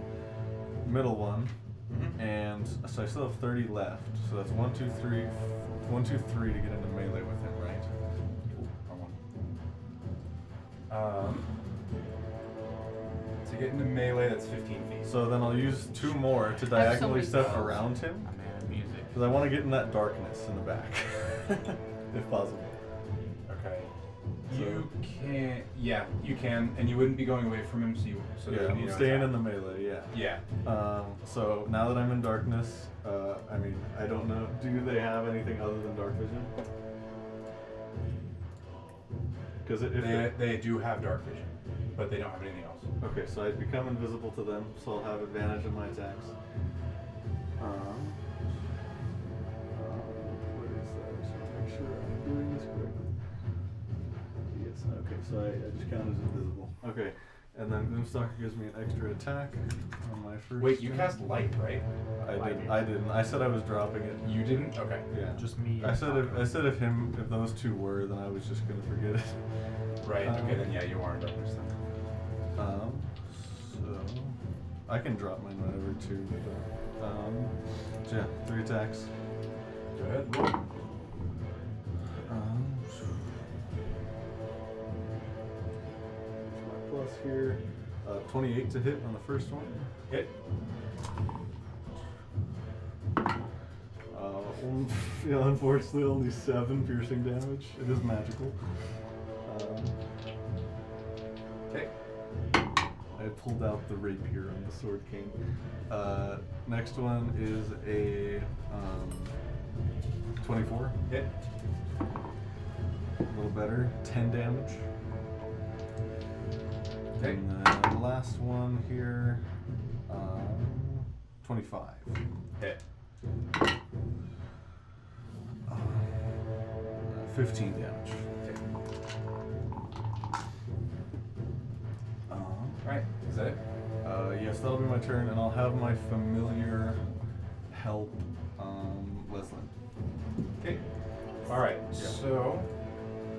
S4: middle one,
S1: Mm-hmm.
S4: and so I still have 30 left. So that's one, two, three, f- one, two, three to get into melee with him, right?
S1: I want- Um, to get into melee, that's 15 feet.
S4: So then I'll use two more to
S8: have so
S4: diagonally
S8: many
S4: step
S8: spells.
S4: around him.
S7: A
S1: Oh,
S7: man of music.
S4: Because I want to get in that darkness in the back. if possible.
S1: Okay.
S4: So-
S1: You can, yeah, you can, and you wouldn't be going away from him, so you, so
S4: yeah,
S1: there would be
S4: I'm
S1: no
S4: staying
S1: attack.
S4: in the melee, yeah.
S1: Yeah.
S4: Um, so now that I'm in darkness, uh, I mean, I don't know. Do they have anything other than dark vision? Because if
S1: They,
S4: it,
S1: they do have dark vision, but they don't have anything else.
S4: okay, so I become invisible to them, so I'll have advantage in my attacks. Um, um, what is that? I just want to make sure I'm doing this correctly. Yes. Okay, so I, I just count as invisible. Okay, and then Gloomstalker gives me an extra attack on my first.
S1: Wait, you
S4: turn.
S1: cast light, right?
S4: I didn't. I didn't. I said I was dropping it.
S1: You didn't? Okay.
S4: Yeah.
S5: Just me.
S4: I
S5: and
S4: said if uh,
S5: Taco.
S4: I said if him if those two were, then I was just gonna forget it.
S1: Right,
S4: Um,
S1: okay, then yeah, you are in darkness then.
S4: Um, so I can drop mine whenever too. But, um, so yeah, three attacks.
S1: Go ahead, roll.
S4: Um, so my plus here. Uh, 28 to hit on the first one.
S1: Hit.
S4: Uh, un- yeah, unfortunately, only seven piercing damage. It is magical. Um,
S1: Okay.
S4: I pulled out the rapier on the Sword King. Uh, next one is a um, 24.
S1: Hit.
S4: A little better. 10 damage.
S1: Okay.
S4: And then last one here. Um, 25.
S1: Hit.
S4: Uh, 15 uh, damage.
S1: Okay.
S4: Um,
S1: Alright, is that it?
S4: Uh, yes, that'll be my turn, and I'll have my familiar help, um, Leslin.
S1: Okay. Alright,
S4: Yeah.
S1: so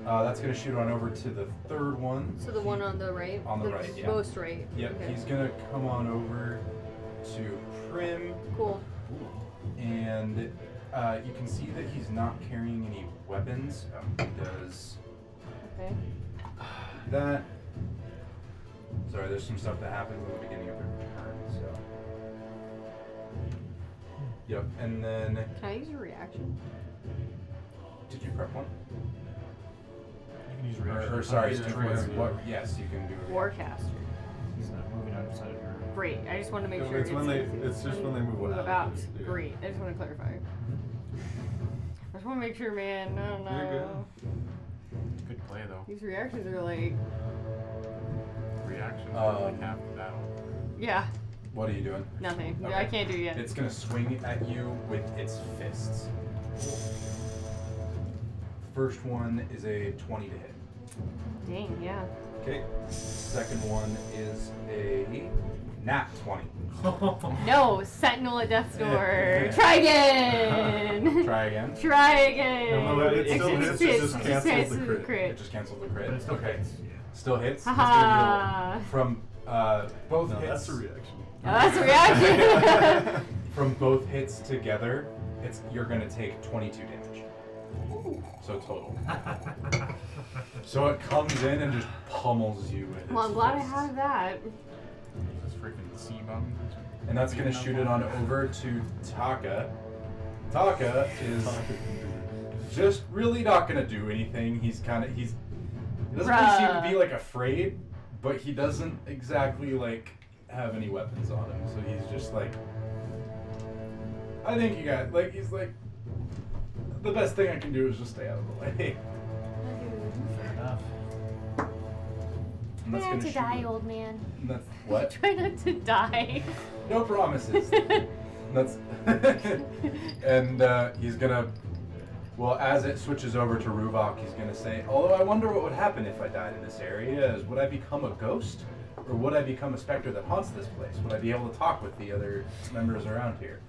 S1: uh, that's going to shoot on over to the third one.
S8: So the one on the right?
S1: On the right, yeah.
S8: Most right.
S1: Yep,
S8: Okay.
S1: he's going to come on over to Prim.
S8: cool.
S1: and uh, you can see that he's not carrying any weapons. Um, he does
S8: Okay.
S1: that. Sorry, there's some stuff that happens in the beginning of their turn, so. Yep, and then.
S8: Can I use a reaction?
S1: Did you prep one?
S9: You can use
S1: Or, or
S9: reaction.
S1: sorry,
S9: Use
S1: you
S9: a
S1: can-
S9: reaction.
S1: what, yes, you can do it.
S8: Warcaster.
S9: He's not moving outside of your.
S8: Great. I just want to make
S4: No,
S8: sure
S4: it's when they- it's just when they move out.
S8: about.
S4: Yeah.
S8: Great. I just want to clarify. I just want to make sure, man. No, no.
S4: You're good.
S7: Good play though.
S8: These reactions are like,
S7: Reaction
S4: Uh,
S1: Um,
S7: like half the battle.
S8: yeah,
S1: What are you doing?
S8: nothing.
S1: Okay.
S8: I can't do it yet.
S1: It's gonna swing at you with its fists. First one is a 20 to hit.
S8: Dang, yeah.
S1: Okay. Second one is a nat 20.
S4: Oh.
S8: No, Sentinel at Death's Door.
S1: Yeah.
S8: Try again.
S1: Try again.
S8: Try again.
S4: No, it still
S8: Actually,
S4: hits, it just cancels
S8: hits
S4: the crit.
S1: It just canceled the crit.
S9: But it's
S1: okay. Still hits. Let's
S8: Haha.
S1: give you a- From uh, both
S4: No,
S1: hits.
S4: that's a reaction.
S8: Oh, that's a reaction.
S1: From both hits together, it's you're gonna take 22 damage. So total. so it comes in and just pummels you with.
S8: well,
S1: its
S8: I'm glad I
S1: fists.
S8: have that.
S7: This freaking sea bum.
S1: And that's gonna shoot it on over to Taka. Taka is just really not gonna do anything. He's kind of he's he doesn't really seem to
S8: Bruh.
S1: be like afraid, but he doesn't exactly like have any weapons on him. So he's just like, I think you got like he's like the best thing I can do is just stay out of the way.
S9: Fair enough.
S1: And that's
S6: Try
S1: gonna
S6: not to
S1: shoot
S6: die,
S1: him.
S6: old man.
S1: And that's what?
S8: Try not to die.
S1: No promises. That's and uh, he's gonna. Well, as it switches over to Ruvok, he's gonna say, "Although I wonder what would happen if I died in this area. Is would I become a ghost, or would I become a specter that haunts this place? Would I be able to talk with the other members around here?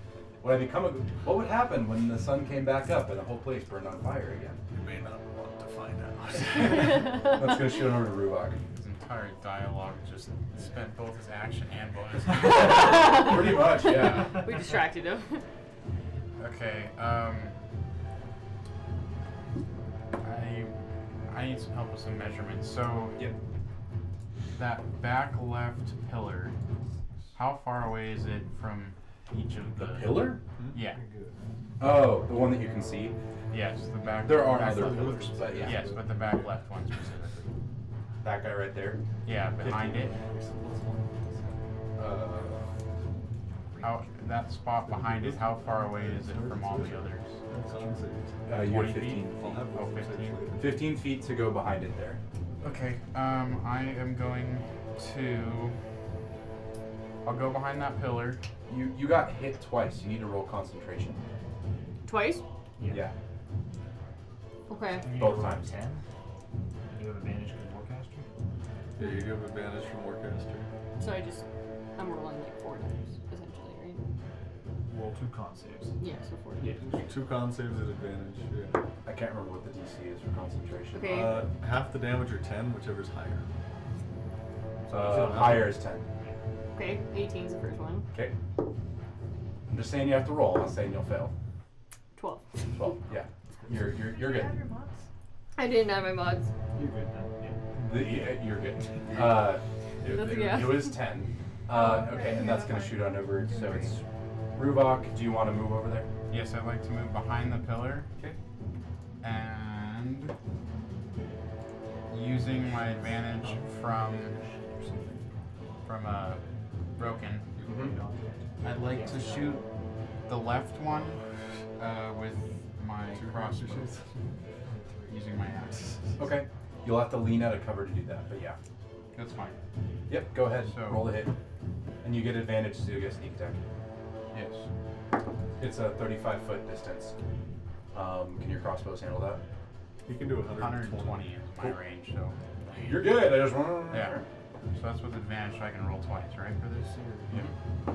S1: Would I become a? What would happen when the sun came back up and the whole place burned on fire again?"
S4: You may not want to find out.
S1: That's gonna shoot over to Ruvok.
S7: His entire dialogue just spent both his action and bonus.
S1: Pretty much, yeah.
S8: we distracted him.
S7: okay. Um. I I need some help with some measurements. So
S1: Yep.
S7: that back left pillar, how far away is it from each of the?
S1: The pillar?
S7: Yeah.
S1: Oh, the one that you can see.
S7: Yes, the back.
S1: There are
S7: back
S1: other
S7: left-
S1: pillars, but yeah.
S7: Yes, but the back left one specifically.
S1: That guy right there.
S7: Yeah, behind it.
S1: Uh,
S7: How that spot behind it? How far away is it from all the others?
S1: uh, you have
S7: 20 feet?
S1: 15 feet.
S7: Oh, 15.
S1: 15 feet to go behind it there.
S7: Okay, um, I am going to. I'll go behind that pillar.
S1: You you got hit twice. You need to roll concentration.
S8: Twice?
S1: Yeah.
S8: Okay.
S1: Both times.
S9: Ten. You have advantage because warcaster.
S4: Yeah, you give advantage from Warcaster.
S8: So I just I'm rolling like four times essentially, right?
S9: Roll two con saves.
S8: Yeah, so four.
S1: Yeah.
S4: Two con saves at advantage. Yeah.
S1: I can't remember what the DC is for concentration.
S8: Okay.
S4: Uh, half the damage or ten, whichever's higher.
S1: Uh, higher is 10.
S8: Okay, 18 is the first one.
S1: Okay. I'm just saying you have to roll. I'm not saying you'll fail.
S8: 12.
S1: 12. Yeah. You're you're, you're good.
S3: Add your mods.
S8: I didn't have my mods.
S9: You're good then.
S1: The, yeah, you're good. Uh, it,
S8: That's a
S1: it-
S8: guess.
S1: it was 10. Uh, okay, and that's going to shoot on over. So it's Rubok. Do you want to move over there?
S7: Yes, I'd like to move behind the pillar.
S1: Okay.
S7: And using my advantage from from uh, broken, I'd like to shoot the left one uh, with my crossbow. Using my axe.
S1: Okay. You'll have to lean out of cover to do that, but yeah.
S7: That's fine.
S1: Yep, go ahead.
S7: So-
S1: Roll the hit. And you get advantage to get sneak attack.
S7: Yes.
S1: It's a 35 foot distance. Um, can your crossbows handle that?
S4: You can do 120.
S7: 120 is my range, so
S1: You're good. I just want
S7: yeah. So that's with advantage, so I can roll twice, right, for this? Yeah.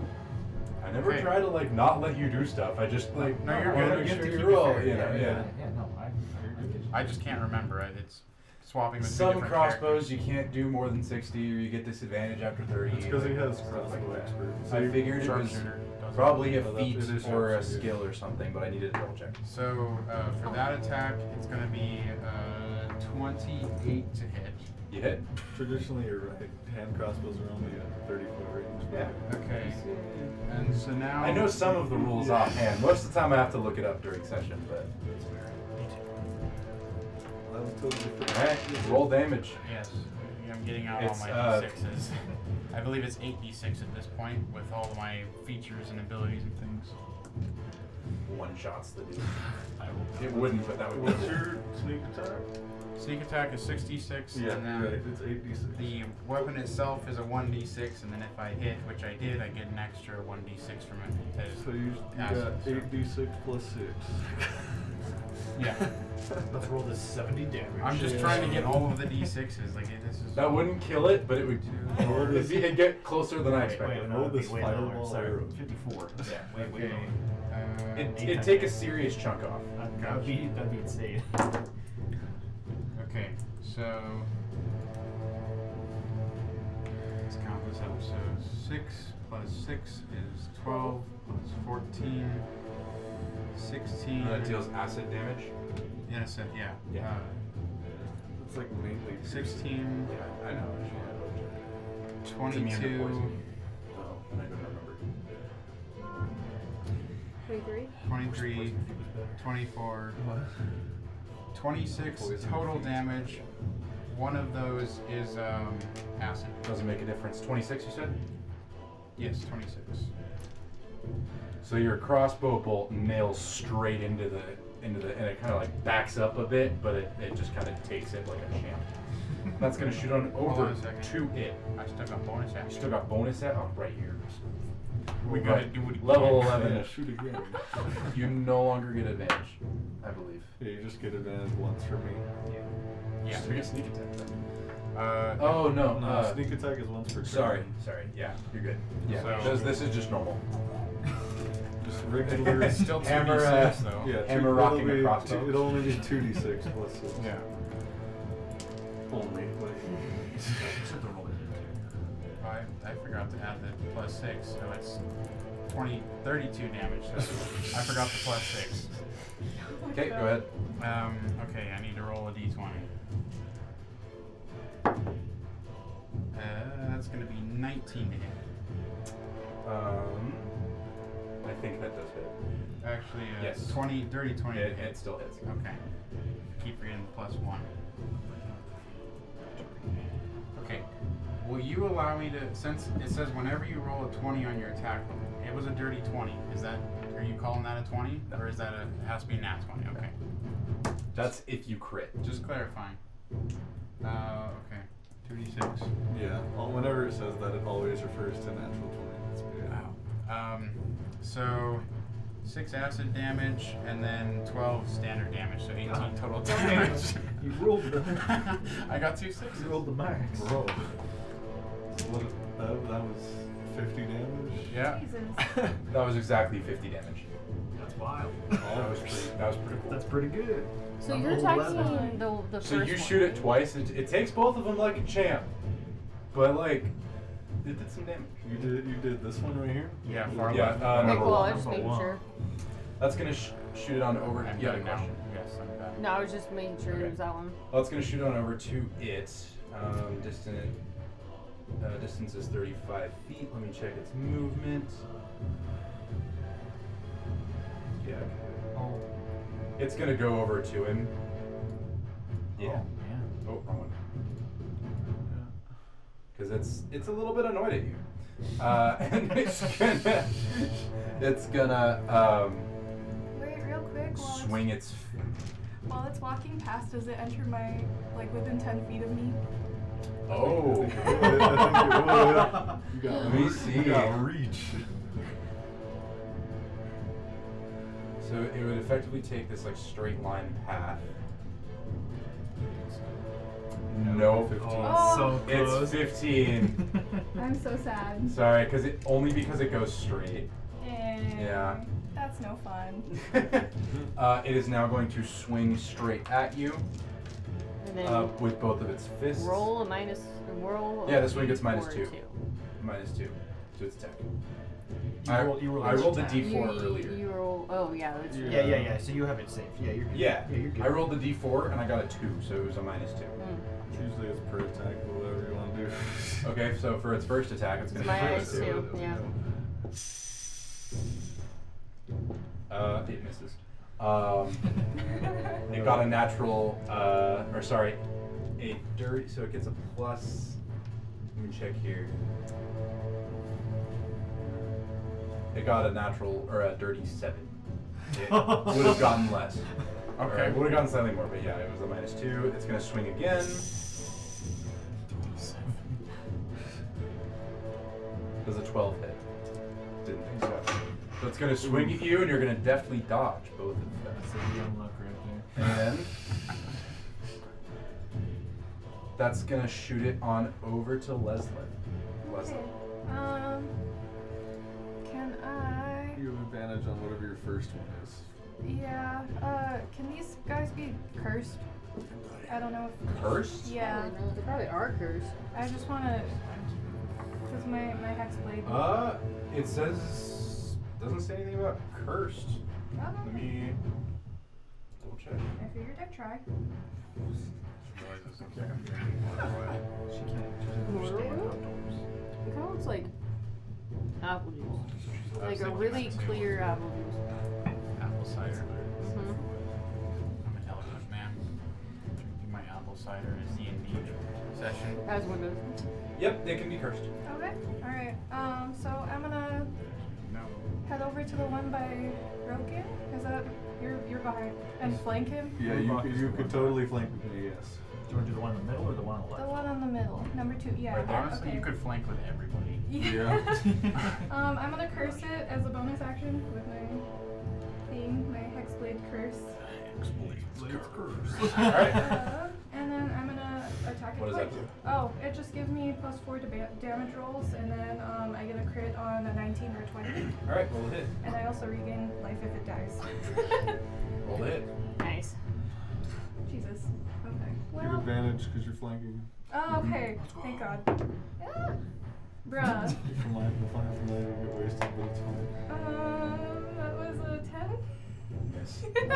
S1: I never
S7: Okay.
S1: try to like not let you do stuff. I just like
S7: No, you're
S1: I wanna Make
S7: good. We have
S1: sure
S7: to
S1: you
S7: keep it
S1: roll.
S7: fair.
S1: You know, yeah.
S9: Yeah, no, I. I get you.
S7: I just can't remember. I- It's swapping with two
S1: Some
S7: different
S1: crossbows
S7: characters.
S1: you can't do more than 60, or you get disadvantage after 30.
S4: It's because he
S1: like,
S4: has
S1: stuff
S4: crossbow
S1: like that.
S4: expert.
S1: I
S4: you-
S1: figured it was
S7: Sharpshooter doesn't-
S1: probably a
S4: Oh, that's-
S1: feat
S4: it is
S1: or a
S4: sharpshooter.
S1: skill or something, but I needed to double check.
S7: So uh, for that attack, it's going to be uh, 28 to hit.
S1: You hit.
S4: Traditionally, you're right. Hand crossbows are only at 30 foot range. but-
S1: Yeah.
S7: Okay. And so now
S1: I know some of the rules offhand. Most of the time, I have to look it up during session, but
S4: That was totally fair.
S1: all right, roll damage.
S7: Yes, I'm getting out
S1: It's,
S7: all my
S1: uh,
S7: sixes. I believe it's 8d6 at this point with all of my features and abilities and things.
S1: One shots the dude. It wouldn't, but that would be
S4: What's your sneak attack?
S7: Sneak attack is 66, and then
S4: right. It's 8d6.
S7: the weapon itself is a 1d6, and then if I hit, which I did, I get an extra 1d6 from it. as-
S4: So you, you
S7: Yeah,
S4: got
S7: so-
S4: 8d6 plus 6.
S7: yeah,
S9: Let's roll this 70 damage.
S7: I'm just trying to get all of the d6s. Like it- this is
S1: That wouldn't kill it, but it would.
S4: Or
S1: It'd
S4: this-
S1: be- it'd get closer than I
S9: Wait,
S1: expected.
S4: Roll
S9: wait, no, it'd be
S4: this
S9: way lower,
S4: fireball
S9: Sorry,
S4: arrow.
S9: 54.
S1: Yeah.
S9: Way, way
S7: Okay.
S9: lower.
S7: Uh,
S1: It, it take a serious chunk off.
S9: That- That would be, that'd be insane.
S7: Okay, so let's count this up. So six plus six is twelve plus 14, 16.
S1: That Uh, deals acid damage.
S7: innocent, yeah.
S1: Yeah.
S7: Uh,
S4: It's like mainly.
S7: 16,
S1: Yeah, I know. It's immune to
S7: 22,
S1: poison. Oh, I don't remember.
S2: 23.
S7: 23, 24, 26 total damage. One of those is um, acid.
S1: Doesn't make a difference. 26, you said?
S7: Yes, 26.
S1: So your crossbow bolt nails straight into the into the and it kind of like backs up a bit, but it, it just kind of takes it like a champ. That's gonna shoot on
S7: Hold
S1: over
S7: on a second.
S1: to it.
S7: I still got bonus
S1: You
S7: action.
S1: still got bonus at oh, right here.
S7: We
S1: Right.
S7: gotta do it again.
S1: Level
S4: Yeah,
S1: eleven.
S4: shoot again.
S1: you no longer get advantage, I believe.
S4: yeah, you just get advantage once for me.
S7: Yeah.
S1: So we get sneak attack. Then.
S7: Uh,
S1: Oh no.
S4: No,
S1: uh,
S4: sneak attack is once per turn.
S1: sorry, sorry. Yeah, you're good. Yeah,
S7: So-
S1: this, this is just normal.
S4: Just regular.
S7: It's still two
S1: Hammer,
S7: D6,
S1: uh,
S7: though.
S4: yeah, two-
S1: hammer
S4: it'll
S1: rocking
S4: be
S1: a
S4: two-
S1: crossbow.
S4: It'll only be 2d6 plus 6.
S7: Yeah.
S4: Only. Like,
S7: I, I forgot to add the plus six, so it's 20, 32 damage. So I forgot the plus six.
S1: Okay, go ahead.
S7: Um, okay, I need to roll a d20. Uh, That's going to be 19 to hit.
S1: Um, I think that does hit.
S7: Actually, uh,
S1: Yes.
S7: 20, dirty 20 to
S1: Oh, It,
S7: hit.
S1: it still hits.
S7: Okay. Keep forgetting the plus one. Okay. Will you allow me to, since it says whenever you roll a 20 on your attack roll, it was a dirty 20. Is that, are you calling that a 20? Or is that a, it has to be a nat 20? Okay.
S1: That's if you crit.
S7: Just clarifying. Uh, okay. 2d6.
S4: Yeah. Well, whenever it says that, it always refers to natural twenty. That's weird.
S7: Wow. Um, so, 6 acid damage and then 12 standard damage, so 18 total damage.
S9: You rolled the
S7: I got two sixes.
S9: you rolled the max.
S4: Bro. What, that, that was fifty damage.
S7: Yeah.
S3: Jesus.
S1: That was exactly 50 damage.
S9: That's wild.
S1: That was pretty, that was pretty cool.
S9: That's pretty good.
S8: So
S9: I'm
S8: you're
S9: eleven.
S8: attacking the, the
S1: So
S8: first
S1: you
S8: one,
S1: shoot it
S8: right?
S1: twice. It, it takes both of them like a champ. But, like, it did some damage.
S4: You did you did this one right here.
S7: Yeah, far
S1: Yeah,
S7: left.
S1: uh,
S8: Okay,
S1: number
S8: cool.
S1: one.
S8: I was just
S9: Number
S8: making
S9: one.
S8: sure.
S1: That's going to sh- shoot it on over.
S7: I've
S1: You
S7: got
S1: had a
S7: it now.
S1: question.
S7: Yes, I'm back.
S8: No, I was just making sure
S1: Okay.
S8: it was that one.
S1: Well, it's going to shoot on over to it. Um, distant uh, distance is 35 feet. Let me check its movement. Yeah. okay.
S9: Oh,
S1: It's going to go over to him. Yeah.
S9: Oh, man.
S1: Oh, wrong one. Because it's it's a little bit annoyed at you, uh, and it's gonna it's gonna um,
S3: Wait, real quick. While it's,
S1: swing its. f-
S3: while it's walking past, does it enter my like within ten feet of me?
S1: Oh,
S4: I think it would, I think it would. You got
S1: Let me
S4: reach-
S1: see.
S4: You got reach.
S1: so it would effectively take this like straight line path. No, fifteen.
S3: Oh.
S9: So
S1: It's
S9: close.
S1: fifteen.
S3: I'm so sad.
S1: Sorry, because it only because it goes straight.
S3: Yeah. That's no fun.
S1: uh, it is now going to swing straight at you
S8: And then
S1: uh, with both of its fists.
S8: roll a minus. Roll. a
S1: Yeah, this one gets
S8: d4
S1: minus
S8: or
S1: two. minus two to its attack.
S9: You
S1: I,
S9: roll- you roll
S1: I rolled the
S9: attack.
S8: You,
S1: d4
S8: you-
S1: earlier.
S8: you roll. Oh yeah, that's
S4: Yeah.
S8: right.
S9: Yeah, yeah, yeah. So you have it saved. Yeah, you're good.
S1: Yeah.
S9: yeah, you're good.
S1: I rolled the d4 and I got a 2, so it was a minus 2.
S4: Usually it's per attack, but whatever you want to do.
S1: Okay, so for its first attack, it's going to be
S8: my
S1: minus
S8: minus
S1: 2.
S8: two, yeah.
S1: Uh, it misses. Um, it got a natural, uh, or sorry, a dirty, so it gets a plus. Let me check here. It got a natural, or a dirty 7. It would have gotten less.
S7: Okay.
S1: Would have gotten slightly more, but yeah, it was a minus 2. It's going to swing again. Does a 12 hit? Didn't think so. So it's going to swing at you, and you're going to deftly dodge both of them.
S9: That's a young luck right
S1: And that's gonna shoot it on over to Leslie. Leslie.
S3: Um, can I?
S4: You have advantage on whatever your first one is.
S3: Yeah. Uh, can these guys be cursed? I don't know if.
S1: Cursed?
S3: Yeah.
S8: Probably not. They probably are cursed.
S3: I just wanna. Cause my my hex blade.
S1: Uh, it says doesn't say anything about cursed. Let
S3: Okay.
S1: me double check.
S3: I figured I'd try.
S9: there. She can't. She doesn't understand outdoors.
S8: It kind of looks like apple juice,
S7: I was
S8: like a
S7: thinking
S8: really
S7: that too.
S8: clear apple juice.
S7: apple cider.
S8: Mhm.
S7: I'm an elegant man. Drinking my apple cider is the indeed session.
S8: Has windows.
S1: Yep, they can be cursed.
S3: Okay. All right. Um. So I'm gonna
S7: No.
S3: head over to the one by Roken. Is that you're you're behind and flank him?
S4: Yeah,
S9: Blue
S4: you
S9: block
S4: could,
S9: is
S4: you
S9: the
S4: could
S9: one.
S4: totally flank with me, yes.
S9: Do you want to do the one in the middle or the one on the
S3: The
S9: left?
S3: one on the middle, number two. Yeah.
S1: Right there?
S7: Honestly,
S3: okay.
S7: you could flank with everybody.
S3: Yeah. um, I'm gonna curse it as a bonus action with my thing, my hexblade curse. Uh, and then I'm gonna attack it
S1: What does
S3: twice.
S1: that do?
S3: Oh, it just gives me plus four to ba- damage rolls, and then um, I get a crit on a 19 or 20,
S1: All right, roll the hit.
S3: and I also regain life if it dies.
S1: Roll the hit.
S8: Nice.
S3: Jesus. Okay.
S4: You have
S3: Well.
S4: advantage because you're flanking.
S3: Oh, okay. Thank God. Ah, bruh.
S4: You can line the flank from there, you get wasted, but it's fine.
S3: Um, that was a 10.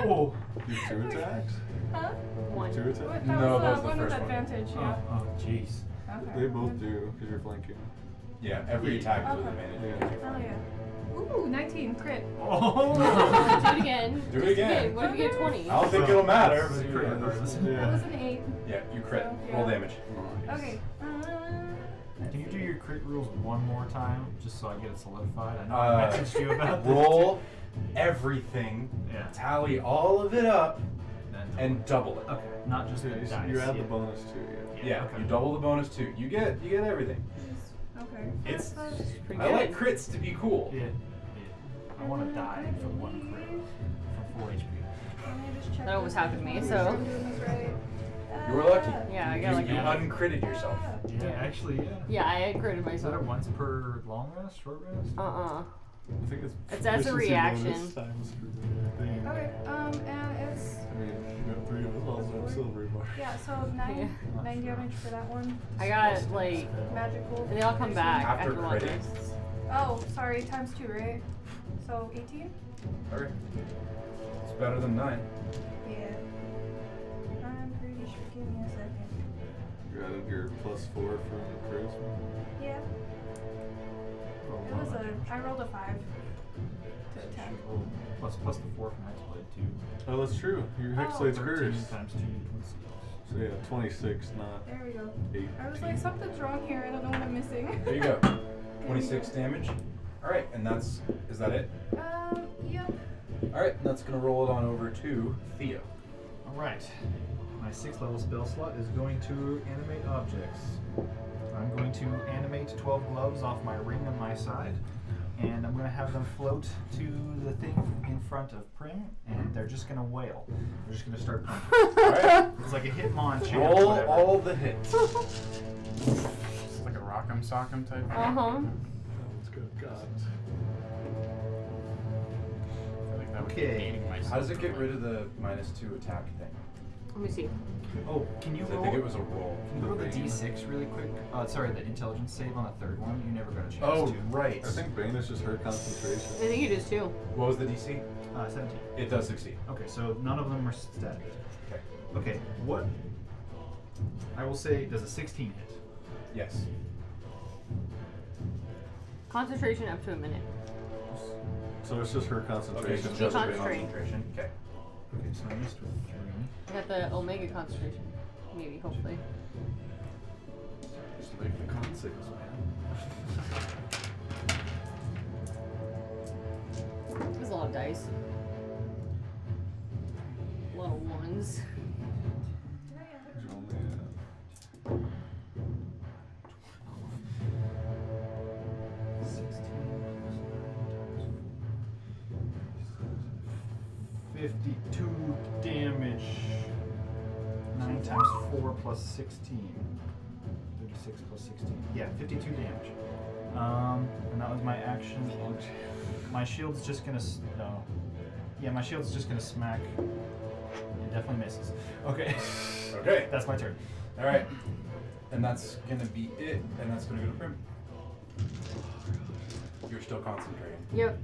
S9: Oh.
S4: You have two attacks?
S3: Huh?
S8: One.
S4: Two attacks?
S3: What, that
S1: No,
S3: was,
S1: that
S3: uh,
S1: was the
S3: one with
S1: first one.
S5: Uh,
S3: advantage.
S9: Oh,
S3: Yeah.
S9: oh, jeez.
S3: Okay.
S4: They both do because you're flanking.
S1: Yeah, every attack is with
S3: Okay.
S1: advantage.
S3: Oh yeah. Ooh, 19 crit.
S5: Oh!
S8: Do it again.
S1: Do it
S8: Just
S1: again.
S8: What if you get 20?
S1: I don't think it'll matter. But
S5: Pretty regardless.
S3: That
S4: Yeah.
S3: was an 8.
S1: yeah, you crit.
S3: Yeah.
S1: Roll damage.
S3: Okay. Uh,
S5: Can you do your crit rules one more time, just so I get it solidified? I know I
S1: Uh,
S5: messaged you about this.
S1: Roll everything,
S5: Yeah.
S1: tally all of it up,
S5: then
S1: and double it.
S5: okay, not just
S4: Yeah,
S5: the
S4: you,
S5: dice.
S4: s- you add
S5: yeah.
S4: the bonus too. Yeah.
S1: Yeah,
S5: okay.
S1: you double the bonus too. You get you get everything.
S3: okay.
S1: It's-
S3: That's
S8: Pretty
S1: I
S8: good.
S1: like crits to be cool.
S5: Yeah. yeah. I want to die for one crit for four HP.
S3: Let me just check
S8: That always
S3: this.
S8: happened to me,
S3: Make
S8: so-
S3: sure I'm doing this right.
S1: You were lucky.
S3: Uh,
S8: Yeah, I
S1: You,
S8: got like
S1: you
S8: a-
S1: uncritted yourself.
S5: Yeah, actually, yeah.
S8: Yeah, I had critted
S5: Is that a
S8: myself.
S5: once per long rest, short rest?
S8: Uh uh
S4: I think it's.
S8: It's as a
S4: proficiency
S8: reaction.
S4: bonus times for the thing.
S3: Okay, um, and it's,
S4: I mean, you got three of us also have silver bars.
S3: yeah, so 9,
S8: Yeah.
S3: 9 damage for that one.
S8: I got like.
S3: Magical.
S8: They all come back
S1: After
S8: after, long
S1: critting.
S8: rests.
S3: Oh, sorry, times 2, right? So 18?
S1: Okay. It's better than nine.
S3: Yeah. I'm pretty sure. Give me a second.
S4: You added your plus four from charisma.
S3: Yeah. It was a. I rolled a five. To attack.
S5: Plus, plus the four from Hexblade, too.
S4: Oh, that's true. Your hexblade's cursed.
S5: times two, 26.
S4: So yeah, 26, not
S3: There we go.
S4: 18.
S3: I was like, something's wrong here. I don't know what I'm missing.
S1: There you go. 26 damage. All right, and that's is that it?
S3: Um. Yep.
S1: All right, and that's gonna roll it on over to Theo.
S5: Alright. My sixth level spell slot is going to animate objects. I'm going to animate 12 gloves off my ring on my side, and I'm going to have them float to the thing in front of Prim, and they're just going to wail. They're just going to start punching.
S1: All right,
S5: It's like a Hitmon chant.
S1: roll
S5: whatever.
S1: all the hits.
S7: It's like a rock'em sock'em type.
S8: Uh huh.
S4: Let's go, God.
S7: I feel like that would
S5: Okay.
S7: be dating myself.
S1: How does it get rid of the minus two attack thing?
S8: Let me see.
S5: Oh, can you
S1: 'Cause
S5: roll?
S1: I think it was a roll.
S5: Can you roll the d6 really quick? Uh, sorry, the intelligence save on the third one. You never got a chance
S1: Oh
S5: to.
S1: right.
S4: I think Bane is just her
S8: I
S4: concentration.
S8: think you just too.
S1: What was the DC?
S5: Uh, 17.
S1: It does succeed.
S5: Okay, so none of them are static.
S1: Okay.
S5: Okay, what? I will say, does a 16 hit?
S1: Yes.
S8: Concentration up to a minute.
S4: So it's just her
S1: Okay, so
S4: concentration.
S1: just
S8: Concentration.
S1: concentration. Okay.
S5: Okay, so I missed with three.
S8: I got the Omega concentration. Maybe, hopefully.
S4: Just make the con saves, man.
S8: There's a lot of dice. A lot of ones.
S4: There's only, uh,
S5: Fifty-two damage. Nine times four plus sixteen. Thirty-six plus sixteen. Yeah, fifty-two damage. Um, and that was my action. My shield's just gonna. s- No. Yeah, my shield's just gonna smack. It definitely misses. Okay,
S1: Okay.
S5: that's my turn.
S1: All right. And that's gonna be it. And that's gonna go to Prim. You're still concentrating.
S8: Yep.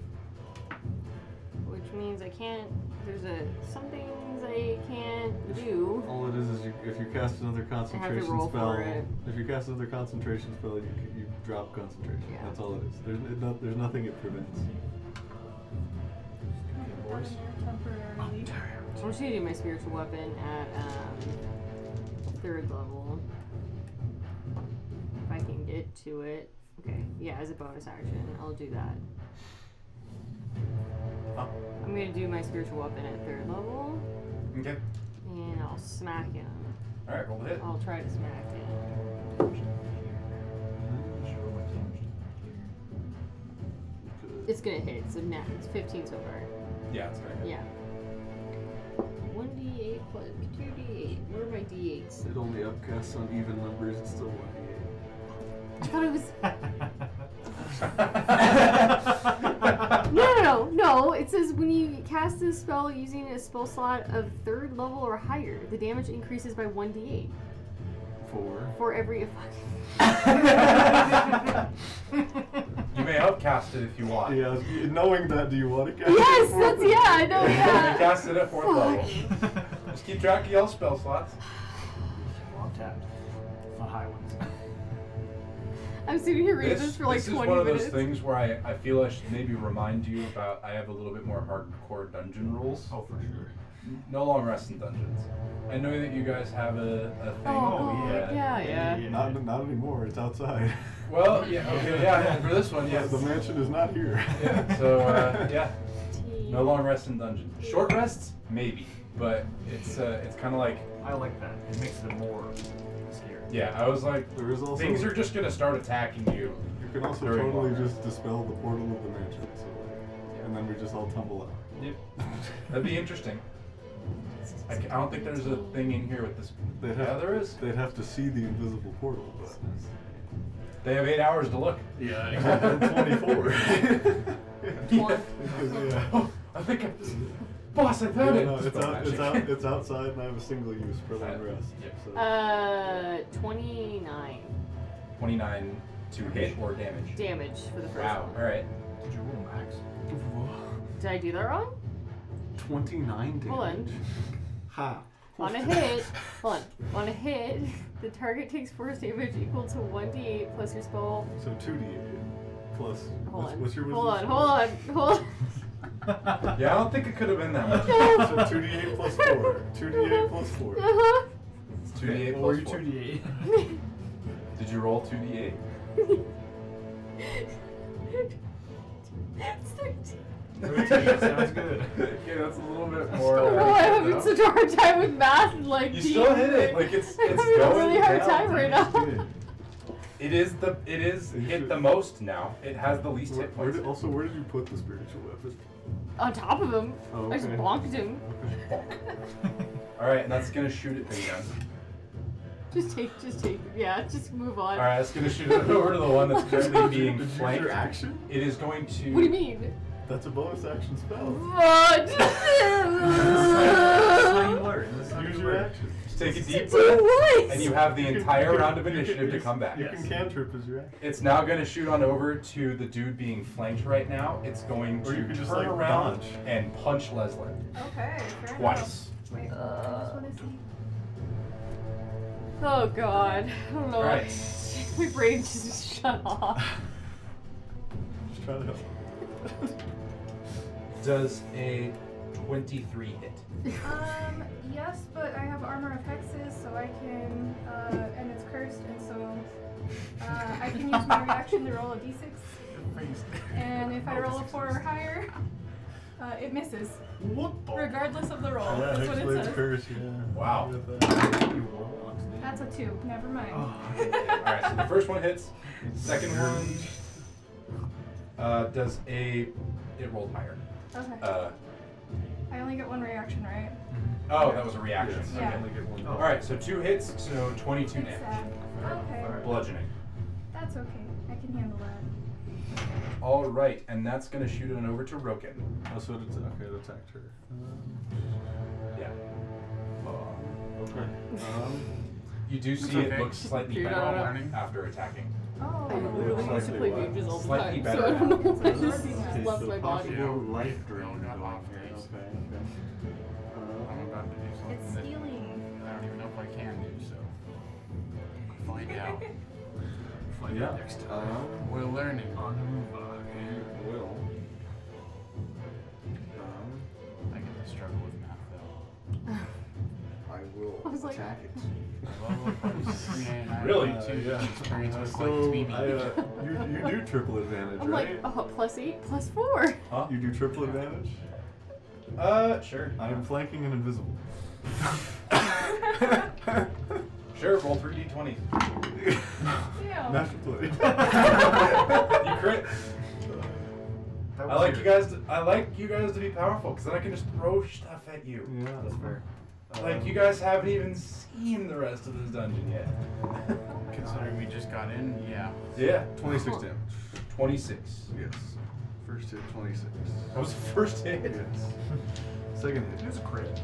S8: Which means I can't. There's a some things I can't do.
S4: all it is is you, if you cast another concentration
S8: roll for
S4: spell,
S8: it.
S4: if you cast another concentration spell, you, c- you drop concentration.
S8: Yeah.
S4: That's all it is. There's, it no, there's nothing it prevents.
S3: Temporarily.
S8: I'm just gonna do my spiritual weapon at um, third level. If I can get to it. Okay, yeah, as a bonus action, I'll do that.
S1: Huh.
S8: I'm gonna do my spiritual weapon at third level,
S1: Okay.
S8: and I'll smack him.
S1: All right. Roll the hit.
S8: I'll try to smack him. It's gonna hit, so now it's 15 so far.
S1: Yeah, it's gonna hit.
S8: Yeah. 1d8 plus 2d8. Where are my d8s?
S4: It only upcasts on even numbers. It's still one.
S8: I thought it was.
S5: That's
S8: No, no, no, no. It says when you cast this spell using a spell slot of third level or higher, the damage increases by 1d8
S4: Four.
S8: for every. Fucking...
S1: You may upcast it if you want.
S4: Yeah, knowing that, do you want to cast?
S8: Yes, that's. Yeah, I know,
S1: You
S8: yeah.
S1: cast it at fourth
S8: Fuck.
S1: level. Just keep track of y'all spell slots.
S5: Well, I'm tapped. It's not high ones.
S8: I'm sitting here reading
S1: This,
S8: this, for like
S1: this is
S8: 20
S1: one of
S8: minutes.
S1: those things where I, I feel I should maybe remind you about I have a little bit more hardcore dungeon rules.
S5: Oh, for sure.
S1: No long rests in dungeons. I know that you guys have a, a thing.
S8: Oh,
S5: yeah.
S8: yeah, yeah.
S4: Not, not anymore. It's outside.
S1: Well, yeah, okay, yeah, for this one, yes.
S4: The mansion is not here.
S1: Yeah, so, uh, yeah, no long rest in dungeon. Short rests, maybe, but it's uh, it's kind of like,
S5: I like that. It makes it more scary.
S1: yeah, I was like,
S4: There is also.
S1: things are just gonna start attacking you.
S4: You can also
S1: Very
S4: totally
S1: long.
S4: just dispel the portal of the mansion, so like, and then we just all tumble out.
S5: Yep.
S1: That'd be interesting. I, ca- I don't think there's a thing in here with this.
S4: They'd
S1: Yeah,
S4: have,
S1: there is.
S4: they'd have to see the invisible portal, but
S1: They have eight hours to look.
S4: yeah, twenty-four.
S1: Yeah.
S4: yeah.
S1: Oh, I think I, boss, I
S4: Yeah,
S1: found it.
S4: no, it's,
S1: Spell
S4: out, it's, out,
S1: magic.
S4: it's outside, and I have a single use for long
S1: Outside.
S4: rest.
S1: Yep.
S4: So.
S8: Uh, 29
S1: Twenty-nine to hit or damage.
S8: damage for the first
S1: Wow. All
S8: one.
S1: right.
S9: Did you roll max?
S8: Did I do that wrong?
S4: Twenty-nine damage.
S8: Hold on.
S4: Ha.
S8: On a hit, hold on. On a hit, the target takes force damage equal to 1d8 plus your spell.
S4: So two D plus.
S8: Hold
S4: what's,
S8: on.
S4: what's your
S8: hold on,
S4: wisdom
S8: hold on, hold on.
S1: Yeah, I don't think it could have been that much.
S4: score? So two D eight plus four. Two D eight plus four.
S8: Uh-huh.
S1: It's two d eight
S9: Or
S1: plus
S9: you
S1: four.
S9: 2d8.
S1: Did you roll two d eight?
S8: It's 13.
S9: Sounds good.
S1: Okay, that's a little bit
S9: That's
S1: more.
S9: still
S8: Oh,
S1: uh,
S8: I'm having
S1: you know?
S8: such a hard time with math and like
S1: You
S8: deep.
S1: still hit it. Like it's
S8: I'm
S1: it's
S8: having a
S1: going
S8: really hard
S1: down.
S8: time right now.
S1: It is the it is
S4: You
S1: hit
S4: should-
S1: the most now. It has the least
S4: Where,
S1: hit
S4: where
S1: points.
S4: did, also, where did you put the spiritual weapon?
S8: On top of him,
S4: Oh,
S8: I just
S4: okay.
S8: bonked him.
S1: All right, and that's gonna shoot it again.
S8: Just take, just take. Yeah, just move on.
S1: All right, that's gonna shoot it over to the one that's currently being
S4: Did you use
S1: flanked.
S4: your action?
S1: It is going to.
S8: What do you mean?
S4: That's a bonus action spell.
S8: What?
S4: Use your action.
S1: Take a deep
S8: Do
S1: breath,
S8: what?
S1: and you have the
S4: You can-
S1: entire
S4: you can-
S1: round of
S4: you can
S1: initiative to
S4: use-
S1: come back.
S4: You can cantrip as your action.
S1: It's now going to shoot on over to the dude being flanked right now. It's going
S4: Or
S1: to
S4: you
S1: turn
S4: could just, like,
S1: around
S4: dodge.
S1: and punch Leslin
S3: Okay, fair
S1: twice.
S3: enough. Wait, I just want to see.
S8: Oh god. I don't know.
S1: Alright.
S8: My brain just shut off.
S4: Just try to help.
S1: Does a 23 hit.
S3: Um, yes, but I have armor of hexes, so I can, uh, and it's cursed, and so uh, I can use my reaction to roll a d6. And if I roll a four or higher, uh, it misses,
S4: What the?
S3: regardless of the roll.
S4: Yeah,
S3: That's what
S4: actually,
S3: it
S4: it's
S3: says.
S4: curse, yeah.
S1: Wow.
S4: With that.
S3: That's a two. Never mind.
S1: Alright, so the first one hits. Second one uh, does a. It rolled higher.
S3: okay.
S1: Uh,
S3: I only get one reaction, right?
S1: oh, that was a reaction.
S4: Yes,
S3: Yeah.
S4: I only get one.
S8: Oh.
S1: Alright, so two hits, so 22
S3: It's
S1: damage.
S3: sad. Okay,
S1: Bludgeoning.
S3: that's okay. I can handle that.
S1: Alright, and that's going to shoot it over to Roken.
S4: That's what it's. Oh, Okay, it attacked her.
S1: Yeah.
S4: Um, okay. Um,
S1: You do
S7: It's
S1: see it
S7: okay.
S1: looks slightly
S7: You're
S1: better
S7: not learning.
S1: after attacking.
S3: Oh,
S8: I literally used to play game just all the
S1: Slightly
S8: time, so I
S1: better.
S8: don't know why I
S3: It's
S8: just
S3: okay,
S8: left
S4: so
S8: my body.
S4: possible
S7: Yeah.
S4: life drain
S7: No, not
S4: going
S7: off
S4: here. Uh,
S7: days.
S4: Okay, okay.
S7: I'm about to do something
S3: It's
S7: that
S3: stealing.
S7: I don't even know if I can do, so. Find out.
S4: Um, yeah. Um,
S7: We're learning.
S9: On the move.
S4: you will. Um,
S7: I get to struggle with math, though.
S4: I will
S8: I was like-
S4: attack it.
S1: Really?
S4: Uh,
S7: Two
S4: yeah.
S7: experience
S4: Uh,
S7: was like
S4: so
S7: tweeting.
S4: I, uh, you, you do triple advantage,
S8: I'm like,
S4: right?
S8: oh, plus eight, plus four.
S1: Huh?
S4: You do triple advantage?
S1: Uh, sure.
S4: I am flanking and invisible.
S1: Sure, roll 3d20.
S3: Ew.
S4: Master play.
S1: You crit.
S5: That
S1: I
S5: was
S1: like
S5: your-
S1: you guys. To, I like you guys to be powerful, cause then I can just throw stuff at you.
S4: Yeah, that's fair.
S1: Like you guys haven't even seen the rest of this dungeon yet.
S7: Considering we just got in, yeah.
S1: yeah,
S4: 26 damage.
S1: 26.
S4: Yes. First hit, 26.
S1: That was the first
S4: Yes.
S1: hit.
S4: Second hit.
S5: It's a crit.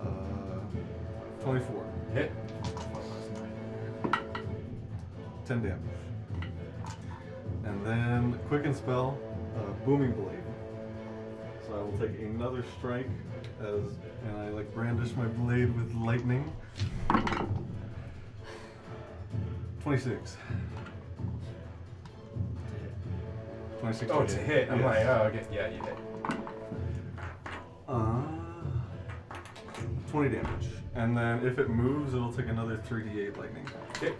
S4: Uh, 24.
S1: Hit.
S4: 10 damage. And then Quicken Spell, uh, Booming Blade. So I will take another strike as, and I like brandish my blade with lightning. 26. 26
S1: Oh, to hit. I'm like, oh, okay. Yeah, you hit. oh.
S4: Uh, 20 Uh, damage. And then if it moves, it'll take another 3d8 lightning.
S1: Okay.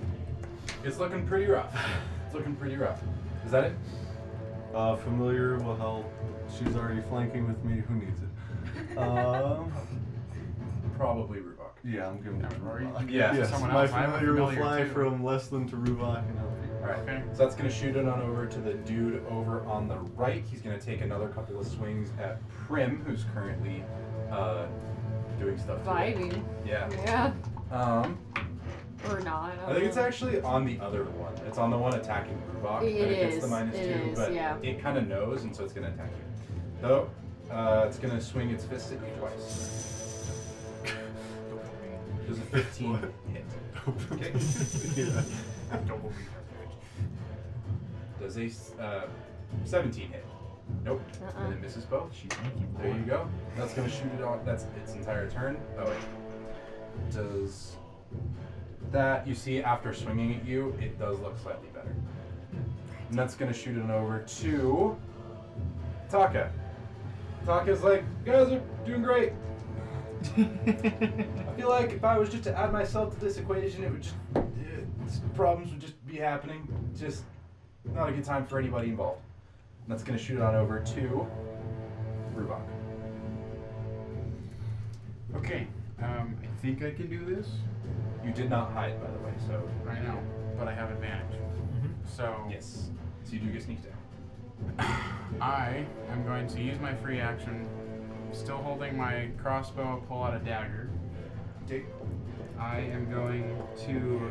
S1: It's looking pretty rough. It's looking pretty rough. Is that it?
S4: Uh, familiar will help. She's already flanking with me. Who needs it? Um,
S1: Probably Rubok.
S4: yeah, I'm giving
S7: Yeah,
S4: it to
S7: Rory.
S4: Rubok.
S1: Yeah,
S4: yes,
S7: someone
S4: my
S7: else. I have a
S4: familiar will
S7: familiar
S4: fly
S7: too.
S4: from less than to Rubok and help you.
S1: Alright.
S7: Okay.
S1: So that's gonna shoot it on over to the dude over on the right. He's gonna take another couple of swings at Prim, who's currently uh, doing stuff. to it.
S8: Vibing.
S1: Yeah.
S8: Yeah.
S1: Um,
S8: Or not.
S1: I think it's actually on the other one. It's on the one attacking Rubok.
S8: It
S1: but it gets
S8: is,
S1: the minus
S8: it
S1: two,
S8: is,
S1: but
S8: yeah.
S1: it kind of knows, and so it's gonna attack you. So uh, it's gonna swing its fist at you twice. There's a 15 hit. Okay. Does a s- uh, 17 hit? Nope.
S8: Uh-uh.
S1: And it misses both.
S9: She's making
S1: There you go. That's gonna shoot it on. That's its entire turn. Oh wait. Does that you see after swinging at you? It does look slightly better. And that's gonna shoot it over to Taka. Taka's like, you guys are doing great. I feel like if I was just to add myself to this equation, it would just uh, problems would just be happening. Just not a good time for anybody involved. And that's gonna shoot on over to Rubok.
S7: Okay. Um, I think I can do this.
S1: You did not hide, by the way, so
S7: I know, but I have advantage.
S4: Mm-hmm.
S7: So
S1: yes. So you do get sneaked out.
S7: I am going to use my free action, still holding my crossbow, pull out a dagger. I am going to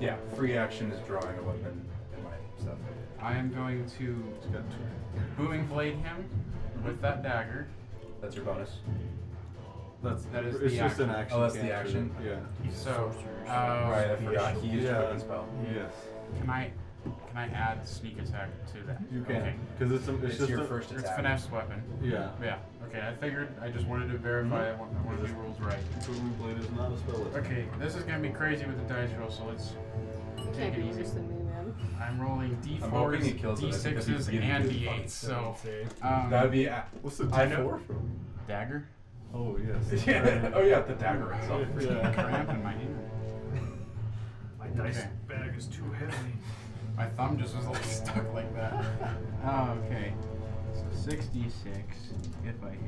S1: Yeah, free action is drawing a weapon and my stuff.
S7: I am going to
S4: She's got two.
S7: booming blade him with that dagger.
S1: That's your bonus.
S4: That's
S7: That is
S4: it's
S7: the
S4: just an
S7: action.
S4: action.
S1: Oh, that's the
S4: cantrip.
S1: action?
S4: Yeah.
S7: So uh,
S1: Right, I forgot. He used
S4: Yeah.
S1: a weapon spell.
S4: Yes.
S7: can I can I add sneak attack to that?
S4: You
S7: Okay.
S4: can. Because it's, a- it's,
S1: It's,
S4: just
S1: your
S4: a,
S1: first
S7: It's
S1: attack.
S7: finesse weapon.
S4: Yeah. Mm-hmm.
S7: Yeah. Okay. I figured. I just wanted to verify I want I wanted to do rules right.
S4: Booming blade is not a spell. attack.
S7: Okay. This is gonna be crazy with the dice roll. So let's.
S8: You
S7: Take
S8: can't
S7: it
S8: be
S7: easy.
S8: worse than me, man.
S7: I'm rolling
S1: I'm hoping
S7: d4s,
S1: it kills it. I think that'd be
S7: d6s,
S1: really
S7: and
S1: good fun.
S7: d8s. So
S1: That'd
S7: um,
S1: be. A-
S4: What's the
S1: I know.
S4: D4 from?
S7: dagger.
S4: Oh, yes.
S1: yeah. Oh yeah, the dagger itself.
S7: Freaking cramp in my hand.
S5: My dice
S7: Okay.
S5: bag is too heavy.
S7: My thumb just was like stuck like that. Oh, okay. So 66 if I hit.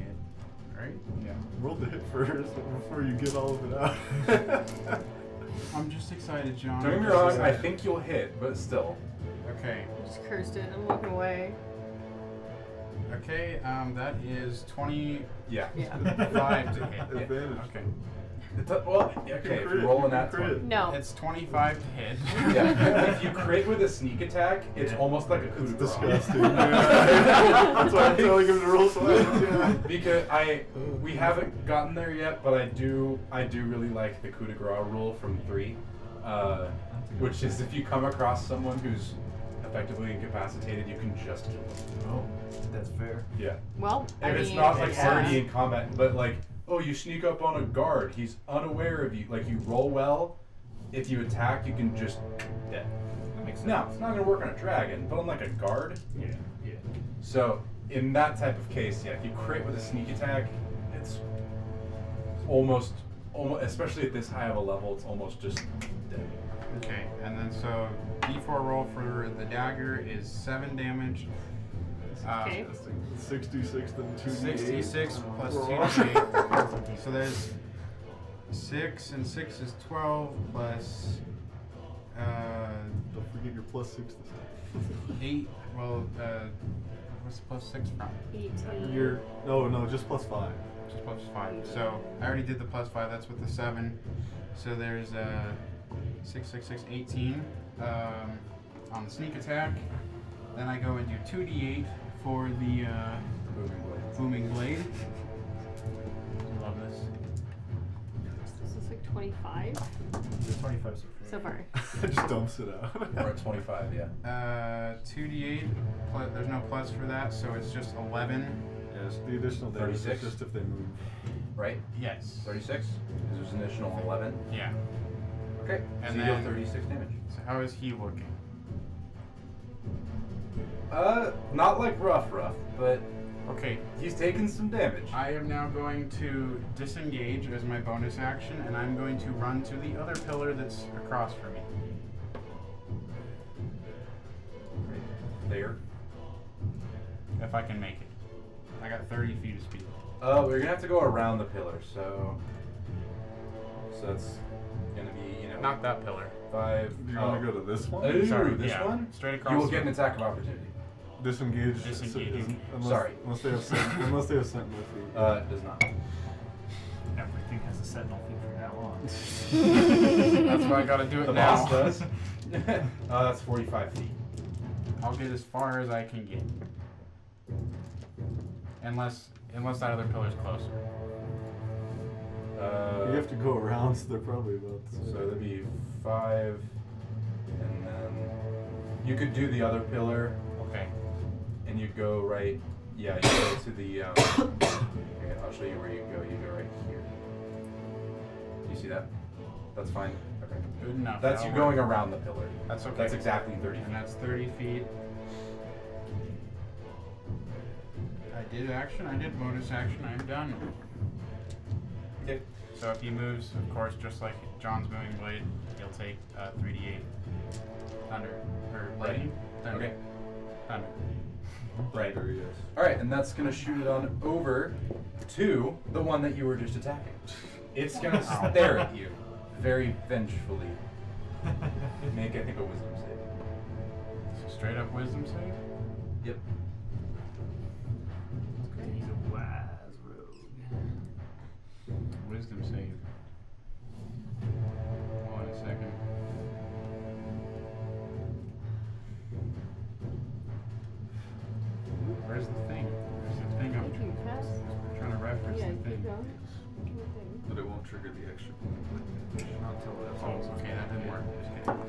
S7: Right? Yeah.
S4: Roll the hit first before you get all of it out.
S7: I'm just excited, John.
S1: Don't get me
S7: I'm
S1: wrong.
S7: just
S1: I
S7: excited.
S1: think you'll hit, but still.
S7: Okay.
S8: I just cursed it. I'm walking away.
S7: Okay, um, that is 25
S1: Yeah.
S8: Yeah.
S7: to hit. Yeah.
S4: Advantage.
S7: Okay.
S1: It do- well, okay. If
S4: crit,
S1: you're rolling
S4: you
S1: that
S4: crit.
S1: twenty.
S8: No.
S7: It's 25 to hit.
S1: Yeah. if you crit with a sneak attack, it's almost like a coup
S4: It's
S1: de grace.
S4: disgusting. yeah. That's why I'm telling him to roll Oh. slow. Yeah.
S1: because I we haven't gotten there yet, but I do I do really like the coup de grace rule from three, uh, which is if you come across someone who's effectively incapacitated, you can just kill them.
S9: Oh, that's fair.
S1: Yeah,
S8: Well,
S1: if
S8: I
S1: it's
S8: mean,
S1: not like
S8: yeah.
S1: already in combat, but like oh you sneak up on a guard, he's unaware of you. Like you roll well, if you attack, you can just dead.
S9: That makes sense.
S1: No, it's not gonna work on a dragon, but on like a guard.
S9: Yeah. Yeah.
S1: So in that type of case, yeah, if you crit with a sneak attack, it's almost, almost especially at this high of a level, it's almost just dead.
S7: Okay, and then so d4 roll for the dagger is 7 damage. Uh,
S8: Okay.
S4: 66 and 2
S7: 66 plus 2d8. so there's 6 and 6 is 12 plus uh,
S4: Don't forget your plus 6 this time.
S7: 8. Well, uh, what's the plus 6 from?
S8: 18.
S4: You're, no, no, just plus 5.
S7: Just plus 5. So I already did the plus 5, that's with the 7. So there's uh, 6, 6, 6, 18 um, on the sneak attack. Then I go and do 2d8 for the uh,
S1: Moving blade.
S7: booming blade. I love this.
S8: This is like 25
S5: The 25 is
S8: so far.
S4: just dumps it out.
S1: We're at 25, yeah.
S7: Uh, 2d8. Plus, there's no plus for that, so it's just 11.
S4: Yes, the additional damage is
S1: 36.
S4: just if they move.
S1: Right?
S7: Yes.
S1: 36? Because there's an additional 11.
S7: Yeah.
S1: Okay. Okay.
S7: And
S1: so you deal
S7: then-
S1: 36 damage.
S7: So how is he looking?
S1: Uh, not like rough, rough, but
S7: Okay,
S1: he's taking some damage.
S7: I am now going to disengage as my bonus action, and I'm going to run to the other pillar that's across from me.
S1: Right there.
S7: If I can make it. I got 30 feet of speed.
S1: Uh, we're gonna have to go around the pillar, so. So that's gonna be, you know,
S7: Not that pillar.
S1: five.
S4: Do you
S1: oh.
S4: want to go to this one?
S1: Ooh,
S7: Sorry,
S1: this
S7: yeah.
S1: one?
S7: Straight across.
S1: You will
S7: the-
S1: get an attack of opportunity.
S4: Disengage.
S7: Disengaging.
S4: sen- Unless,
S1: Sorry.
S4: Unless they have sen- unless they have sentinel feet.
S1: Uh, it does not.
S5: Everything has a sentinel feature now on.
S7: That's why I gotta do it
S1: The
S7: now.
S1: boss does. uh, that's 45 feet.
S7: I'll get as far as I can get. Unless unless that other pillar's closer.
S1: Uh,
S4: you have to go around, so they're probably about. the
S1: So
S4: same.
S1: that'd be five, and then you could do the other pillar,
S7: Okay.
S1: and you go right. Yeah, you go to the. Um, here, I'll show you where you go. You go right here. You see that? That's fine. Okay.
S7: Good enough.
S1: That's you
S7: that'll
S1: going
S7: work.
S1: around the pillar.
S7: That's okay.
S1: That's exactly 30 feet.
S7: And that's 30 feet. I did action, I did bonus action, I'm done.
S1: Okay.
S7: So if he moves, of course, just like John's moving blade, he'll take uh, 3d8 thunder. Or lightning? Thunder.
S1: Okay.
S7: Thunder.
S1: Right.
S4: There he is.
S1: All right, and that's gonna shoot it on over to the one that you were just attacking. It's gonna stare at you very vengefully. Make I think a wisdom save.
S7: So straight up wisdom save?
S1: Yep.
S5: He's a wise rogue.
S7: Wisdom save. Hold on a second. Where's the thing? Where's the thing I'm
S8: If you pass,
S7: tr- trying to reference?
S8: yeah,
S7: the thing.
S8: keep going.
S4: But it won't trigger the extra point.
S5: Not until that's
S7: Oh, okay, that didn't work. Just kidding.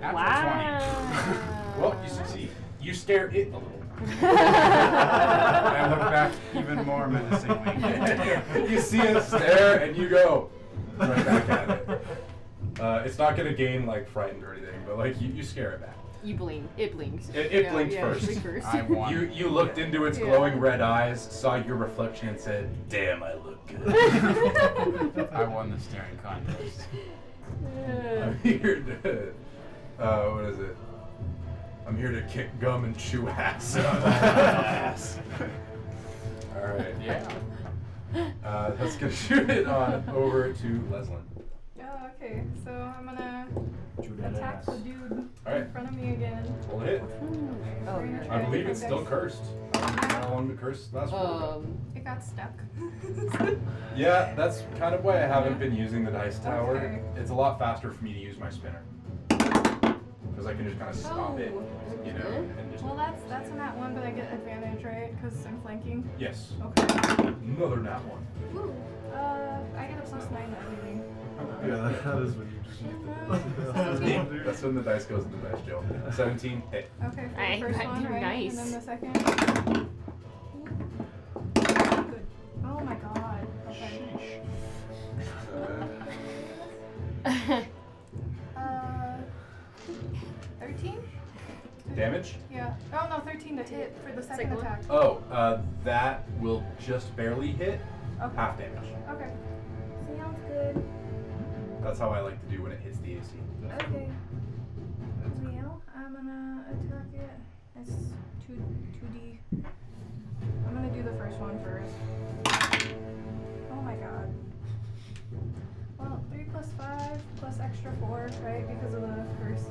S7: Natural
S8: Wow.
S1: Well, you succeed. You stare it a little.
S7: 20. I look back even more menacingly.
S1: you see it stare, and you go right back at it. Uh, it's not gonna gain like frightened or anything, but like you, you scare it back.
S8: You blink. It blinks.
S1: It- it blinked
S8: yeah,
S1: first.
S8: It blinked first.
S7: I won.
S1: You you looked into its
S8: Yeah.
S1: glowing red eyes, saw your reflection, and said, "Damn, I look good."
S7: I won the staring contest.
S1: I'm here to, uh, what is it? I'm here to kick gum and chew ass.
S5: Um,
S1: All right.
S7: Yeah.
S1: Uh, that's gonna shoot it on over to Leslin.
S3: Oh, okay. So I'm gonna
S5: Juliet
S3: attack
S5: ass.
S3: the dude
S1: All right.
S3: in front of me again.
S1: Roll to hit.
S8: Oh,
S3: We're gonna
S8: yeah.
S3: try
S1: I
S3: a
S1: believe
S3: different
S1: it's still
S3: dex.
S1: cursed. How long the curse last for?
S8: Um,
S3: It got stuck.
S1: Yeah, that's kind of why I haven't been using the dice tower.
S3: Okay.
S1: It's a lot faster for me to use my spinner because I can just kind of stop it,
S8: Oh,
S1: you know,
S8: okay.
S1: and just
S3: well, that's that's a nat one, but I get advantage, right? Because I'm flanking.
S1: yes,
S3: Okay.
S1: another nat one.
S3: Ooh. Uh, I get a plus nine that leaving.
S4: Yeah, that, that is when you just need
S3: Yeah.
S4: the
S1: that's when the dice goes in the dice jail. Seventeen hit.
S3: Okay, for
S8: I
S3: the first
S8: got
S3: one,
S8: you
S3: right?
S8: nice.
S3: And then the second. Good. Oh my god. Okay. Uh, 13?
S1: Damage?
S3: Yeah. Oh no, 13 to hit for the second
S2: Second one?
S3: attack.
S1: Oh, uh, that will just barely hit.
S3: Okay.
S1: Half damage.
S3: Okay. Sounds good.
S1: That's how I like to do when it hits the AC.
S3: Okay. Well, I'm gonna attack it. It's 2 2D. I'm gonna do the first one first. Oh my god. Well, 3 plus 5 plus extra 4, right? Because of the first.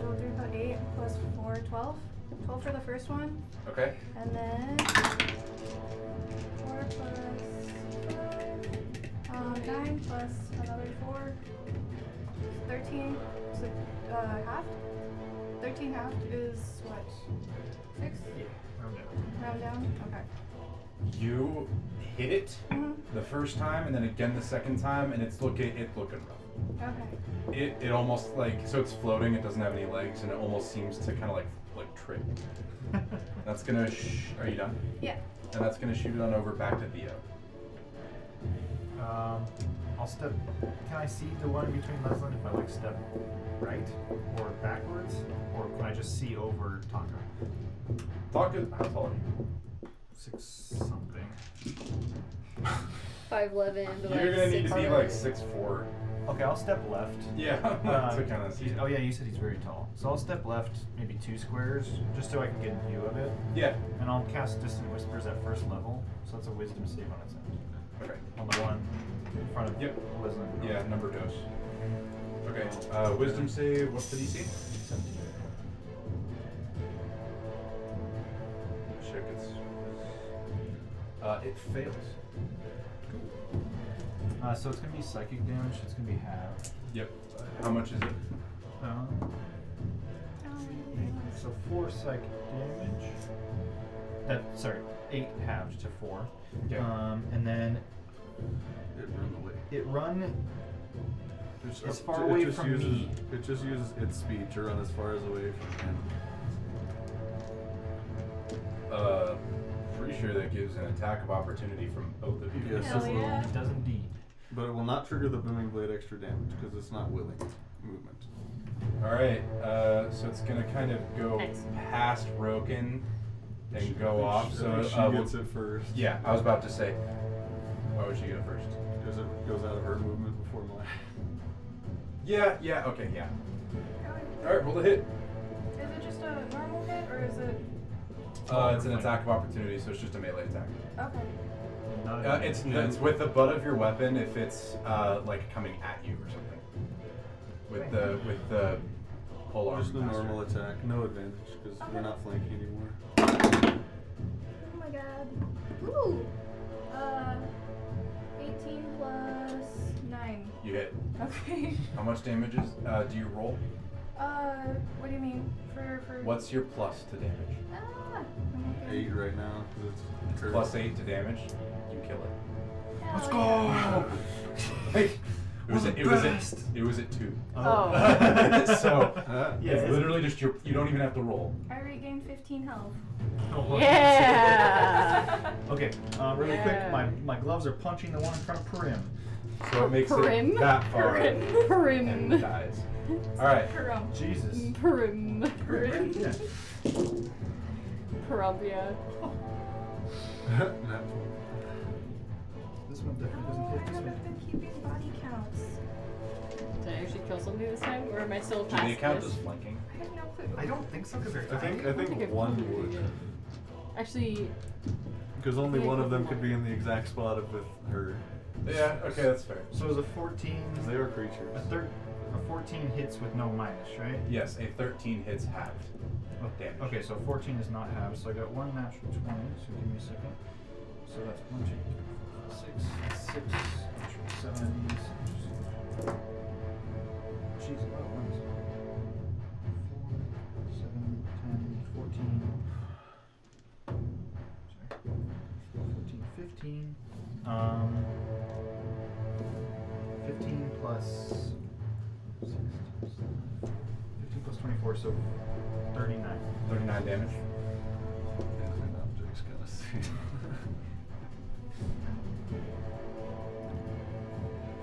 S3: So 3 plus 8 plus 4, 12. 12 for the first one.
S1: Okay.
S3: And then four plus five, um, nine plus another four, thirteen. So uh, half. Thirteen half is what? Six.
S5: Yeah, round it.
S3: Round down. Okay.
S1: You hit it
S3: Mhm.
S1: the first time, and then again the second time, and it's looking it's looking rough.
S3: Okay.
S1: It it almost like so it's floating. It doesn't have any legs, and it almost seems to kind of like like trip. that's gonna. Sh- are you done?
S3: Yeah.
S1: And that's gonna shoot it on over back to Theo.
S5: Um, I'll step. Can I see the one in between Leslin if I like step right or backwards, or can I just see over Tonka?
S1: Taka, how tall are you?
S5: Six something.
S2: Five eleven.
S8: Um,
S1: You're gonna need to be like six four. Uh,
S5: Okay, I'll step left.
S1: Yeah.
S5: Um,
S1: to kind of see.
S5: he's- oh yeah, you said he's very tall. So I'll step left, maybe two squares, just so I can get a view of it,
S1: Yeah.
S5: and I'll cast Distant Whispers at first level. So that's a Wisdom save on its end.
S1: Okay.
S5: On the one in front of
S1: Yep.
S5: Leslin.
S1: Yeah. Number dose. Okay. Uh, wisdom save. What's the DC?
S5: Seventeen.
S1: Check it's. Uh, it fails.
S5: Uh, so it's gonna be psychic damage. It's gonna be half.
S1: Yep. How much is it?
S5: Um, So four psychic damage. That sorry, eight halved to four.
S1: Yeah.
S5: Um, and then
S4: It run away.
S5: it run.
S4: It's,
S5: It's
S4: up
S5: far
S4: to-
S5: away
S4: it just
S5: from
S4: uses,
S5: me.
S4: It just uses its speed to run as far as away from him.
S1: Uh, pretty sure that gives an attack of opportunity from both of you.
S4: Yes,
S3: Hell
S4: it will.
S3: yeah.
S9: It does indeed.
S4: But it will not trigger the booming blade extra damage because it's not willing movement.
S1: All right. Uh, so it's gonna kind of go
S8: Nice.
S1: past Roken
S4: She-
S1: and go
S4: I
S1: off.
S4: think
S1: So
S4: she,
S1: uh,
S4: gets it first.
S1: yeah, I was about to say. Why would she go first?
S4: Because it goes out of her movement before mine.
S1: Yeah. Yeah. Okay. Yeah.
S3: Is
S1: All right. Roll the hit.
S3: it just a normal hit or is it?
S1: Uh, it's an attack of opportunity, so it's just a melee attack.
S3: Okay.
S5: Not
S1: Uh, it's
S4: Yeah.
S1: it's with the butt of your weapon if it's uh, like coming at you or something. With the with the pole arm.
S4: Just a
S1: blaster.
S4: normal attack, no advantage because we're not flanking anymore.
S3: Oh my god. Ooh. Uh, 18 plus 9.
S1: You hit.
S3: Okay.
S1: How much damage is? Uh, do you roll?
S3: Uh, what do you mean? For for.
S1: What's your plus to damage?
S3: Ah.
S4: Eight right now because it's curved.
S1: Plus eight to damage. You kill it.
S3: Let's
S1: Like, it was
S5: We're
S1: at,
S5: the
S1: it was at,
S5: best.
S1: it was at two.
S8: Oh.
S1: so
S4: Ah,
S5: Yeah,
S1: it's
S5: it's-
S1: literally just your. You don't even have to roll.
S3: I regained 15 health.
S8: Yeah.
S5: Okay, uh, really
S8: Yeah.
S5: quick, my, my gloves are punching the one in front of Prim.
S1: So it makes
S8: Prim.
S1: it that far
S8: Prim.
S1: and
S8: Prim.
S1: dies. All right.
S3: Karum.
S5: Jesus.
S8: Prim.
S5: Yeah.
S8: Prim. Perumbia.
S4: Nat
S5: This one definitely
S3: Oh, I
S5: doesn't hit this
S3: haven't
S5: one.
S3: been keeping body counts.
S8: Did I actually kill somebody this time, or am I still
S1: Do
S8: past
S1: they count
S8: this?
S1: as flanking?
S3: I have no clue.
S5: I don't think so because they're
S4: I think I
S8: I
S4: think
S8: I've
S4: one
S8: killed
S4: would
S8: you. Actually,
S4: because only
S8: Yeah,
S4: one of them
S8: one.
S4: could be in the exact spot of with her.
S1: Yeah. Okay, that's fair.
S5: So it was a 14.
S4: 'Cause They are creatures.
S5: A, thir- a 14 hits with no minus, right?
S1: Yes, a 13 hits halved.
S5: Oh,
S1: Damage.
S5: Okay, so 14 is not halved, so I got one natural 20, so give me a second. So that's 1, 2, 3, 4, 5, 6, 6, natural 7 of these. Jeez, a lot of ones. 4, 7, 10, 14. Sorry. 14, 15. Um, 15 plus 16, 15 plus 24, so 39.
S1: 39 damage.
S4: And an object's gonna see.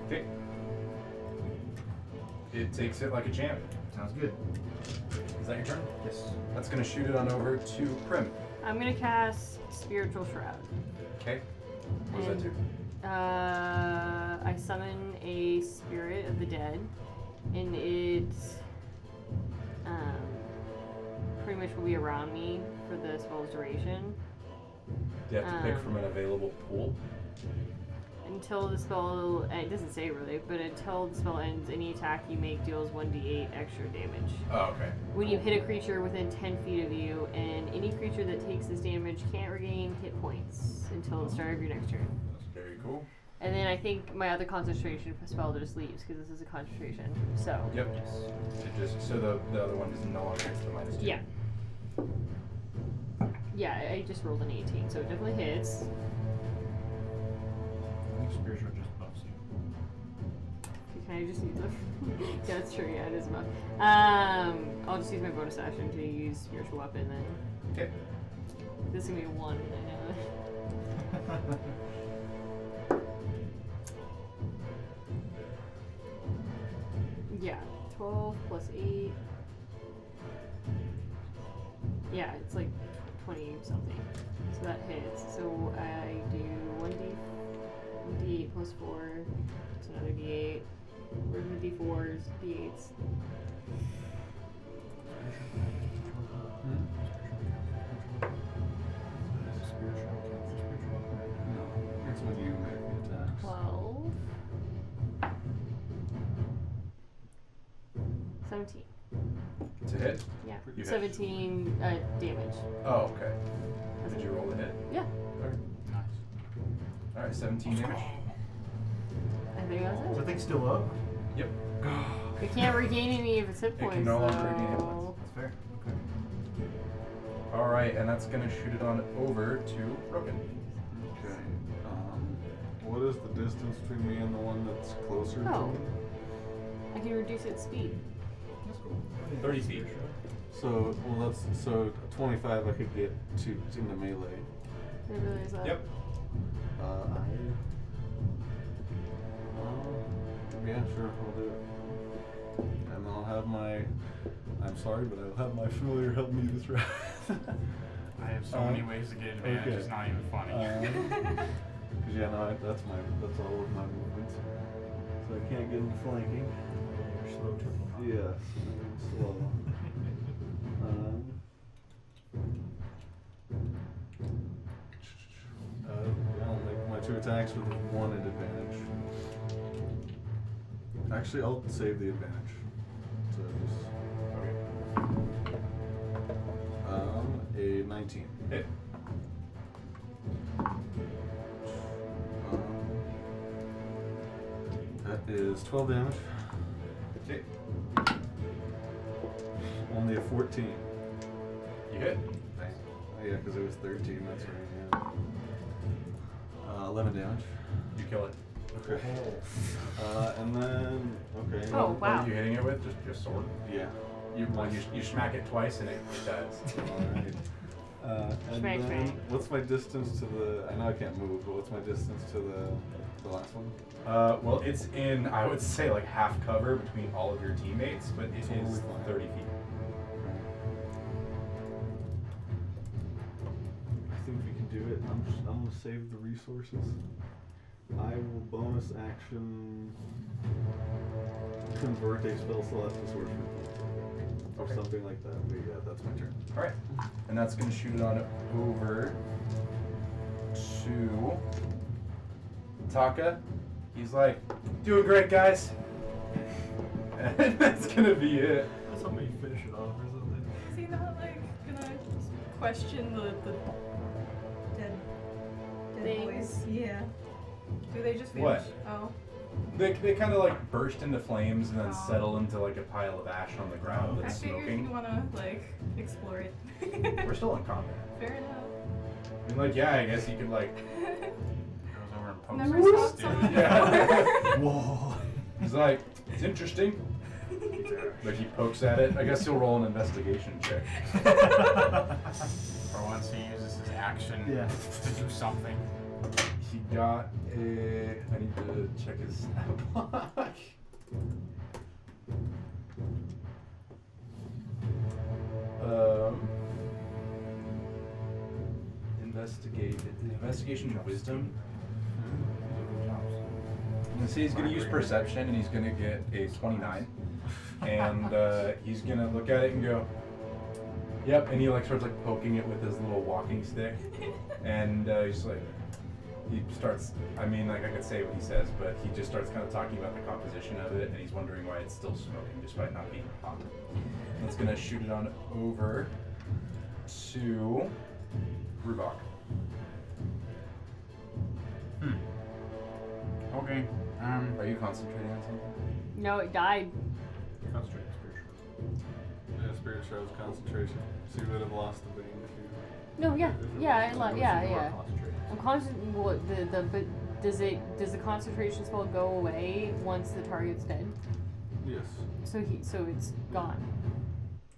S1: Okay. It takes it like a champ.
S5: Sounds good.
S1: Is that your turn?
S5: Yes.
S1: That's gonna shoot it on over to Prim.
S8: I'm gonna cast Spiritual Shroud.
S1: Okay. What does that do?
S8: Uh, I summon a spirit of the dead, and it um, pretty much will be around me for the spell's duration
S1: Do you have to pick
S8: Um,
S1: from an available pool?
S8: until the spell. It doesn't say really, but until the spell ends, any attack you make deals 1d8 extra damage.
S1: Oh, okay.
S8: When you hit a creature within 10 feet of you, and any creature that takes this damage can't regain hit points until the start of your next turn.
S1: That's very cool.
S8: And then I think my other concentration spell just leaves because this is a concentration. So
S1: Yep. It just so the, the other one is no longer to minus two.
S8: yeah, yeah, I- I just rolled an 18, so it definitely hits.
S5: I think spiritual just buffs you.
S8: Can I just use them? yeah, that's true. Yeah, it is rough. Um, I'll just use my bonus action to use spiritual weapon then.
S1: Okay.
S8: This is gonna be a one. I know. Yeah, 12 plus 8. Yeah, it's like 20 something. So that hits. So I do 1d, 1d8 plus 4. It's another d8. We're gonna d4s, d8s.
S9: It's when you make the attacks.
S8: 12. 17.
S1: It's a hit?
S8: Yeah.
S1: You hit.
S8: 17 uh, damage.
S1: Oh, okay.
S8: That's
S1: Did
S8: it.
S1: you roll the hit?
S8: Yeah.
S7: Nice.
S1: Alright, 17 damage.
S8: I think that's it.
S5: Is the thing still up?
S1: Yep.
S8: It can't regain any of its hit
S1: It can
S8: points.
S1: no longer regain hit
S8: so-
S1: points.
S5: That's fair. Okay.
S1: Alright, and that's gonna shoot it on over to Rogan.
S9: Okay. Um, what is the distance between me and the one that's closer to
S8: Oh.
S9: me?
S8: I can reduce its speed.
S1: 30 feet.
S9: So well, that's so 25. I could get to in the melee.
S8: I didn't realize that.
S1: Yep.
S9: Uh, I. Uh, yeah, sure. I'll do it. And I'll have my. I'm sorry, but I'll have my familiar help me this round.
S7: I have so
S9: Uh,
S7: many ways to get advantage.
S9: okay.
S7: It's not even funny.
S4: Uh,
S9: Because yeah, no, I, that's my that's all of my movements. So I can't get him flanking.
S5: You're slow triple. knot.
S9: Yeah, so slow. um, uh, I'll make my two attacks with one at advantage. Actually, I'll save the advantage. So just
S1: Okay.
S9: um, a 19.
S1: Hit.
S9: Um, that is 12 damage.
S1: Okay.
S9: Only a 14.
S1: You hit.
S9: Oh, yeah, because it was 13. That's right. Yeah. Uh, 11 damage.
S1: You kill it.
S9: Okay. Uh, and then, okay.
S8: Oh,
S9: well,
S8: wow.
S1: What are you hitting it with? Just your sword?
S9: Yeah.
S1: You, well, you, you smack it twice and it dies.
S9: Alright. Uh, and
S8: Smack,
S9: then,
S8: smack.
S9: what's my distance to the? I know I can't move, but what's my distance to the the last one?
S1: Uh, well, it's in, I would say, like half cover between all of your teammates, but it
S9: Totally
S1: is
S9: fine.
S1: 30 feet.
S9: I think we can do it. I'm just, I'm gonna save the resources. I will bonus action convert a spell slot to sorcery or
S1: Okay.
S9: something like that. But yeah, that's my turn.
S1: Alright. And that's going to shoot it on over to Taka. He's like, doing great, guys. And that's going to be it.
S10: That's how you finish it off or something.
S3: Is he not like gonna question the, the dead, dead
S11: Things.
S3: boys? Yeah. Do they just finish?
S1: What?
S3: Oh.
S1: They, they kind of like burst into flames and then
S3: Oh.
S1: settle into like a pile of ash on the ground
S3: I
S1: that's
S3: figured
S1: smoking.
S3: you'd wanna like explore it.
S1: We're still in combat.
S3: Fair
S1: And like, yeah, I guess you could like.
S3: enough.
S7: Goes over and pokes
S3: Never
S7: him with a
S3: stopped
S7: stick.
S3: someone
S1: Yeah.
S3: before.
S9: Whoa!
S1: He's like, it's interesting. Like he pokes at it. I guess he'll roll an investigation check.
S7: For once, he uses his action
S5: Yeah.
S7: to do something.
S1: He got a. I need to check his snap block. um. Investigate. Investigation and wisdom. I'm gonna say he's gonna use perception and he's gonna get a 29. And uh, he's gonna look at it and go, Yep, and he like starts like poking it with his little walking stick. And uh, he's like, he starts, I mean, like I could say what he says, but he just starts kind of talking about the composition of it and he's wondering why it's still smoking despite not being hot. And it's gonna shoot it on over to Rubok.
S7: Hmm. Okay. Um.
S1: Are you concentrating on something?
S8: No, it died.
S5: Concentrate on spiritual.
S9: Yeah, spirit shows concentration. So you would have lost the vein if you.
S8: No, yeah. Yeah, I
S9: It
S8: love
S9: was
S8: Yeah,
S9: more
S8: yeah.
S9: concentrated.
S8: I'm conscious. What the the but does it does the concentration spell go away once the target's dead?
S9: Yes.
S8: So he so it's gone.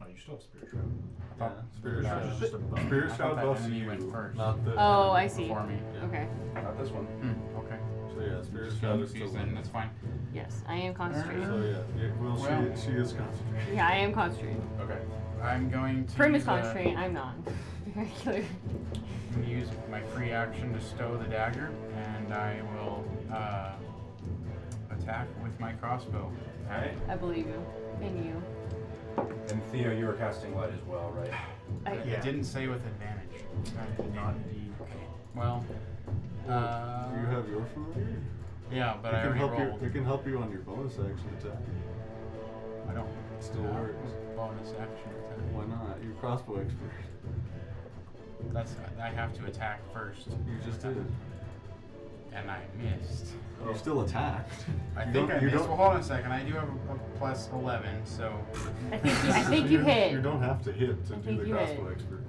S5: Oh, you still have spiritual.
S9: Yeah.
S7: thought-
S9: Spirit
S7: that
S9: shows.
S7: was
S5: just a bone.
S9: Spirit
S7: I
S9: show
S7: thought that
S9: buffs
S7: enemy
S9: you,
S7: went first.
S9: not the.
S8: Oh, I see.
S7: Before me.
S9: Yeah.
S8: Okay.
S1: Not this one.
S7: Hmm, okay.
S4: So yeah, spirit
S7: Just
S4: shroud is still
S7: confused then,
S4: on.
S7: That's fine.
S8: Yes, I am concentrating.
S4: So yeah, yeah, well,
S7: Well.
S4: she, she is concentrating.
S8: Yeah, I am concentrating.
S7: Okay. I'm going to
S8: Prim is
S7: use, uh,
S8: concentrating. I'm not. Very clear.
S7: I'm gonna use my free action to stow the dagger, and I will uh, attack with my crossbow.
S1: Alright.
S8: I believe you. In you.
S1: And Theo, you were casting light as well, right?
S8: I,
S7: It didn't say with advantage.
S5: Not indeed.
S7: Well, uh,
S4: Do you have your familiar?
S7: yeah, but
S4: it
S7: I
S4: can
S7: already
S4: help
S7: rolled.
S4: you. It can help you on your bonus action attack.
S7: I don't.
S4: It still
S7: Uh,
S4: works.
S7: Bonus action attack.
S4: Why not? You're crossbow expert.
S7: That's I have to attack first.
S4: You just did.
S7: And I missed.
S5: Oh.
S4: You still attacked.
S7: I
S4: You
S7: think
S4: don't-
S7: I
S4: you
S7: missed.
S4: don't-
S7: Well, hold on a second. I do have a, a plus eleven, so
S8: I think you, I think
S4: So
S8: you
S4: You
S8: hit.
S4: don't have to hit to
S8: I
S4: do
S8: think
S4: the
S8: you hit.
S4: crossbow expert.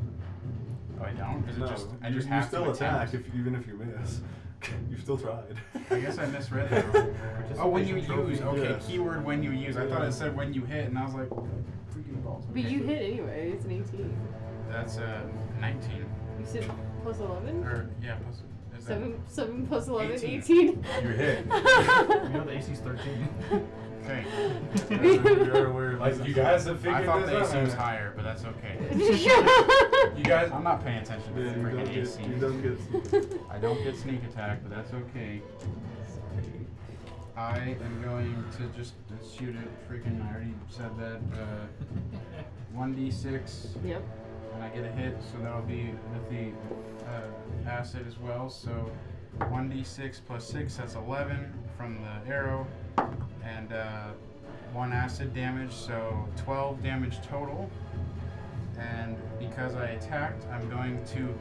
S7: oh, I don't. 'Cause it
S4: No,
S7: just I
S4: you,
S7: just
S4: you
S7: have
S4: still
S7: to
S4: attack if, even if you miss. you still tried.
S7: I guess I misread that wrong. Oh, when you
S5: Participation
S7: use.
S4: trophy.
S7: Okay,
S4: Yes.
S7: keyword when you use. I thought
S4: Yeah.
S7: it said when you hit, and I was like, freaking balls.
S8: But
S7: Okay.
S8: you hit anyway. It's an 18.
S7: That's uh, 19.
S8: You said plus 11?
S7: Or, yeah, plus. Is that,
S8: 7, 7 plus 11, 18.
S7: Eighteen.
S1: You hit.
S5: You know the AC's 13.
S7: okay.
S4: You're aware of
S1: Like you guys have
S7: I
S1: figured
S7: thought the
S1: this
S7: AC
S1: out.
S7: was higher, but that's okay.
S1: You guys,
S7: I'm not paying attention to
S4: Yeah,
S7: the
S4: you don't
S7: freaking
S4: get.
S7: AC.
S4: You don't get.
S7: I don't get sneak attack, but that's okay. I am going to just shoot it. Freaking, I already said that. Uh, 1d6
S8: yep.
S7: and I get a hit, so that'll be with the uh, acid as well. So 1d6 plus 6, that's 11 from the arrow, and uh, 1 acid damage, so 12 damage total. And because I attacked, I'm going to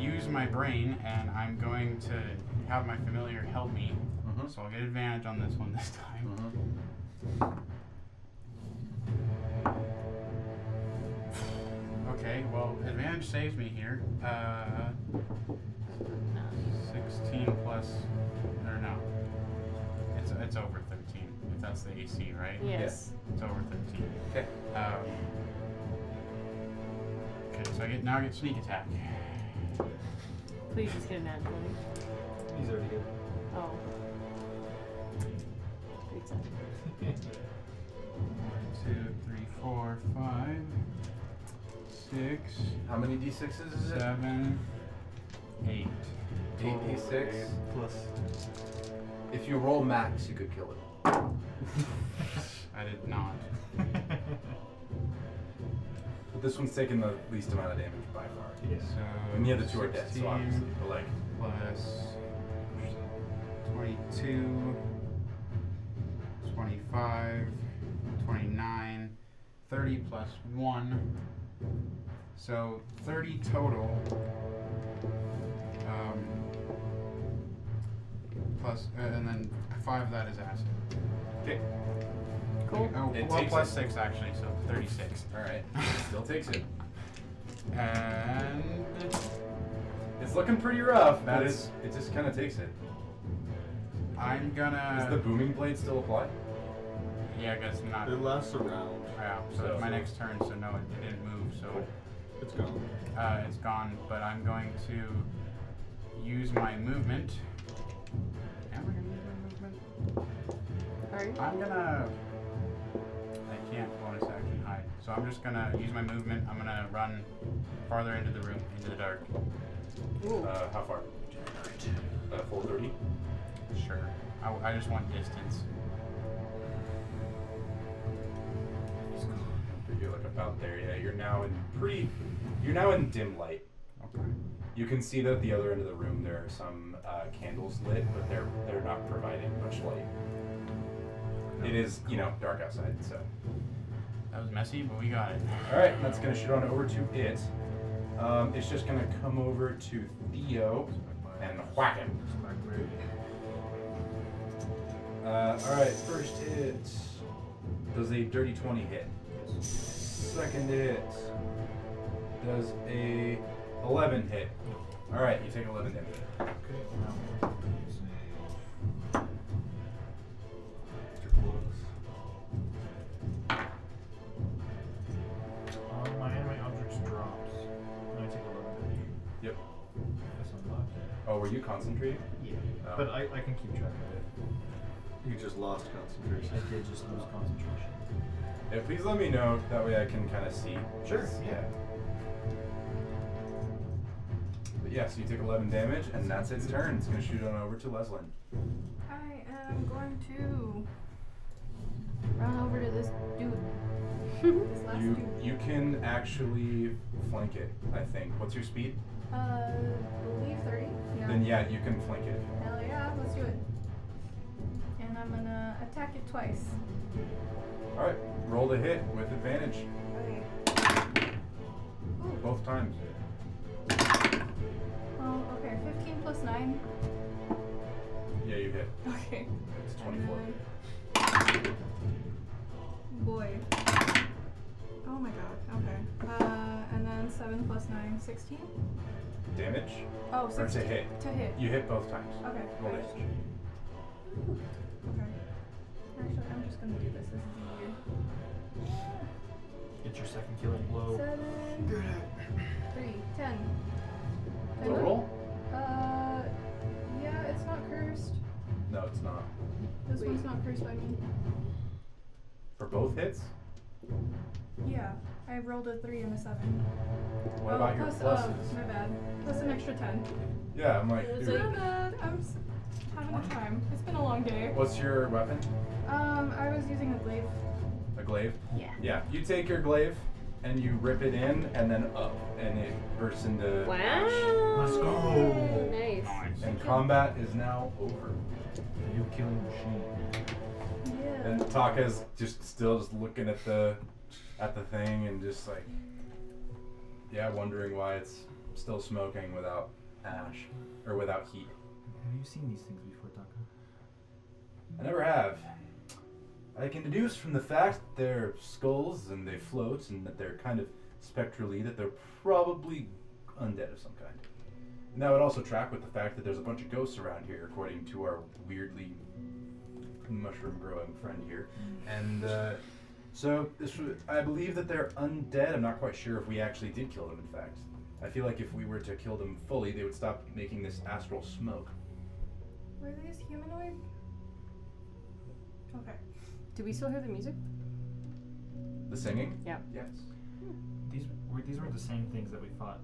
S7: use my brain and I'm going to have my familiar help me.
S1: Mm-hmm.
S4: Mhm.
S7: So I'll get advantage on this one this time. Okay, well, advantage saves me here. Uh, 16 plus, or no, it's it's over 13. If that's the AC, right?
S8: Yes.
S7: It's over 13.
S1: Okay.
S7: Um, okay, so I get now I get sneak attack.
S8: Please just get a nat 20.
S5: He's already good.
S8: Oh. Big time.
S7: One, two, three, four, five, six,
S1: how many d6s is it?
S7: seven, eight.
S1: Eight d6.
S4: Plus.
S1: If you roll max, you could kill it.
S7: I did not.
S1: But this one's taking the least amount of damage by far.
S7: So
S1: And the other two are dead,
S7: 16,
S1: so obviously. But like,
S7: plus 22, 25, 29, 30 plus 1. So 30 total. Um, plus, uh, and then 5 of that is acid.
S1: okay,
S8: Cool.
S7: Oh,
S1: It
S7: well,
S1: takes
S7: plus
S1: it.
S7: 6 actually, so 36.
S1: all right. Still takes it.
S7: And
S1: It's looking pretty rough.
S7: That
S1: That is. It just kind of takes it.
S7: I'm gonna.
S1: Does the booming blade still apply?
S7: yeah, I guess not.
S4: It lasts a round.
S7: Yeah, so,
S1: So-
S7: it's my next turn, so no, it, it didn't move, so
S4: It's gone.
S7: uh, it's gone. But I'm going to use my movement. Am I gonna use my movement?
S8: Are you?
S7: I'm gonna. I can't bonus action hide, so I'm just gonna use my movement. I'm gonna run farther into the room, into the dark. oh.
S8: Ooh.
S1: Uh, how far? Uh, 430.
S7: Sure. I, I just want distance.
S1: You're like about there. Yeah, you're now in pretty. You're now in dim light.
S7: Okay.
S1: You can see that at the other end of the room there are some uh, candles lit, but they're they're not providing much light. It is you know dark outside. So
S7: That was messy, but we got it.
S1: all right, that's gonna shoot on over to it. Um, it's just gonna come over to Theo and whack him. Uh, all right, first hit does a dirty twenty hit. Second hit does a eleven hit. All right, you take eleven damage.
S4: You're close.
S5: Um, my anime objects drops. And I take 11 damage.
S1: Yep.
S5: That's unlocked.
S1: Oh, were you concentrating?
S5: Yeah.
S1: Oh, No.
S5: But I, I can keep track of it.
S4: You just lost concentration.
S9: I did just lose concentration.
S1: Yeah, please let me know. That way I can kind of see.
S5: Sure,
S1: It's-
S5: yeah.
S1: But yeah, so you take 11 damage, and that's its turn. It's going to shoot on over to Leslin.
S3: I am going to run over to this dude. this last
S1: You
S3: dude.
S1: you can actually flank it. I think. What's your speed?
S3: Uh, believe 30. Yeah.
S1: Then yeah, you can flank it.
S3: Hell yeah, let's do it. And I'm gonna attack it twice.
S1: All right, roll the hit with advantage
S3: Okay.
S1: both times.
S3: Um, okay, 15 plus 9.
S1: Yeah, you hit.
S3: Okay.
S1: It's 24.
S3: And then- Boy. Oh my god, okay. Uh, and then 7 plus 9, 16?
S1: Damage
S3: Oh,
S1: or to
S3: 16.
S1: hit.
S3: To hit.
S1: You hit both times.
S3: Okay.
S1: Roll
S3: I
S1: damage.
S3: just- Okay. Actually, I'm just gonna do this. This is easier.
S5: Get your second killing
S1: Oh,
S5: blow.
S3: Seven. Three. Ten.
S1: So roll?
S3: Uh, yeah, it's not cursed.
S1: No, it's not.
S3: This one's not cursed by me.
S1: For both hits.
S3: Yeah, I rolled a three and a seven.
S1: What
S3: oh,
S1: about your
S3: plus,
S1: pluses?
S3: Oh, my bad. Plus an extra ten.
S1: yeah, I'm like,
S2: It's
S1: dude,
S3: My bad. I'm s- having a time. It's been a long day.
S1: what's your weapon?
S3: Um, I was using a glaive.
S1: A glaive.
S6: Yeah.
S1: Yeah. You take your glaive and you rip it in and then up, and it bursts into.
S2: Wow.
S9: Let's go.
S2: Nice.
S1: And combat is now over.
S9: You killing machine.
S3: Yeah.
S1: And Taka's just still just looking at the at the thing and just like yeah, wondering why it's still smoking without ash or without heat.
S9: Have you seen these things before, Taka?
S1: I never have. I can deduce from the fact that they're skulls and they float and that they're kind of spectrally that they're probably undead of some kind. And that would also track with the fact that there's a bunch of ghosts around here, according to our weirdly mushroom growing friend here. And uh, so this w- I believe that they're undead. I'm not quite sure if we actually did kill them, in fact. I feel like if we were to kill them fully, they would stop making this astral smoke.
S3: Were these humanoid? Okay.
S8: Do we still hear the music?
S1: The singing?
S8: Yeah.
S1: Yes.
S5: These were these were the same things that we fought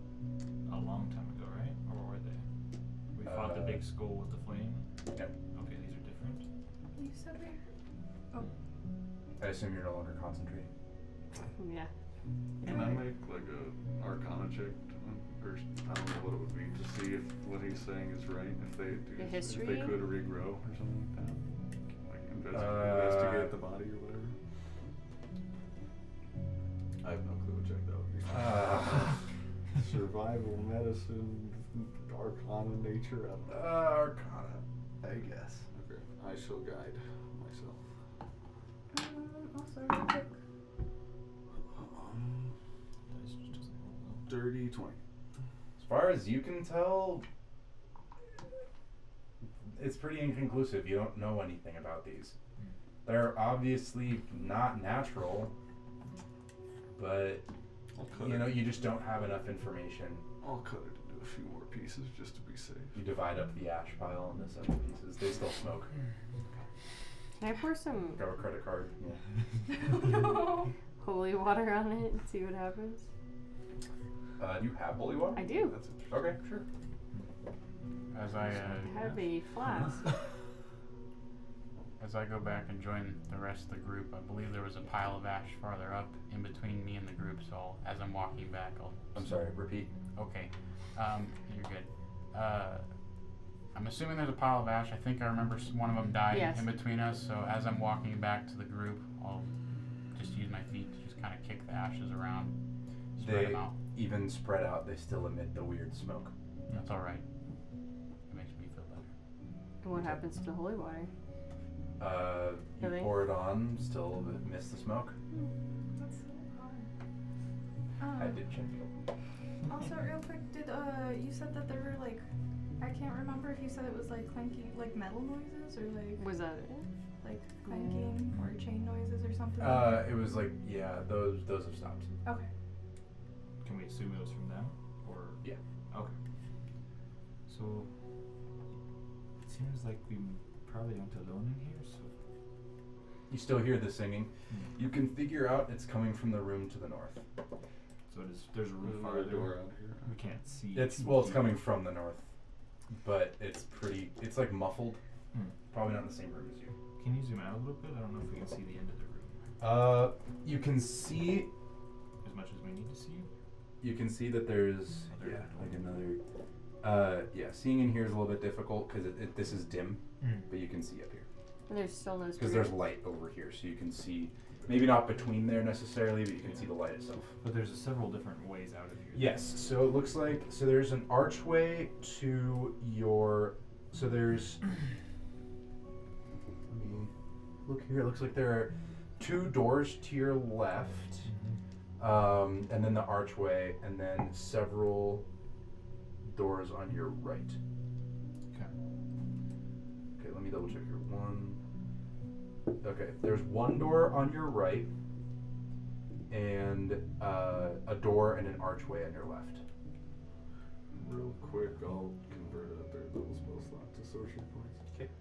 S5: a long time ago, right? Or were they? We fought the
S1: Uh,
S5: big skull with the flame.
S1: yep.
S5: Okay, these are different.
S3: You said we.
S1: I assume you're no longer concentrating.
S8: Yeah.
S4: Can I make like a Arcana check, to- or I don't know what it would be to see if what he's saying is right, if they do,
S8: The
S4: if
S8: history?
S4: they could regrow or something like that, like invest,
S1: Uh,
S4: investigate the body or whatever. I have no clue what check that would be.
S1: Uh,
S4: Survival medicine, Arcana nature. I don't
S1: uh,
S4: know.
S1: Arcana.
S4: I guess. Okay, I shall guide myself.
S3: Um, also, real quick.
S4: Um,
S9: Dice just doesn't roll well.
S4: dirty twenty.
S1: As far as you can tell, it's pretty inconclusive. You don't know anything about these. They're obviously not natural, but
S4: I'll cut
S1: you
S4: it.
S1: know, you just don't have enough information.
S4: I'll cut it into a few more pieces just to be safe.
S1: You divide up the ash pile into seven pieces. They still smoke.
S8: Can I pour some
S1: Grab a credit card. Yeah.
S3: no.
S8: holy water on it and see what happens?
S1: Uh, do you have holy water?
S8: I do.
S4: That's interesting.
S1: Okay, sure.
S7: As
S8: I
S7: I uh,
S8: have a flask.
S7: as I go back and join the rest of the group, I believe there was a pile of ash farther up in between me and the group. So I'll, as I'm walking back, I'll
S1: I'm sorry. Repeat.
S7: Okay. Um, you're good. Uh, I'm assuming there's a pile of ash. I think I remember s- one of them died
S8: Yes.
S7: in between us. So as I'm walking back to the group, I'll just use my feet to just kind of kick the ashes around, spread
S1: They-
S7: them out.
S1: Even spread out, they still emit the weird smoke.
S7: That's all right. It makes me feel better.
S8: And what happens to the holy water?
S1: Uh, you
S8: Really?
S1: pour it on, still miss the smoke.
S3: That's so odd.
S1: I
S3: Um,
S1: did check.
S3: Also, real quick, did uh, you said that there were like, I can't remember if you said it was like clanking, like metal noises or like
S8: Was that it?
S3: like clanking or chain noises or something.
S1: Uh, it was like yeah, those those have stopped.
S3: okay.
S5: Can we assume it was from them? Or
S1: Yeah.
S5: Okay. So it seems like we probably aren't alone in here, so hmm.
S1: You still hear the singing. You can figure out it's coming from the room to the north.
S5: so it is, there's a roof
S9: Another
S5: farther.
S9: door out here.
S5: We can't see.
S1: It's well, it's coming from the north, but it's pretty. It's like muffled.
S5: Hmm.
S1: Probably not in the same room as you.
S5: Can you zoom out a little bit? I don't know if we can see the end of the room
S1: Uh, you can see.
S5: as much as we need to see.
S1: You can see that there's
S5: Another
S1: yeah,
S5: door.
S1: like another. Uh, yeah, seeing in here is a little bit difficult because it, it, this is dim,
S5: Hmm.
S1: but you can see up here
S6: And there's still no
S1: because
S6: spirit.
S1: there's light over here, so you can see. Maybe not between there necessarily, but you can see the light itself.
S5: But there's several different ways out of here.
S1: Yes. So it looks like so there's an archway to your so there's let me look here. It looks like there are two doors to your left. Um, and then the archway and then several doors on your right.
S5: Okay.
S1: Okay, let me double check here. One Okay, there's one door on your right and uh, a door and an archway on your left.
S9: Real quick, I'll convert a third level spell slot to social points.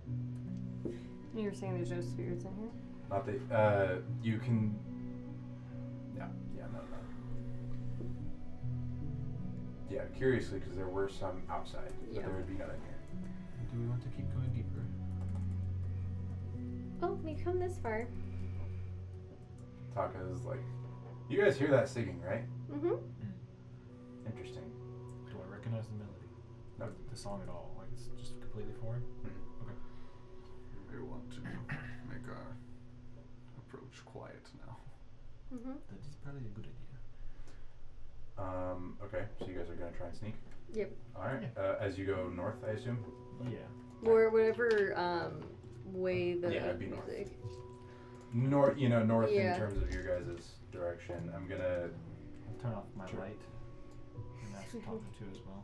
S6: You were saying there's no spirits in here?
S1: Not that uh, you can. No, yeah, no, no. Yeah, curiously, because there were some outside, but
S6: Yeah.
S1: there would be none in here.
S5: Do we want to keep going deeper?
S8: Oh, we come this far.
S1: Taka's like, you guys hear that singing, right?
S8: Mm-hmm.
S1: Interesting.
S5: Do I recognize the melody?
S1: No.
S5: The song at all? Like it's just completely foreign.
S9: We want to make our approach quiet now.
S8: Mm-hmm.
S5: That is probably a good idea.
S1: Um, okay, so you guys are gonna try and sneak.
S8: Yep.
S1: All right. Uh, as you go north, I assume.
S5: Yeah.
S8: Or whatever um, way the
S1: Yeah, it'd be north.
S8: music.
S1: North, you know, north
S8: Yeah.
S1: in terms of your guys' direction. I'm gonna.
S5: I'll turn off my
S1: Sure.
S5: light. And ask Tanya to as well.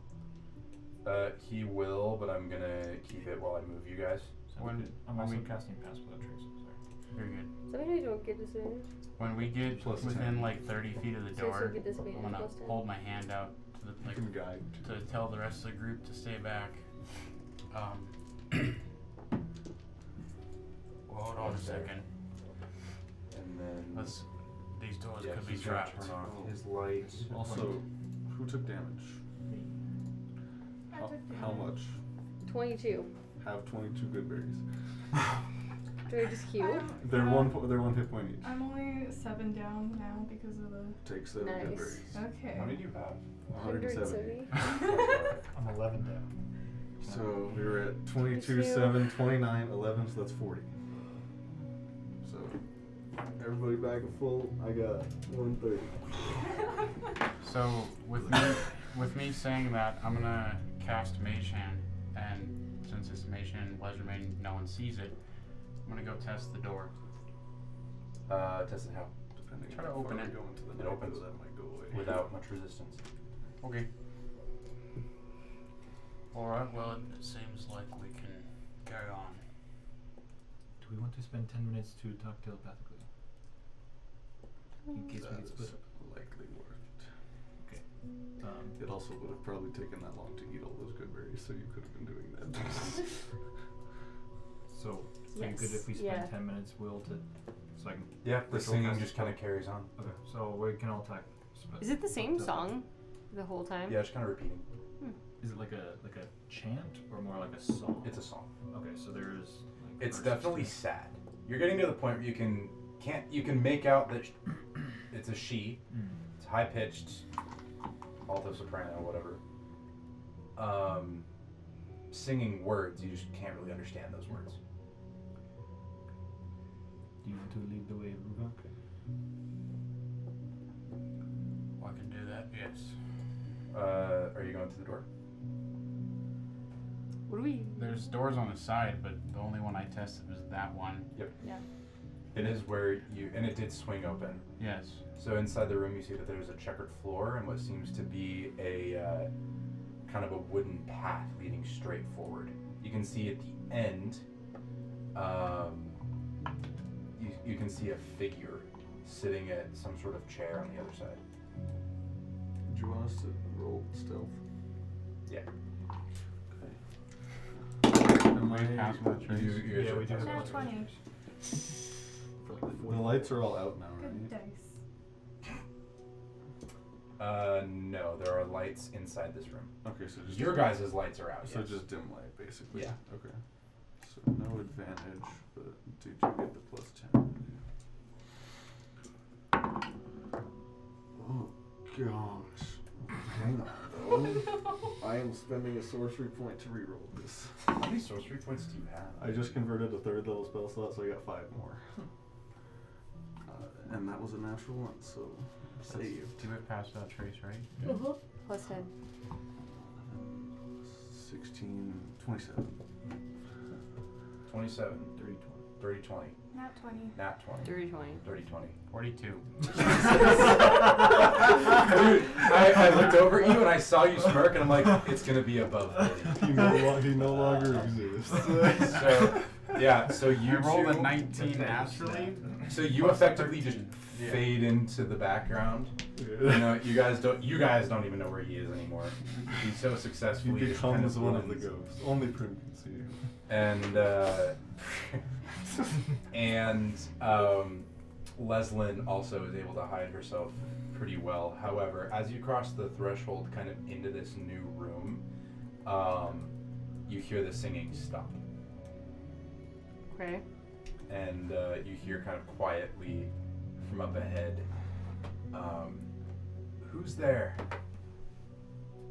S1: Uh, he will, but I'm gonna keep it while I move you guys.
S5: Sounds
S7: When-
S5: good. I'm
S7: when
S5: also
S7: we-
S5: casting pass without trace. Sorry.
S7: Very good.
S8: Somebody don't get this in.
S7: When we get
S9: Plus
S7: within
S9: 10.
S7: like 30 feet of the
S8: So she'll
S7: door,
S8: get this
S7: I'm
S8: man
S7: gonna
S8: plus ten.
S7: hold my hand out to the,
S9: You
S7: like
S9: can guide
S7: to tell the rest of the group to stay back. Um, well, hold on a second.
S1: And then
S7: Let's. These doors
S1: yeah,
S7: could be
S1: he's gonna
S7: trapped.
S1: turn off
S9: Oh.
S1: his lights.
S9: to. Also, who took damage?
S3: I
S9: How,
S3: took
S9: how
S3: damage.
S9: much?
S8: 22.
S9: Have 22 good berries.
S8: Do I just heal?
S3: I'm-
S9: They're
S3: uh,
S9: one. Po- they're one hit point each.
S3: I'm only seven down now because of the.
S9: Take seven
S8: Nice.
S9: good berries.
S3: Okay.
S1: How did you have?
S9: 170.
S12: I'm 11 down.
S9: So we were at 22, 7, 29, 11, so that's 40. So everybody back in full. I got 130.
S7: So with me, with me saying that, I'm gonna cast Mage Hand, and since it's Mage Hand, Lesser Main, no one sees it. I'm gonna go test the door.
S1: Uh, test it how?
S9: Depending
S7: Try to
S9: on how
S7: open
S9: far
S7: it.
S9: we go into the
S1: It
S9: night, though,
S1: opens.
S9: That might go away.
S1: Without much resistance.
S7: Okay. All right. Well, it, it seems like we can carry on.
S5: Do we want to spend 10 minutes to talk telepathically?
S6: Mm.
S5: In case we
S9: That
S5: get
S9: is
S5: split up.
S9: likely worth
S5: Um,
S9: it. It also would have probably taken that long to eat all those good berries, so you could have been doing that.
S5: so, are you good if we spend
S6: Yeah.
S5: 10 minutes, Will, to. So I can.
S1: Yeah, the
S5: Ritual
S1: singing
S5: cast.
S1: just kind of carries on.
S5: Okay, so we can all talk. Split.
S6: Is it the same song the whole time?
S1: Yeah, it's kind of repeating.
S5: Is it like a like a chant or more like a song?
S1: It's a song.
S5: okay, so there is. Like
S1: It's
S5: verses
S1: definitely
S5: to it.
S1: sad. You're getting to the point where you can can't you can make out that sh- it's a she.
S7: Hmm.
S5: Mm.
S1: It's high pitched, alto soprano, whatever. Um, singing words you just can't really understand those words.
S5: Do you want to lead the way, Rubak?
S7: I can do that. Yes.
S1: Uh, are you going to the door?
S6: What do we?
S7: There's doors on the side, but the only one I tested was that one.
S1: It is where you and it did swing open.
S7: Yes.
S1: So inside the room, you see that there's a checkered floor and what seems to be a uh, kind of a wooden path leading straight forward. You can see at the end, um, you, you can see a figure sitting at some sort of chair on the other side.
S9: Do you want us to roll stealth?
S1: Yeah.
S9: Okay. I'm
S4: way past my
S9: You-
S4: trace.
S9: you guys
S13: Yeah,
S9: are-
S13: we do.
S3: Nat 20.
S5: For like the
S9: The lights are all out now,
S3: Good
S9: right?
S3: dice.
S1: Uh, no, there are lights inside this room.
S9: Okay, so just
S1: Your guys' lights are out.
S9: So
S1: yes.
S9: just dim light, basically.
S1: Yeah.
S9: Okay. So no advantage, but did you get the plus ten? Oh gosh! Hang on. though. I am spending a sorcery point to reroll this.
S1: How many sorcery points do you have?
S9: I just converted a third level spell slot, so I got five more. Uh, and that was a natural one, so saved.
S4: Do it past that trace, right?
S8: Plus 10.
S9: 16, 27.
S1: 27,
S5: 30
S1: 30, 20,
S3: Nat 20.
S1: nat 20,
S8: Dirty 20.
S1: 30, 20.
S4: 42.
S1: Dude, I, I looked over at you and I saw you smirk, and I'm like, it's gonna be above 40.
S9: He no, lo- he no longer exists.
S1: So, yeah, so you
S4: You rolled
S1: two-
S4: a 19
S13: That-
S4: naturally.
S1: So you effectively just fade into the background. You know, you guys don't. You guys don't even know where he is anymore. He so
S9: He
S1: successfully just kind
S9: becomes
S1: of
S9: one of the
S1: blends.
S9: ghosts. Only Prim can see him.
S1: And uh, and um, Leslin also is able to hide herself pretty well. However, as you cross the threshold, kind of into this new room, um, you hear the singing stop,
S8: Okay.
S1: and uh, you hear kind of quietly from up ahead. Um, Who's there?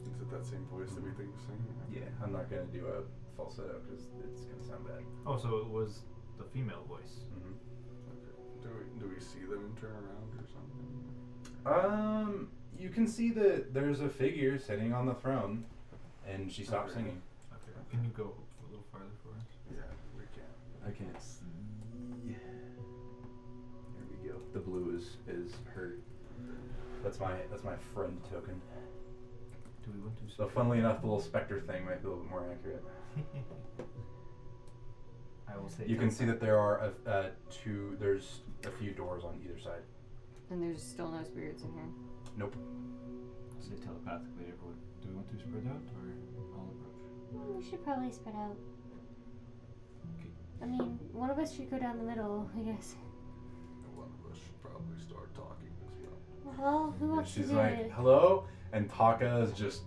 S9: Is it that same voice that we think is singing?
S1: Yeah, I'm not gonna do a falsetto because it's gonna sound bad. Mm-hmm.
S13: Oh, so it was the female voice.
S9: Okay. Do we, do we see them turn around or something?
S1: Um, you can see that there's a figure sitting on the throne, and she stopped
S9: Okay.
S1: singing.
S5: Okay. Can you go a little farther for us?
S9: Yeah, we can.
S14: I can't see. There we go. The blue is is hurt.
S1: That's my that's my friend token.
S5: Do we want to?
S1: So funnily enough, the little specter thing might be a little bit more accurate.
S5: I will say.
S1: You can see that there are a, uh, two. There's a few doors on either side.
S8: And there's still no spirits in here.
S1: Nope.
S5: I'll say telepathically to everyone. Do we want to spread out or all approach?
S6: Well, Hmm, we should probably spread out.
S5: Okay.
S6: I mean, one of us should go down the middle, I guess.
S9: And one of us should probably start talking as well.
S6: Well, who
S1: And
S6: wants to
S1: she's
S6: do
S1: like,
S6: it?
S1: "Hello," and Taka is just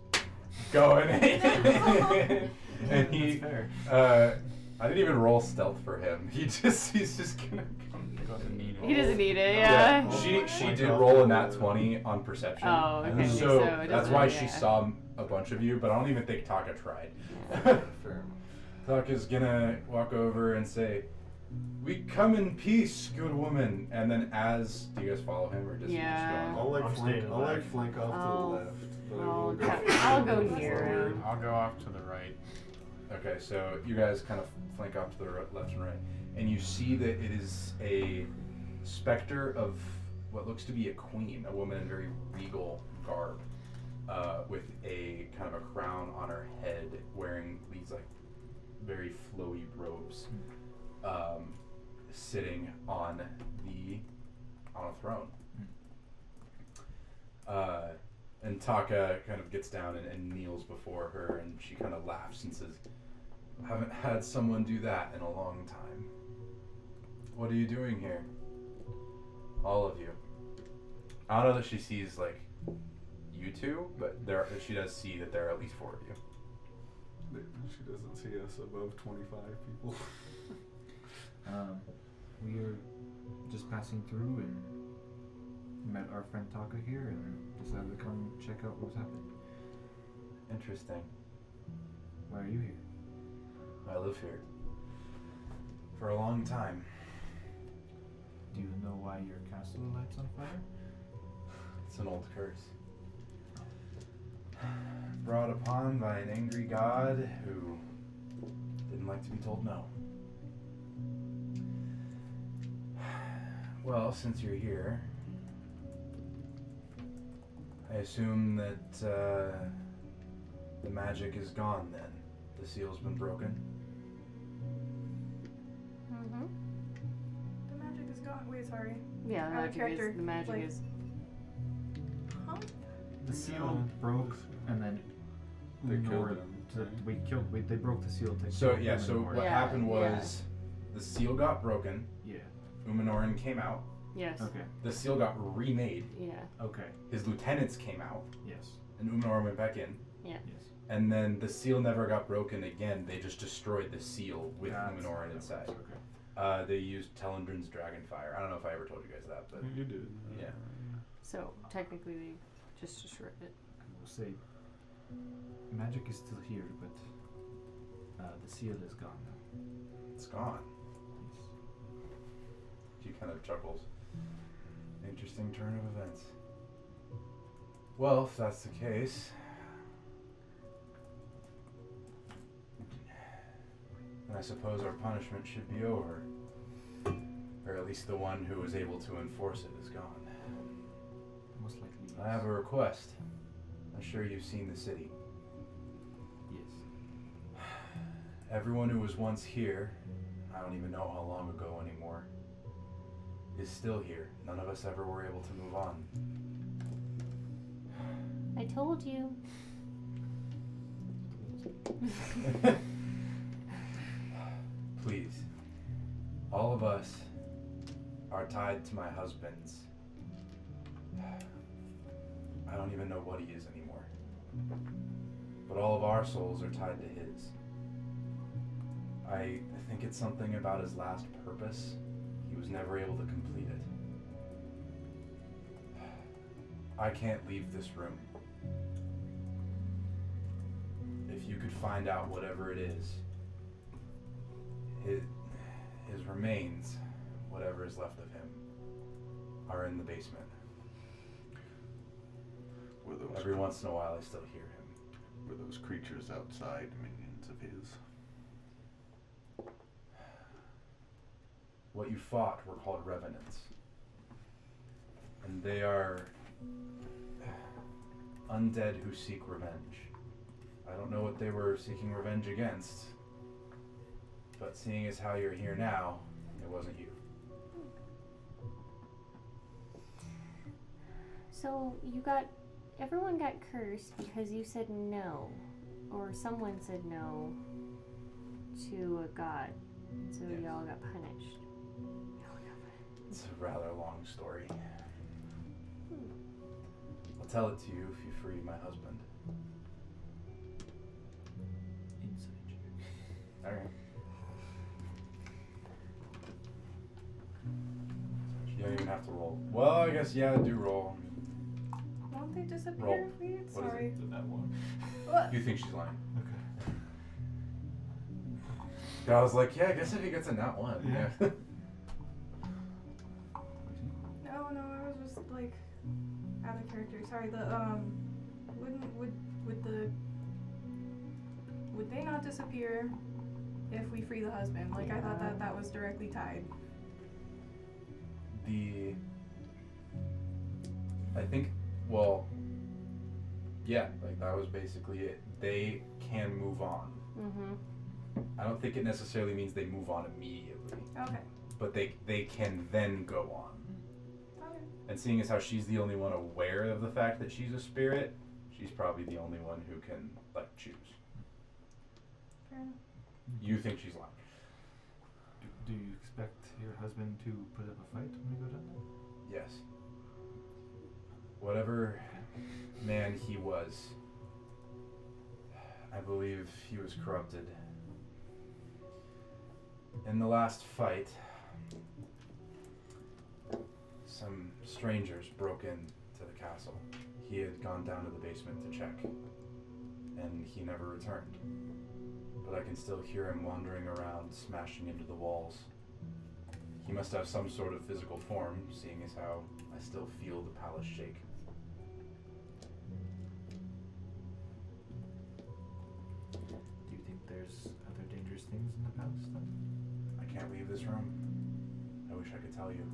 S1: going in, and he.
S5: fair.
S1: Uh, I didn't even roll stealth for him. He just he's just gonna come.
S4: Doesn't need it.
S8: He doesn't need it,
S1: Oh. Yeah,
S8: yeah.
S1: she she did roll a nat twenty on perception.
S8: Oh, okay.
S1: So,
S8: So, it
S1: that's
S8: doesn't-
S1: why
S8: yeah.
S1: she saw a bunch of you, but I don't even think Taka tried.
S9: Fair enough.
S1: Taka's gonna walk over and say, "We come in peace, good woman." And then, as do you guys follow him or just you just go
S8: Yeah.
S1: on?
S9: I'll
S13: I'm
S9: like flank,
S13: staying
S9: I'll like
S13: alive.
S9: flank off
S8: I'll-
S9: to the left, but I
S8: I'll
S9: will go.
S8: ca- I'll go
S9: forward.
S8: here.
S4: I'll go off to the right.
S1: Okay, so you guys kind of flank off to the ri- left and right, and you see that it is a specter of what looks to be a queen, a woman in very regal garb, uh, with a kind of a crown on her head, wearing these like very flowy robes, um, sitting on the on a throne. Uh, and Taka kind of gets down and, and kneels before her, and she kind of laughs and says, "I haven't had someone do that in a long time. What are you doing here? All of you." I don't know that she sees like you two, but there she does see that there are at least four of you.
S9: She doesn't see us above 25 people.
S5: Um, we are just passing through and met our friend Taka here and decided to come check out what's happened.
S1: Interesting.
S5: Why are you here?
S1: I live here for a long time.
S5: Do you know why your castle lights on fire?
S1: It's an old curse. Brought upon by an angry god who didn't like to be told no. Well, since you're here, I assume that uh, the magic is gone then. The seal's been broken.
S6: Mm-hmm.
S3: The magic is gone. Wait, sorry.
S8: Yeah, the
S3: Out of
S8: magic
S3: character,
S8: is. The magic
S3: like-
S8: is.
S3: Huh?
S5: The seal broke and then
S9: They killed
S5: ignored
S9: him.
S5: So we killed. We, they broke the seal. To
S1: So
S5: kill
S1: yeah,
S5: Umanor.
S1: so what
S8: Yeah,
S1: happened
S8: yeah.
S1: was the seal got broken.
S5: Yeah.
S1: Umanoran came out.
S8: Yes.
S5: Okay.
S1: The seal got remade.
S8: Yeah.
S5: Okay.
S1: His lieutenants came out,
S5: Yes.
S1: and Umanoran went back in.
S8: Yeah.
S5: Yes.
S1: And then the seal never got broken again. They just destroyed the seal with
S5: That's-
S1: Umanoran inside.
S5: Okay.
S1: Uh, they used Telendrin's dragon fire. I don't know if I ever told you uh, guys that, but
S4: You did.
S9: Uh.
S1: Yeah.
S8: So technically, they just destroyed it.
S5: I will say, magic is still here, but uh, the seal is gone now.
S1: it's gone.
S5: Yes.
S1: She kind of chuckles. Interesting turn of events. Well, if that's the case. Then I suppose our punishment should be over. Or at least the one who was able to enforce it is gone.
S5: Most likely. Yes.
S1: I have a request. I'm sure you've seen the city.
S5: yes.
S1: Everyone who was once here, I don't even know how long ago anymore, is still here. None of us ever were able to move on.
S6: I told you.
S1: Please. All of us are tied to my husband's. I don't even know what he is anymore. But all of our souls are tied to his. I think it's something about his last purpose. He was never able to complete it. I can't leave this room. If you could find out whatever it is, his, his remains, whatever is left of him, are in the basement.
S4: Were those,
S1: Every once in a while, I still hear him.
S4: were those creatures outside minions of his?
S1: What you fought were called revenants. And they are undead who seek revenge. I don't know what they were seeking revenge against, but seeing as how you're here now, it wasn't you.
S6: So you got everyone got cursed because you said no, or someone said no to a god, so
S1: Yes.
S6: y'all got punished. Y'all got punished.
S1: It's a rather long story. I'll tell it to you if you free my husband.
S9: Inside joke.
S1: Alright. You don't even have to roll. Well, I guess, yeah, do roll.
S3: Won't they disappear,
S1: Roll.
S3: please?
S1: What is
S3: Sorry.
S9: Did that one?
S3: What?
S1: You think she's lying.
S5: Okay.
S1: Yeah, I was like, yeah, I guess if he gets in that one.
S5: Yeah.
S1: yeah.
S3: No, no, I was just like out of character. Sorry, the um wouldn't would would the would they not disappear if we free the husband? Like I thought that that was directly tied.
S1: the I think well yeah, like that was basically it. They can move on.
S8: Mm-hmm.
S1: I don't think it necessarily means they move on immediately,
S3: Okay.
S1: but they they can then go on.
S3: Okay.
S1: And seeing as how she's the only one aware of the fact that she's a spirit, she's probably the only one who can like choose.
S3: Fair enough.
S1: You think she's lying.
S5: Do, do you expect your husband to put up a fight when we go down there?
S1: Yes. Whatever man he was, I believe he was corrupted. In the last fight, some strangers broke in to the castle. He had gone down to the basement to check, and he never returned. But I can still hear him wandering around, smashing into the walls. He must have some sort of physical form, seeing as how I still feel the palace shake.
S5: Do you think there's other dangerous things in the palace then?
S1: I can't leave this room. I wish I could tell you.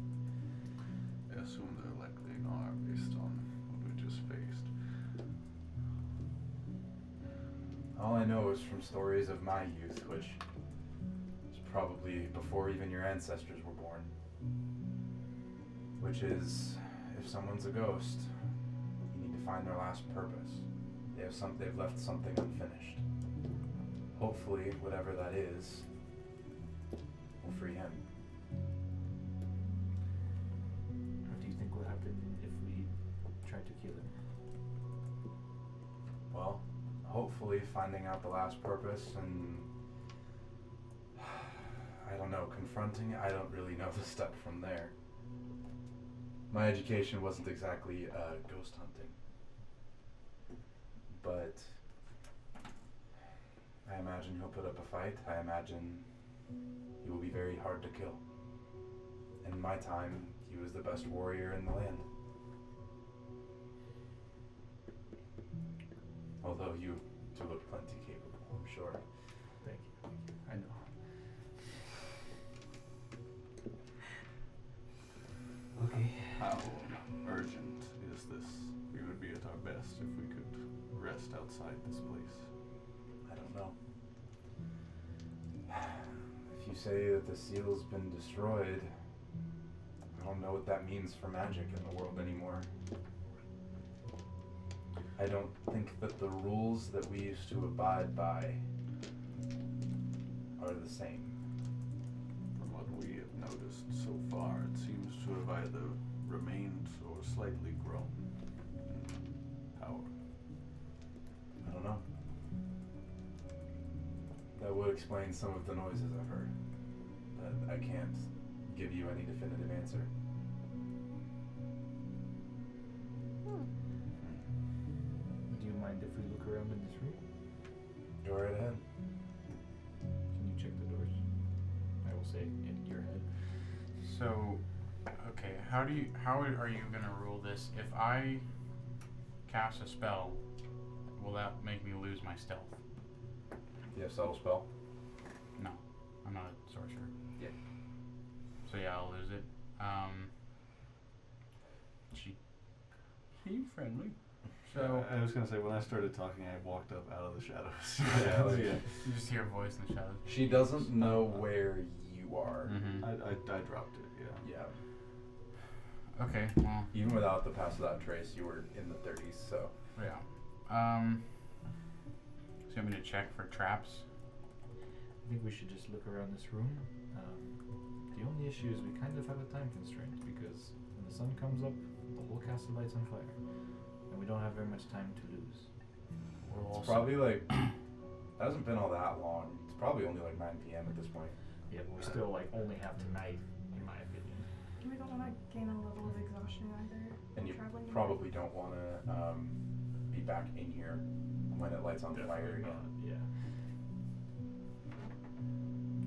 S4: I assume they're likely are based on what we just faced.
S1: All I know is from stories of my youth, which is probably before even your ancestors were born. Which is, if someone's a ghost, you need to find their last purpose. They have some. They've left something unfinished. Hopefully, whatever that is will free him.
S9: What do you think will happen if we try to kill him?
S1: Well, hopefully, finding out the last purpose and I don't know, confronting. I don't really know the step from there. My education wasn't exactly uh, ghost hunting, but I imagine he'll put up a fight. I imagine he will be very hard to kill. In my time, he was the best warrior in the land. Although you two look plenty capable, I'm sure.
S9: Thank you. Thank you. I know.
S15: Okay.
S4: How urgent is this? We would be at our best if we could rest outside this place.
S1: I don't know. If you say that the seal's been destroyed, I don't know what that means for magic in the world anymore. I don't think that the rules that we used to abide by are the same.
S4: From what we have noticed so far, it seems to have either remained or slightly grown in power.
S1: I don't know. That would explain some of the noises I've heard, but I can't give you any definitive answer.
S9: Do you mind if we look around in this room?
S1: Go right ahead.
S9: Can you check the doors? I will say in your head.
S7: So, okay, how do you how are you gonna rule this? If I cast a spell, will that make me lose my stealth?
S1: Do you have subtle spell?
S7: No, I'm not a sorcerer.
S15: Yeah.
S7: So yeah, I'll lose it. Um. She. He friendly. So
S4: I was gonna say when I started talking, I walked up out of the shadows.
S1: Yeah, like-
S7: you just hear a voice in the shadows.
S1: She doesn't know where you are.
S7: Mm-hmm.
S4: I, I, I dropped it. Yeah.
S1: Yeah.
S7: Okay. Well.
S1: Even without the pass without trace, you were in the 30s, so.
S7: Yeah. Um. So you want me to check for traps?
S9: I think we should just look around this room. Um, the only issue is we kind of have a time constraint because when the sun comes up, the whole castle lights on fire, and we don't have very much time to lose.
S7: We're
S1: It's
S7: also-
S1: probably like. It hasn't been all that long. It's probably only like 9 p.m. at this point.
S9: Yeah, but we still like only have tonight, in my opinion.
S3: We don't want to gain a level of exhaustion either.
S1: And you
S3: traveling in-
S1: probably don't want to um, be back in here when it lights on fire again.
S9: Yeah.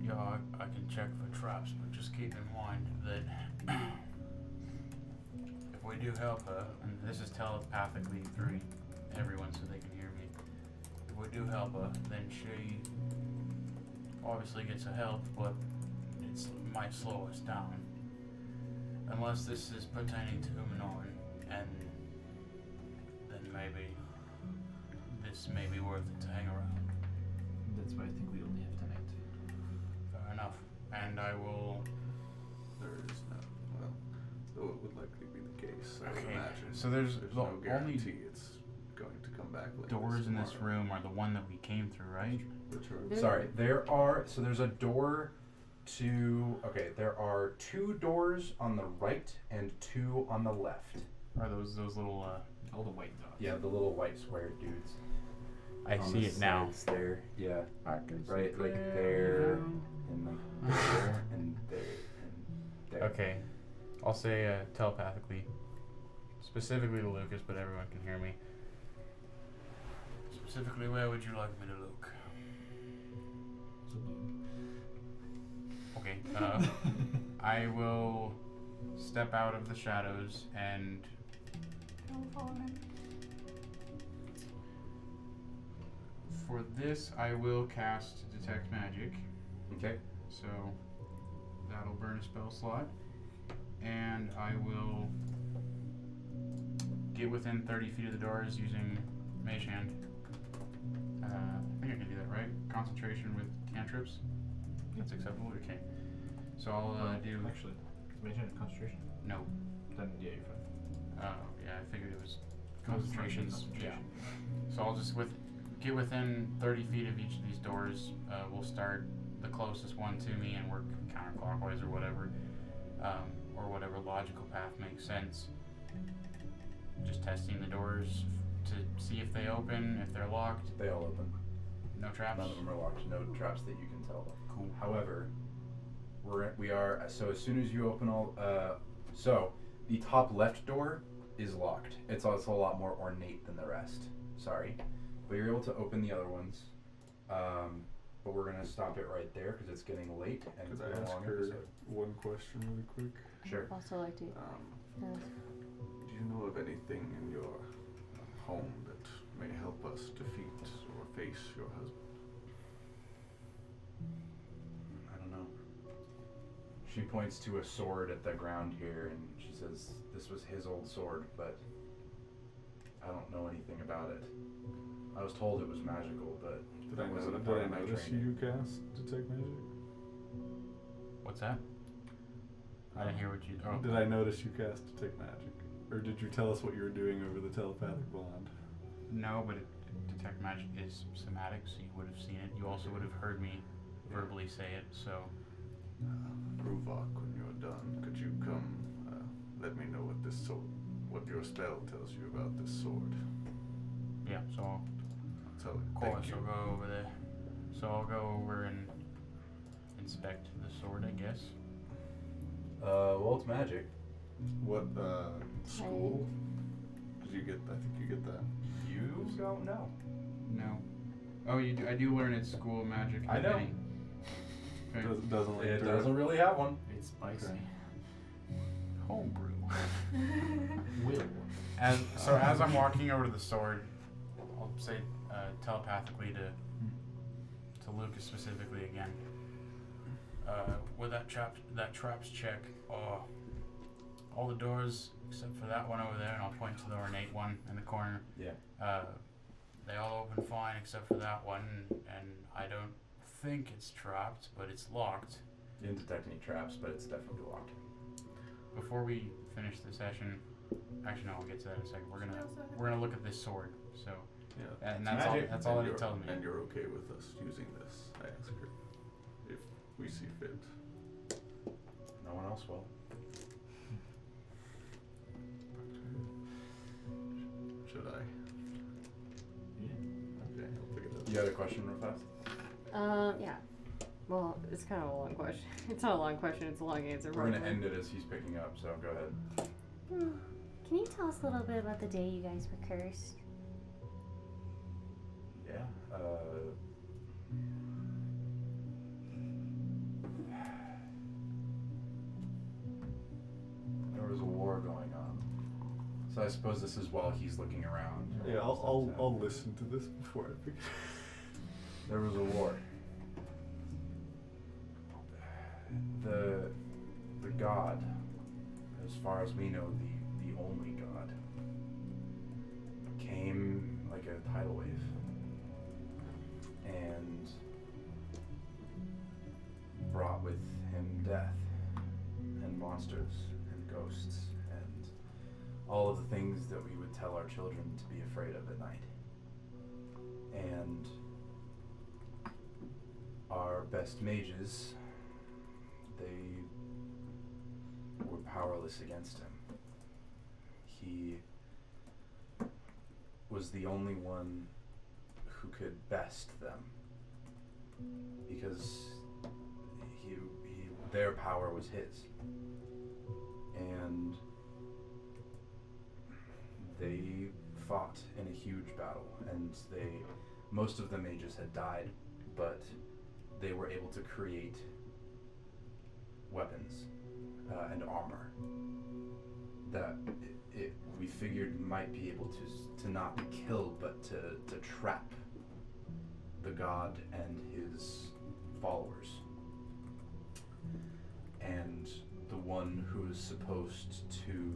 S7: Yeah, I, I can check for traps, but just keep in mind that if we do help her, and this is telepathically through everyone so they can hear me, if we do help her, then she obviously gets her help, but it might slow us down. Unless this is pertaining to Umanon, and then maybe this may be worth it to hang around.
S9: That's why I think we only have tonight.
S7: Fair enough. And I will
S4: There is no. Well, though it would likely be the case. I would
S7: Okay,
S4: imagine.
S7: so there's
S4: there's
S7: the
S4: no
S7: only
S4: guarantee it's going to come back. Like
S7: doors
S4: this
S7: in this
S4: tomorrow.
S7: room are the one that we came through, right?
S4: Which are
S8: There-
S1: Sorry, there are so there's a door to okay, there are two doors on the right and two on the left.
S7: Are those those little? Uh,
S9: All the white dots.
S1: Yeah, the little white square dudes.
S7: I
S1: on
S7: see
S1: the
S7: it now.
S1: sides There, yeah,
S7: I can
S1: right, like there, and like there, and there, and there.
S7: Okay, I'll say uh, telepathically, specifically to Lucas, but everyone can hear me. Specifically, where would you like me to look? Okay. Uh, I will step out of the shadows and
S3: Don't follow him.
S7: For this, I will cast Detect Magic,
S1: Okay.
S7: so that'll burn a spell slot. And I will get within 30 feet of the doors using Mage Hand. Uh, I think I can do that, right? Concentration with cantrips. That's acceptable? Okay. So I'll uh, do.
S9: Actually, is Mage Hand a concentration?
S7: No.
S9: Then yeah, you're fine.
S7: Oh, Uh, yeah, I figured it was concentrations. Yeah. So I'll just with get within 30 feet of each of these doors, uh, we'll start the closest one to me and work counterclockwise or whatever, um, or whatever logical path makes sense. Just testing the doors to see if they open, if they're locked,
S1: They all open.
S7: no traps.
S1: None of them are locked. No traps that you can tell.
S7: Cool.
S1: However, we're we are so as soon as you open all uh, so the top left door is locked. It's also a lot more ornate than the rest. Sorry, but you're able to open the other ones. Um, but we're gonna stop it right there because it's getting late and
S9: Could
S1: it's
S9: I
S1: been a
S9: ask
S1: long
S9: her
S1: episode.
S9: one question really quick?
S1: Sure.
S8: Also like to.
S9: Um,
S8: Uh,
S9: Do you know of anything in your home that may help us defeat or face your husband?
S1: I don't know. She points to a sword at the ground here and she says, This was his old sword, but I don't know anything about it. I was told it was magical, but
S9: Did
S1: That
S9: I
S1: wasn't a
S9: notice,
S1: part
S9: did I
S1: of my
S9: notice
S1: training.
S9: you cast detect magic?
S7: What's that? I didn't hear what you. Oh,
S9: Did I notice you cast detect magic, or did you tell us what you were doing over the telepathic bond?
S7: no, but it, detect magic is somatic, so you would have seen it. You also would have heard me verbally say it. So
S9: Uh, Ruvok, when you're done, could you come? Uh, let me know what this sword, what your spell tells you about this sword.
S7: yeah, so I'll
S9: So
S7: Of
S9: thank
S7: course,
S9: you.
S7: I'll go over there. So I'll go over and inspect the sword, I guess.
S1: Uh, well, it's magic.
S9: What uh, school? Did you get? I think you get that.
S1: You don't know.
S7: No. Oh, you do, I do learn at school magic.
S1: I know.
S7: divinity. Okay.
S9: Does, doesn't lead
S1: It
S9: to
S1: doesn't really have one.
S5: It's spicy.
S9: Okay.
S7: Homebrew.
S5: Will.
S7: As so, as I'm walking over to the sword, I'll say uh, telepathically to to Lucas specifically again. Uh, with that trap, that traps check. Oh, all the doors except for that one over there, and I'll point to the ornate one in the corner.
S1: Yeah.
S7: Uh, they all open fine except for that one, and I don't think it's trapped, but it's locked.
S1: You didn't detect any traps, but it's definitely locked.
S7: Before we finish the session, actually no, we'll get to that in a second. We're gonna we're gonna look at this sword. So
S9: Yeah.
S7: Uh, and that's all
S1: magic.
S7: that's all
S9: And
S7: it
S9: you're-
S7: tells me.
S9: And you're okay with us using this? I ask her if we see fit.
S1: No one else will.
S9: Should I?
S16: Yeah.
S9: Okay, I'll pick it up.
S1: You had a question real fast?
S8: Um, yeah. Well, it's kind of a long question. It's not a long question, it's a long answer.
S1: We're gonna
S8: probably.
S1: end it as he's picking up, so go ahead.
S6: Hmm. Can you tell us a little bit about the day you guys were cursed?
S1: Yeah. Uh, there was a war going on. So I suppose this is while he's looking around.
S9: Yeah, I'll, I'll, I'll listen to this before I pick it
S1: There was a war. The the god, as far as we know, the the only god, came like a tidal wave, and brought with him death and monsters and ghosts and all of the things that we would tell our children to be afraid of at night. And our best mages, they were powerless against him. He was the only one who could best them because he, he their power was his and they fought in a huge battle and they most of the mages had died but they were able to create weapons uh, and armor that it, it, we figured might be able to s- to not kill but to, to trap the god and his followers and the one who is supposed to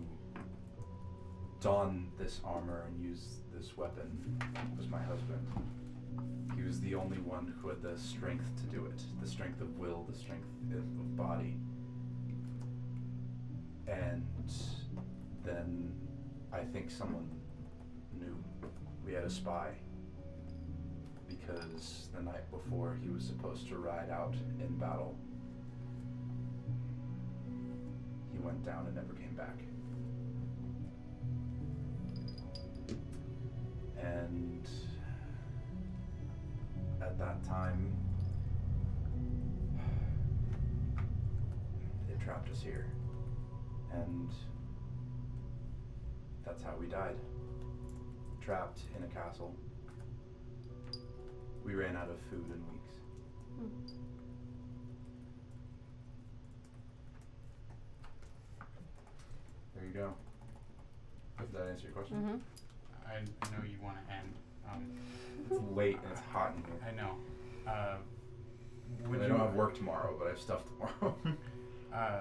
S1: don this armor and use this weapon was my husband he was the only one who had the strength to do it the strength of will, the strength of of body. And then I think someone knew. We had a spy because the night before he was supposed to ride out in battle. He went down and never came back. And at that time, it trapped us here. And that's how we died. Trapped in a castle. We ran out of food in weeks. Hmm. There you go. Does that answer your question?
S17: Mm-hmm.
S7: I know you want to end. Um,
S1: It's late and it's hot in here.
S7: I know. Uh,
S1: And
S7: would
S1: I
S7: you
S1: don't have work tomorrow, but I have stuff tomorrow.
S7: Uh,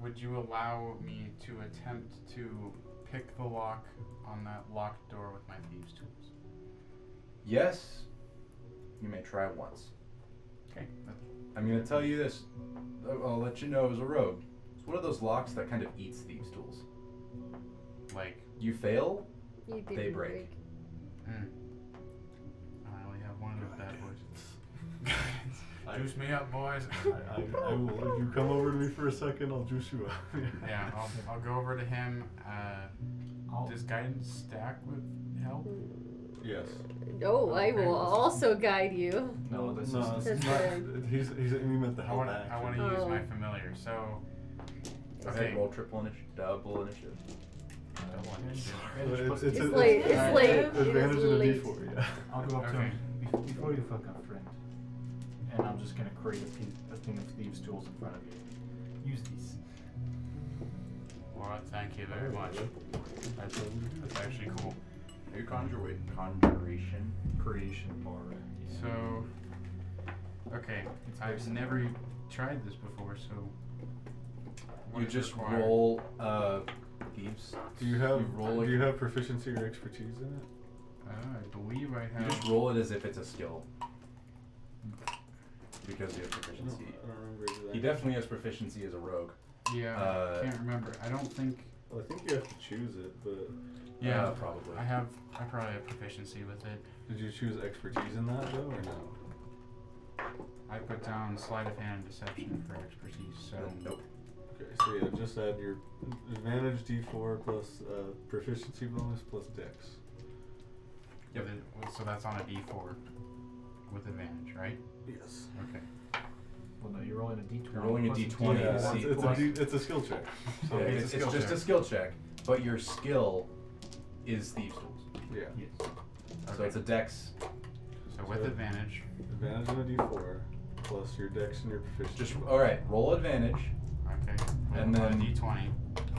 S7: would you allow me to attempt to pick the lock on that locked door with my thieves' tools?
S1: yes, you may try once.
S7: Okay.
S1: I'm gonna tell you this. I'll- I'll let you know as a rogue. It's one of those locks that kind of eats thieves' tools.
S7: Like,
S1: You fail,
S8: You
S1: They
S8: didn't
S1: break.
S7: mm, I only have one of that boys. Juice me up, boys.
S9: I, I will. If you come over to me for a second, I'll juice you up.
S7: yeah, I'll, I'll go over to him. Uh,
S5: I'll-
S7: does guidance stack with help?
S9: Yes.
S8: Oh, I will also guide you.
S18: No, this
S9: No,
S18: is.
S9: it's
S8: That's
S9: not, he's, he's, he meant the
S7: I
S9: help
S7: want to.
S9: action.
S7: I want to
S8: Oh.
S7: use my familiar. So,
S1: okay.
S7: Okay.
S1: roll triple initiative, double initiative.
S7: double initiative.
S5: Advantage plus-
S9: It's
S8: It's,
S9: a-
S8: late.
S9: it's
S8: It's
S9: a-
S8: late. It is
S9: Advantage and a
S8: late.
S9: d4, yeah.
S5: I'll go up to
S7: Okay.
S5: him "Bef- before you fuck up, friend. And I'm just gonna create a, piece, a thing of thieves' tools in front of you. Use these.
S7: Well, thank you very much. That's, that's actually cool.
S1: Are you conjure conjuration?
S5: Creation bar.
S7: So, okay,
S5: It's
S7: I've
S5: basic.
S7: never tried this before, so. what
S1: You
S7: is
S1: just
S7: required?
S1: roll uh, thieves.
S9: Do you have
S1: roll
S9: do
S1: it-
S9: you have proficiency or expertise in it?
S7: Uh, I believe I
S1: You
S7: have.
S1: just roll it as if it's a skill. Because you have proficiency.
S9: don't remember exactly.
S1: He definitely has proficiency as a rogue.
S7: yeah,
S1: uh,
S7: can't remember. I don't think.
S9: Well, I think you have to choose it, but
S7: Yeah,
S1: Uh, probably.
S7: I have. I probably have proficiency with it.
S9: did you choose expertise in that though, or no?
S7: I put down sleight of hand and deception for expertise, so.
S1: Then nope.
S9: Okay, so yeah, just add your advantage d4 plus uh, proficiency bonus plus dex.
S1: Yep.
S7: with it- so that's on a d4 with advantage, right?
S9: Yes.
S7: Okay.
S5: Well, no, you're rolling a d20.
S1: You're rolling a
S5: plus
S1: d20
S9: Yeah,
S1: to
S9: it's,
S1: see
S5: plus-
S9: it's, a
S5: plus-
S9: D, it's a skill check.
S7: So
S1: Yeah,
S7: it's a
S1: it's,
S7: skill
S1: it's just
S7: check.
S1: a skill check, but your skill is thieves tools.
S9: Yeah.
S5: Yes.
S1: So it's a dex.
S7: So with
S9: So-
S7: advantage,
S9: Advantage on a d4 plus your dex and your proficiency.
S1: Just
S9: bonus.
S1: all right. Roll advantage.
S7: okay.
S1: And
S7: roll a
S1: then-
S7: d20.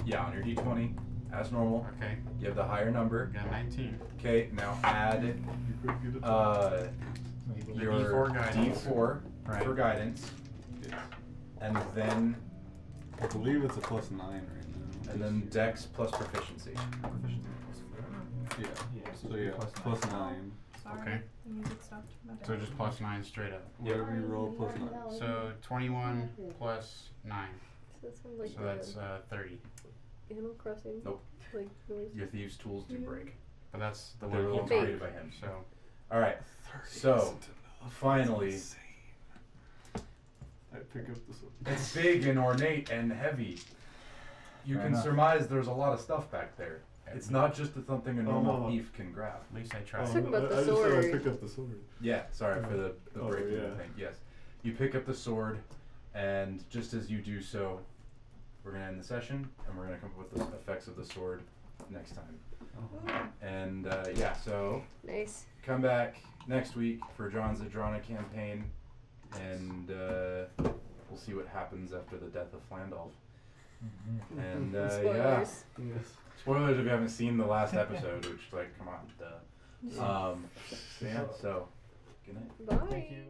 S1: Yeah, on your d20, as normal.
S7: Okay,
S1: You have the higher
S7: I
S1: number.
S7: got 19.
S1: Okay, now add
S9: You could get a
S1: uh,
S7: The
S1: your
S7: D4 guidance.
S1: D4
S7: Right.
S1: for guidance,
S9: yes.
S1: and then
S9: I believe it's a plus nine right now.
S1: and then dex plus proficiency.
S5: Proficiency plus
S9: yeah.
S5: Yeah,
S9: So yeah,
S5: plus nine.
S9: plus nine.
S3: Sorry,
S7: Okay.
S3: the music stopped. My bad.
S7: So just plus 9 straight up.
S9: Whatever you roll, plus nine.
S7: So 21 plus 9.
S8: So that sounds like
S7: so that's uh, 30.
S8: the Animal Crossing.
S1: Nope.
S8: Like noise.
S1: Your thieves' tools do break,
S7: But that's the
S1: but they're
S7: one
S1: all
S7: he
S8: fake.
S1: created
S7: created.
S1: by him.
S7: So
S1: All right. So finally,
S9: I pick up this one.
S1: it's big and ornate and heavy. You
S5: Fair
S1: can
S5: enough.
S1: surmise there's a lot of stuff back there.
S7: at
S1: It's not just a- something a
S9: Oh,
S1: normal
S9: no.
S1: thief can grab.
S7: least I
S9: Oh,
S7: tried.
S8: Talking about the
S9: I, I just said I
S8: sword.
S9: pick up the sword.
S1: Yeah, sorry for the, the
S9: Oh,
S1: break in the
S9: yeah.
S1: thing. Yes. You pick up the sword, and just as you do so, we're going to end the session, and we're going to come up with the effects of the sword next time.
S9: Oh.
S1: And uh, yeah, so
S8: Nice.
S1: come back next week for John's Adrana campaign, and uh, we'll see what happens after the death of Flandolf.
S5: Mm-hmm.
S1: And uh, yeah,
S8: Spoilers.
S9: Yes.
S1: spoilers if you haven't seen the last episode, which like, come on, duh. Um, so yeah, so good night.
S8: Bye.
S5: Thank you.